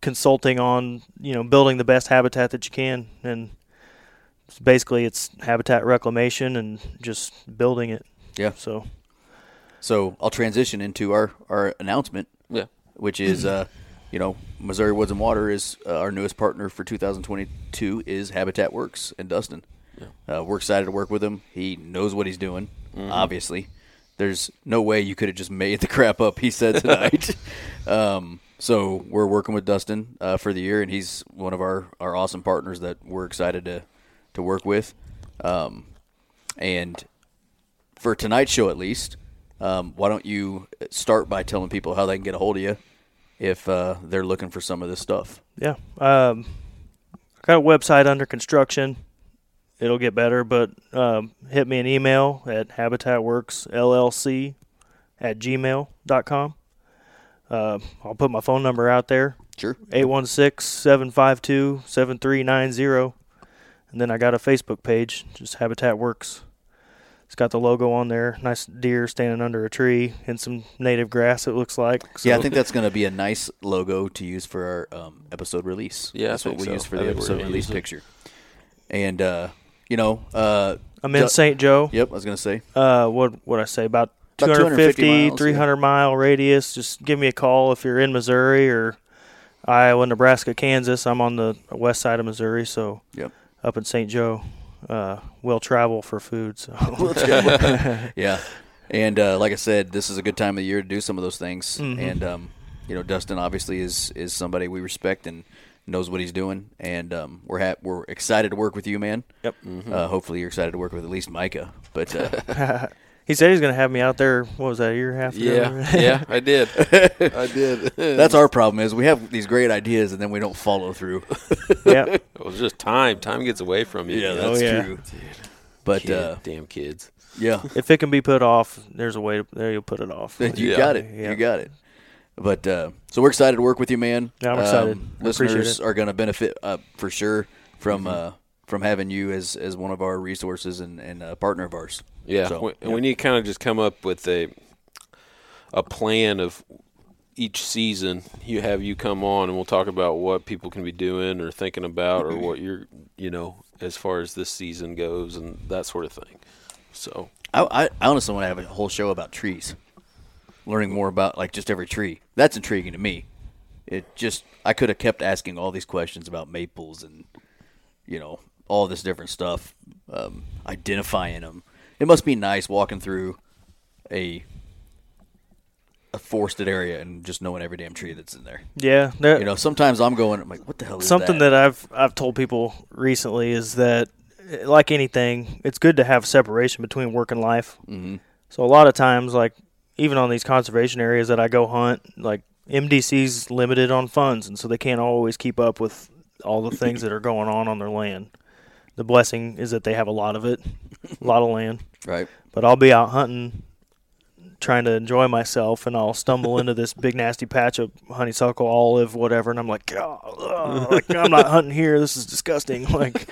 [SPEAKER 3] consulting on you know building the best habitat that you can, and it's basically it's habitat reclamation and just building it.
[SPEAKER 2] Yeah.
[SPEAKER 3] So
[SPEAKER 2] So I'll transition into our, our announcement,
[SPEAKER 1] Yeah.
[SPEAKER 2] which is, uh, you know, Missouri Woods and Water is uh, our newest partner for 2022 is Habitat Works in Dustin. Uh, we're excited to work with him. He knows what he's doing. Obviously, there's no way you could have just made the crap up he said tonight. um, so we're working with Dustin uh, for the year, and he's one of our, our awesome partners that we're excited to to work with. Um, and for tonight's show at least, um, why don't you start by telling people how they can get a hold of you if uh, they're looking for some of this stuff?
[SPEAKER 3] Yeah. Um, I got a website under construction. It'll get better, but um, hit me an email at habitatworksllc at gmail.com. Uh, I'll put my phone number out there
[SPEAKER 2] Sure.
[SPEAKER 3] 816 752 7390. And then I got a Facebook page, just Habitat Works. It's got the logo on there. Nice deer standing under a tree and some native grass, it looks like. So
[SPEAKER 2] Yeah, I think that's going to be a nice logo to use for our um, episode release.
[SPEAKER 1] Yeah, I
[SPEAKER 2] that's what
[SPEAKER 1] think
[SPEAKER 2] we
[SPEAKER 1] so.
[SPEAKER 2] use for
[SPEAKER 1] I
[SPEAKER 2] the
[SPEAKER 1] think we're
[SPEAKER 2] episode
[SPEAKER 1] gonna
[SPEAKER 2] release
[SPEAKER 1] use it.
[SPEAKER 2] picture. And uh, you know, uh,
[SPEAKER 3] I'm in
[SPEAKER 2] Ju-
[SPEAKER 3] St. Joe.
[SPEAKER 2] Yep, I was going to say.
[SPEAKER 3] uh, what what I say about
[SPEAKER 2] About
[SPEAKER 3] 250,
[SPEAKER 2] 250 miles,
[SPEAKER 3] 300 mile radius. Just give me a call if you're in Missouri or Iowa, Nebraska, Kansas. I'm on the west side of Missouri, so
[SPEAKER 2] Yep.
[SPEAKER 3] up in St. Joe, uh, will travel for food. So
[SPEAKER 2] yeah. And uh, like I said, this is a good time of the year to do some of those things.
[SPEAKER 3] Mm-hmm.
[SPEAKER 2] And um, you know, Dustin obviously is is somebody we respect and knows what he's doing. And um, we're ha- we're excited to work with you, man.
[SPEAKER 3] Yep.
[SPEAKER 2] Uh, hopefully, you're excited to work with at least Micah. But uh,
[SPEAKER 3] he said he's gonna have me out there. What was that? A year and a half? ago?
[SPEAKER 1] Yeah. yeah. I did. I did.
[SPEAKER 2] that's our problem is we have these great ideas and then we don't follow through.
[SPEAKER 3] yeah.
[SPEAKER 1] It was just time. Time gets away from you.
[SPEAKER 3] that's- Oh, yeah. true.
[SPEAKER 2] But
[SPEAKER 1] Kid,
[SPEAKER 2] uh,
[SPEAKER 1] damn kids.
[SPEAKER 2] yeah,
[SPEAKER 3] If it can be put off, there's a way. To, there you'll put it off.
[SPEAKER 2] you
[SPEAKER 1] Yeah.
[SPEAKER 2] got it.
[SPEAKER 3] Yeah.
[SPEAKER 2] You got it. But uh, so we're excited to work with you, man. Um,
[SPEAKER 3] Yeah, I'm excited. I appreciate
[SPEAKER 2] listeners
[SPEAKER 3] it. Mm-hmm.
[SPEAKER 2] are going to benefit uh, for sure from uh, from having you as as one of our resources and and a partner of ours.
[SPEAKER 1] Yeah,
[SPEAKER 2] So,
[SPEAKER 1] we, and we need to kind of just come up with a a plan of each season. You have you come on, and we'll talk about what people can be doing or thinking about, or what you're, you know, as far as this season goes, and that sort of thing. So
[SPEAKER 2] I, I I honestly want to have a whole show about trees, learning more about like just every tree. That's intriguing to me. It just I could have kept asking all these questions about maples and you know all this different stuff, um, identifying them. It must be nice walking through a a forested area and just knowing every damn tree that's in there.
[SPEAKER 3] Yeah, there,
[SPEAKER 2] You know, sometimes I'm going. I'm like, what the hell is
[SPEAKER 3] something
[SPEAKER 2] that?
[SPEAKER 3] that I've I've told people recently is that eh, like anything, it's good to have separation between work and life.
[SPEAKER 2] Mhm.
[SPEAKER 3] So a lot of times, like even on these conservation areas that I go hunt, like MDC's limited on funds, and so they can't always keep up with all the things that are going on on their land. The blessing is that they have a lot of it, a lot of land.
[SPEAKER 2] right?
[SPEAKER 3] But I'll be out hunting, trying to enjoy myself, and I'll stumble into this big nasty patch of honeysuckle, olive, whatever, and I'm like, "God, ugh," like, I'm not hunting here. This is disgusting. Like,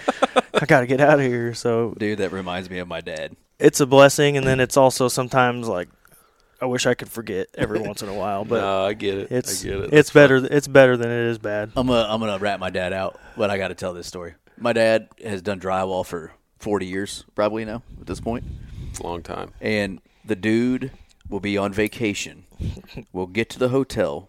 [SPEAKER 3] I gotta get out of here. So
[SPEAKER 2] Dude, that reminds me of my dad.
[SPEAKER 3] it's a blessing, and then it's also sometimes like, I wish I could forget every once in a while, but
[SPEAKER 1] No, uh, I get it.
[SPEAKER 3] it's
[SPEAKER 1] I get it.
[SPEAKER 3] it's better. It's better than it is bad.
[SPEAKER 2] I'm gonna I'm gonna rat my dad out, but I got to tell this story. My dad has done drywall for 40 years, probably now at this point,
[SPEAKER 4] It's a long time.
[SPEAKER 2] and the dude will be on vacation. we'll get to the hotel,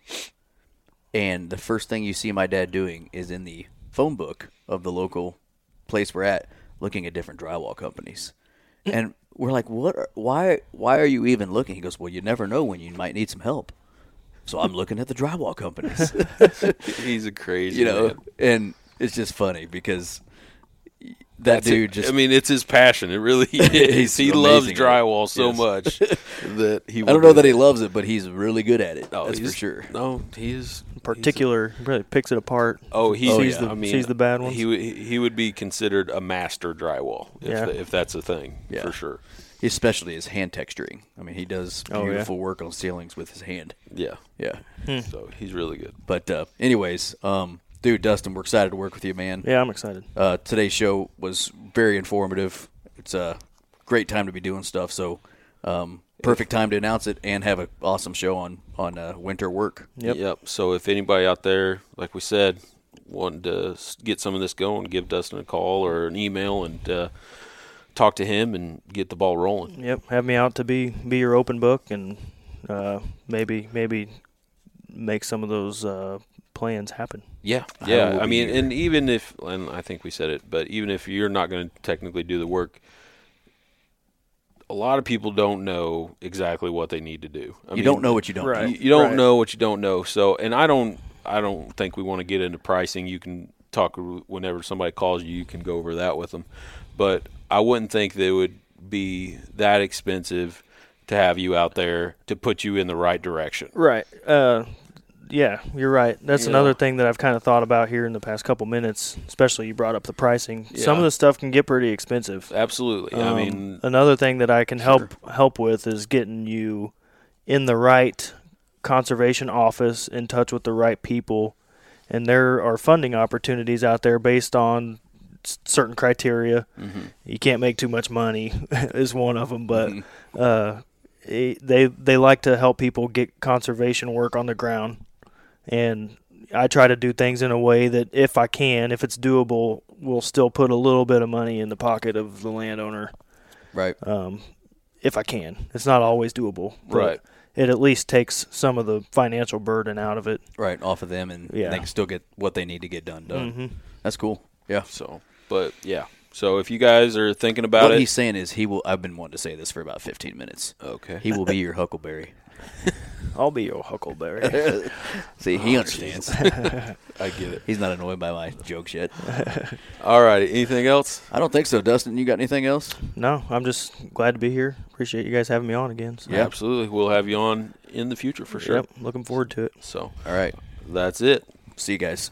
[SPEAKER 2] and the first thing you see my dad doing is in the phone book of the local place we're at, looking at different drywall companies, and we're like, "What? Are, why? Why are you even looking?" He goes, "Well, you never know when you might need some help." So I'm looking at the drywall companies
[SPEAKER 4] He's a crazy.
[SPEAKER 2] you know,
[SPEAKER 4] man.
[SPEAKER 2] and it's just funny because that
[SPEAKER 1] It's-
[SPEAKER 2] dude just.
[SPEAKER 1] I mean, it's his passion. It really is. he
[SPEAKER 2] amazing
[SPEAKER 1] loves
[SPEAKER 2] at it.
[SPEAKER 1] drywall so
[SPEAKER 2] Yes.
[SPEAKER 1] much that he.
[SPEAKER 2] I
[SPEAKER 1] will
[SPEAKER 2] don't know
[SPEAKER 1] do
[SPEAKER 2] that he loves it, but he's really good at it.
[SPEAKER 1] No,
[SPEAKER 2] that's for
[SPEAKER 1] "Oh, he's-
[SPEAKER 2] sure.
[SPEAKER 1] No, he is he's a-
[SPEAKER 3] Particular really picks it apart.
[SPEAKER 1] Oh, he
[SPEAKER 2] Oh,
[SPEAKER 1] sees
[SPEAKER 2] yeah.
[SPEAKER 1] the. I mean,
[SPEAKER 3] sees the bad ones.
[SPEAKER 1] He would- he would be considered a master drywall if,
[SPEAKER 3] Yeah.
[SPEAKER 1] the- if that's a thing
[SPEAKER 2] Yeah.
[SPEAKER 1] for sure.
[SPEAKER 2] His specialty is hand texturing. I mean, he does
[SPEAKER 3] Oh, yeah.
[SPEAKER 2] beautiful work on ceilings with his hand.
[SPEAKER 1] Yeah.
[SPEAKER 2] Yeah. Hmm.
[SPEAKER 1] So he's really good.
[SPEAKER 2] But uh, anyways, um, dude, Dustin, we're excited to work with you, man.
[SPEAKER 3] Yeah, I'm excited.
[SPEAKER 2] Uh, today's show was very informative. It's a great time to be doing stuff. So, um, perfect time to announce it and have an awesome show on on uh, winter work.
[SPEAKER 3] Yep.
[SPEAKER 1] So if anybody out there, like we said, wanted to s- get some of this going, give Dustin a call or an email and uh, talk to him and get the ball rolling.
[SPEAKER 3] Yep, have me out to be be your open book, and uh, maybe maybe make some of those uh, plans happen.
[SPEAKER 1] Yeah,
[SPEAKER 2] I
[SPEAKER 1] yeah.
[SPEAKER 2] will
[SPEAKER 1] I,
[SPEAKER 2] be
[SPEAKER 1] mean,
[SPEAKER 2] here.
[SPEAKER 1] and even if, and I think we said it, but even if you're not going to technically do the work, a lot of people don't know exactly what they need to do. I
[SPEAKER 2] you don't know what you don't.
[SPEAKER 3] Right.
[SPEAKER 2] know.
[SPEAKER 1] you, you don't
[SPEAKER 3] right.
[SPEAKER 1] know what you don't know. So, and I don't, I don't think we want to get into pricing. You can talk whenever somebody calls you. You can go over that with them, but I wouldn't think they would be that expensive to have you out there to put you in the right direction.
[SPEAKER 3] Right. Uh, yeah, you're right. That's
[SPEAKER 1] You
[SPEAKER 3] another
[SPEAKER 1] know.
[SPEAKER 3] thing that I've kind of thought about here in the past couple minutes. Especially you brought up the pricing. Some of
[SPEAKER 1] Yeah.
[SPEAKER 3] the stuff can get pretty expensive.
[SPEAKER 1] Absolutely.
[SPEAKER 3] Um,
[SPEAKER 1] I mean,
[SPEAKER 3] another thing that I can help help with is getting you in the right conservation office, in touch with the right people, and there are funding opportunities out there based on s- certain criteria.
[SPEAKER 1] Mm-hmm.
[SPEAKER 3] You can't make too much money is one of them, but
[SPEAKER 1] Mm-hmm.
[SPEAKER 3] uh, it- they they like to help people get conservation work on the ground, and I try to do things in a way that if I can, if it's doable, will still put a little bit of money in the pocket of the landowner
[SPEAKER 2] Right.
[SPEAKER 3] um, if I can. It's not always doable, but
[SPEAKER 1] Right.
[SPEAKER 3] It at least takes some of the financial burden out of it.
[SPEAKER 2] right off of them and
[SPEAKER 3] Yeah.
[SPEAKER 2] they can still get what they need to get done done that's cool yeah
[SPEAKER 1] so, but yeah. So if you guys are thinking about
[SPEAKER 2] what
[SPEAKER 1] it,
[SPEAKER 2] he's saying is he will i've been wanting to say this for about 15 minutes
[SPEAKER 1] Okay. Oh,
[SPEAKER 2] he will be your huckleberry
[SPEAKER 3] I'll be your huckleberry.
[SPEAKER 2] see he understands
[SPEAKER 1] I get it.
[SPEAKER 2] he's not annoyed by my jokes yet
[SPEAKER 1] All right. Anything else?
[SPEAKER 2] i don't think so dustin you got anything else
[SPEAKER 3] no, I'm just glad to be here. Appreciate you guys having me on again. So.
[SPEAKER 2] Yeah.
[SPEAKER 1] Absolutely. We'll have you on in the future for sure.
[SPEAKER 3] Yep, looking forward to it.
[SPEAKER 1] So
[SPEAKER 2] all right
[SPEAKER 1] that's it.
[SPEAKER 2] see you guys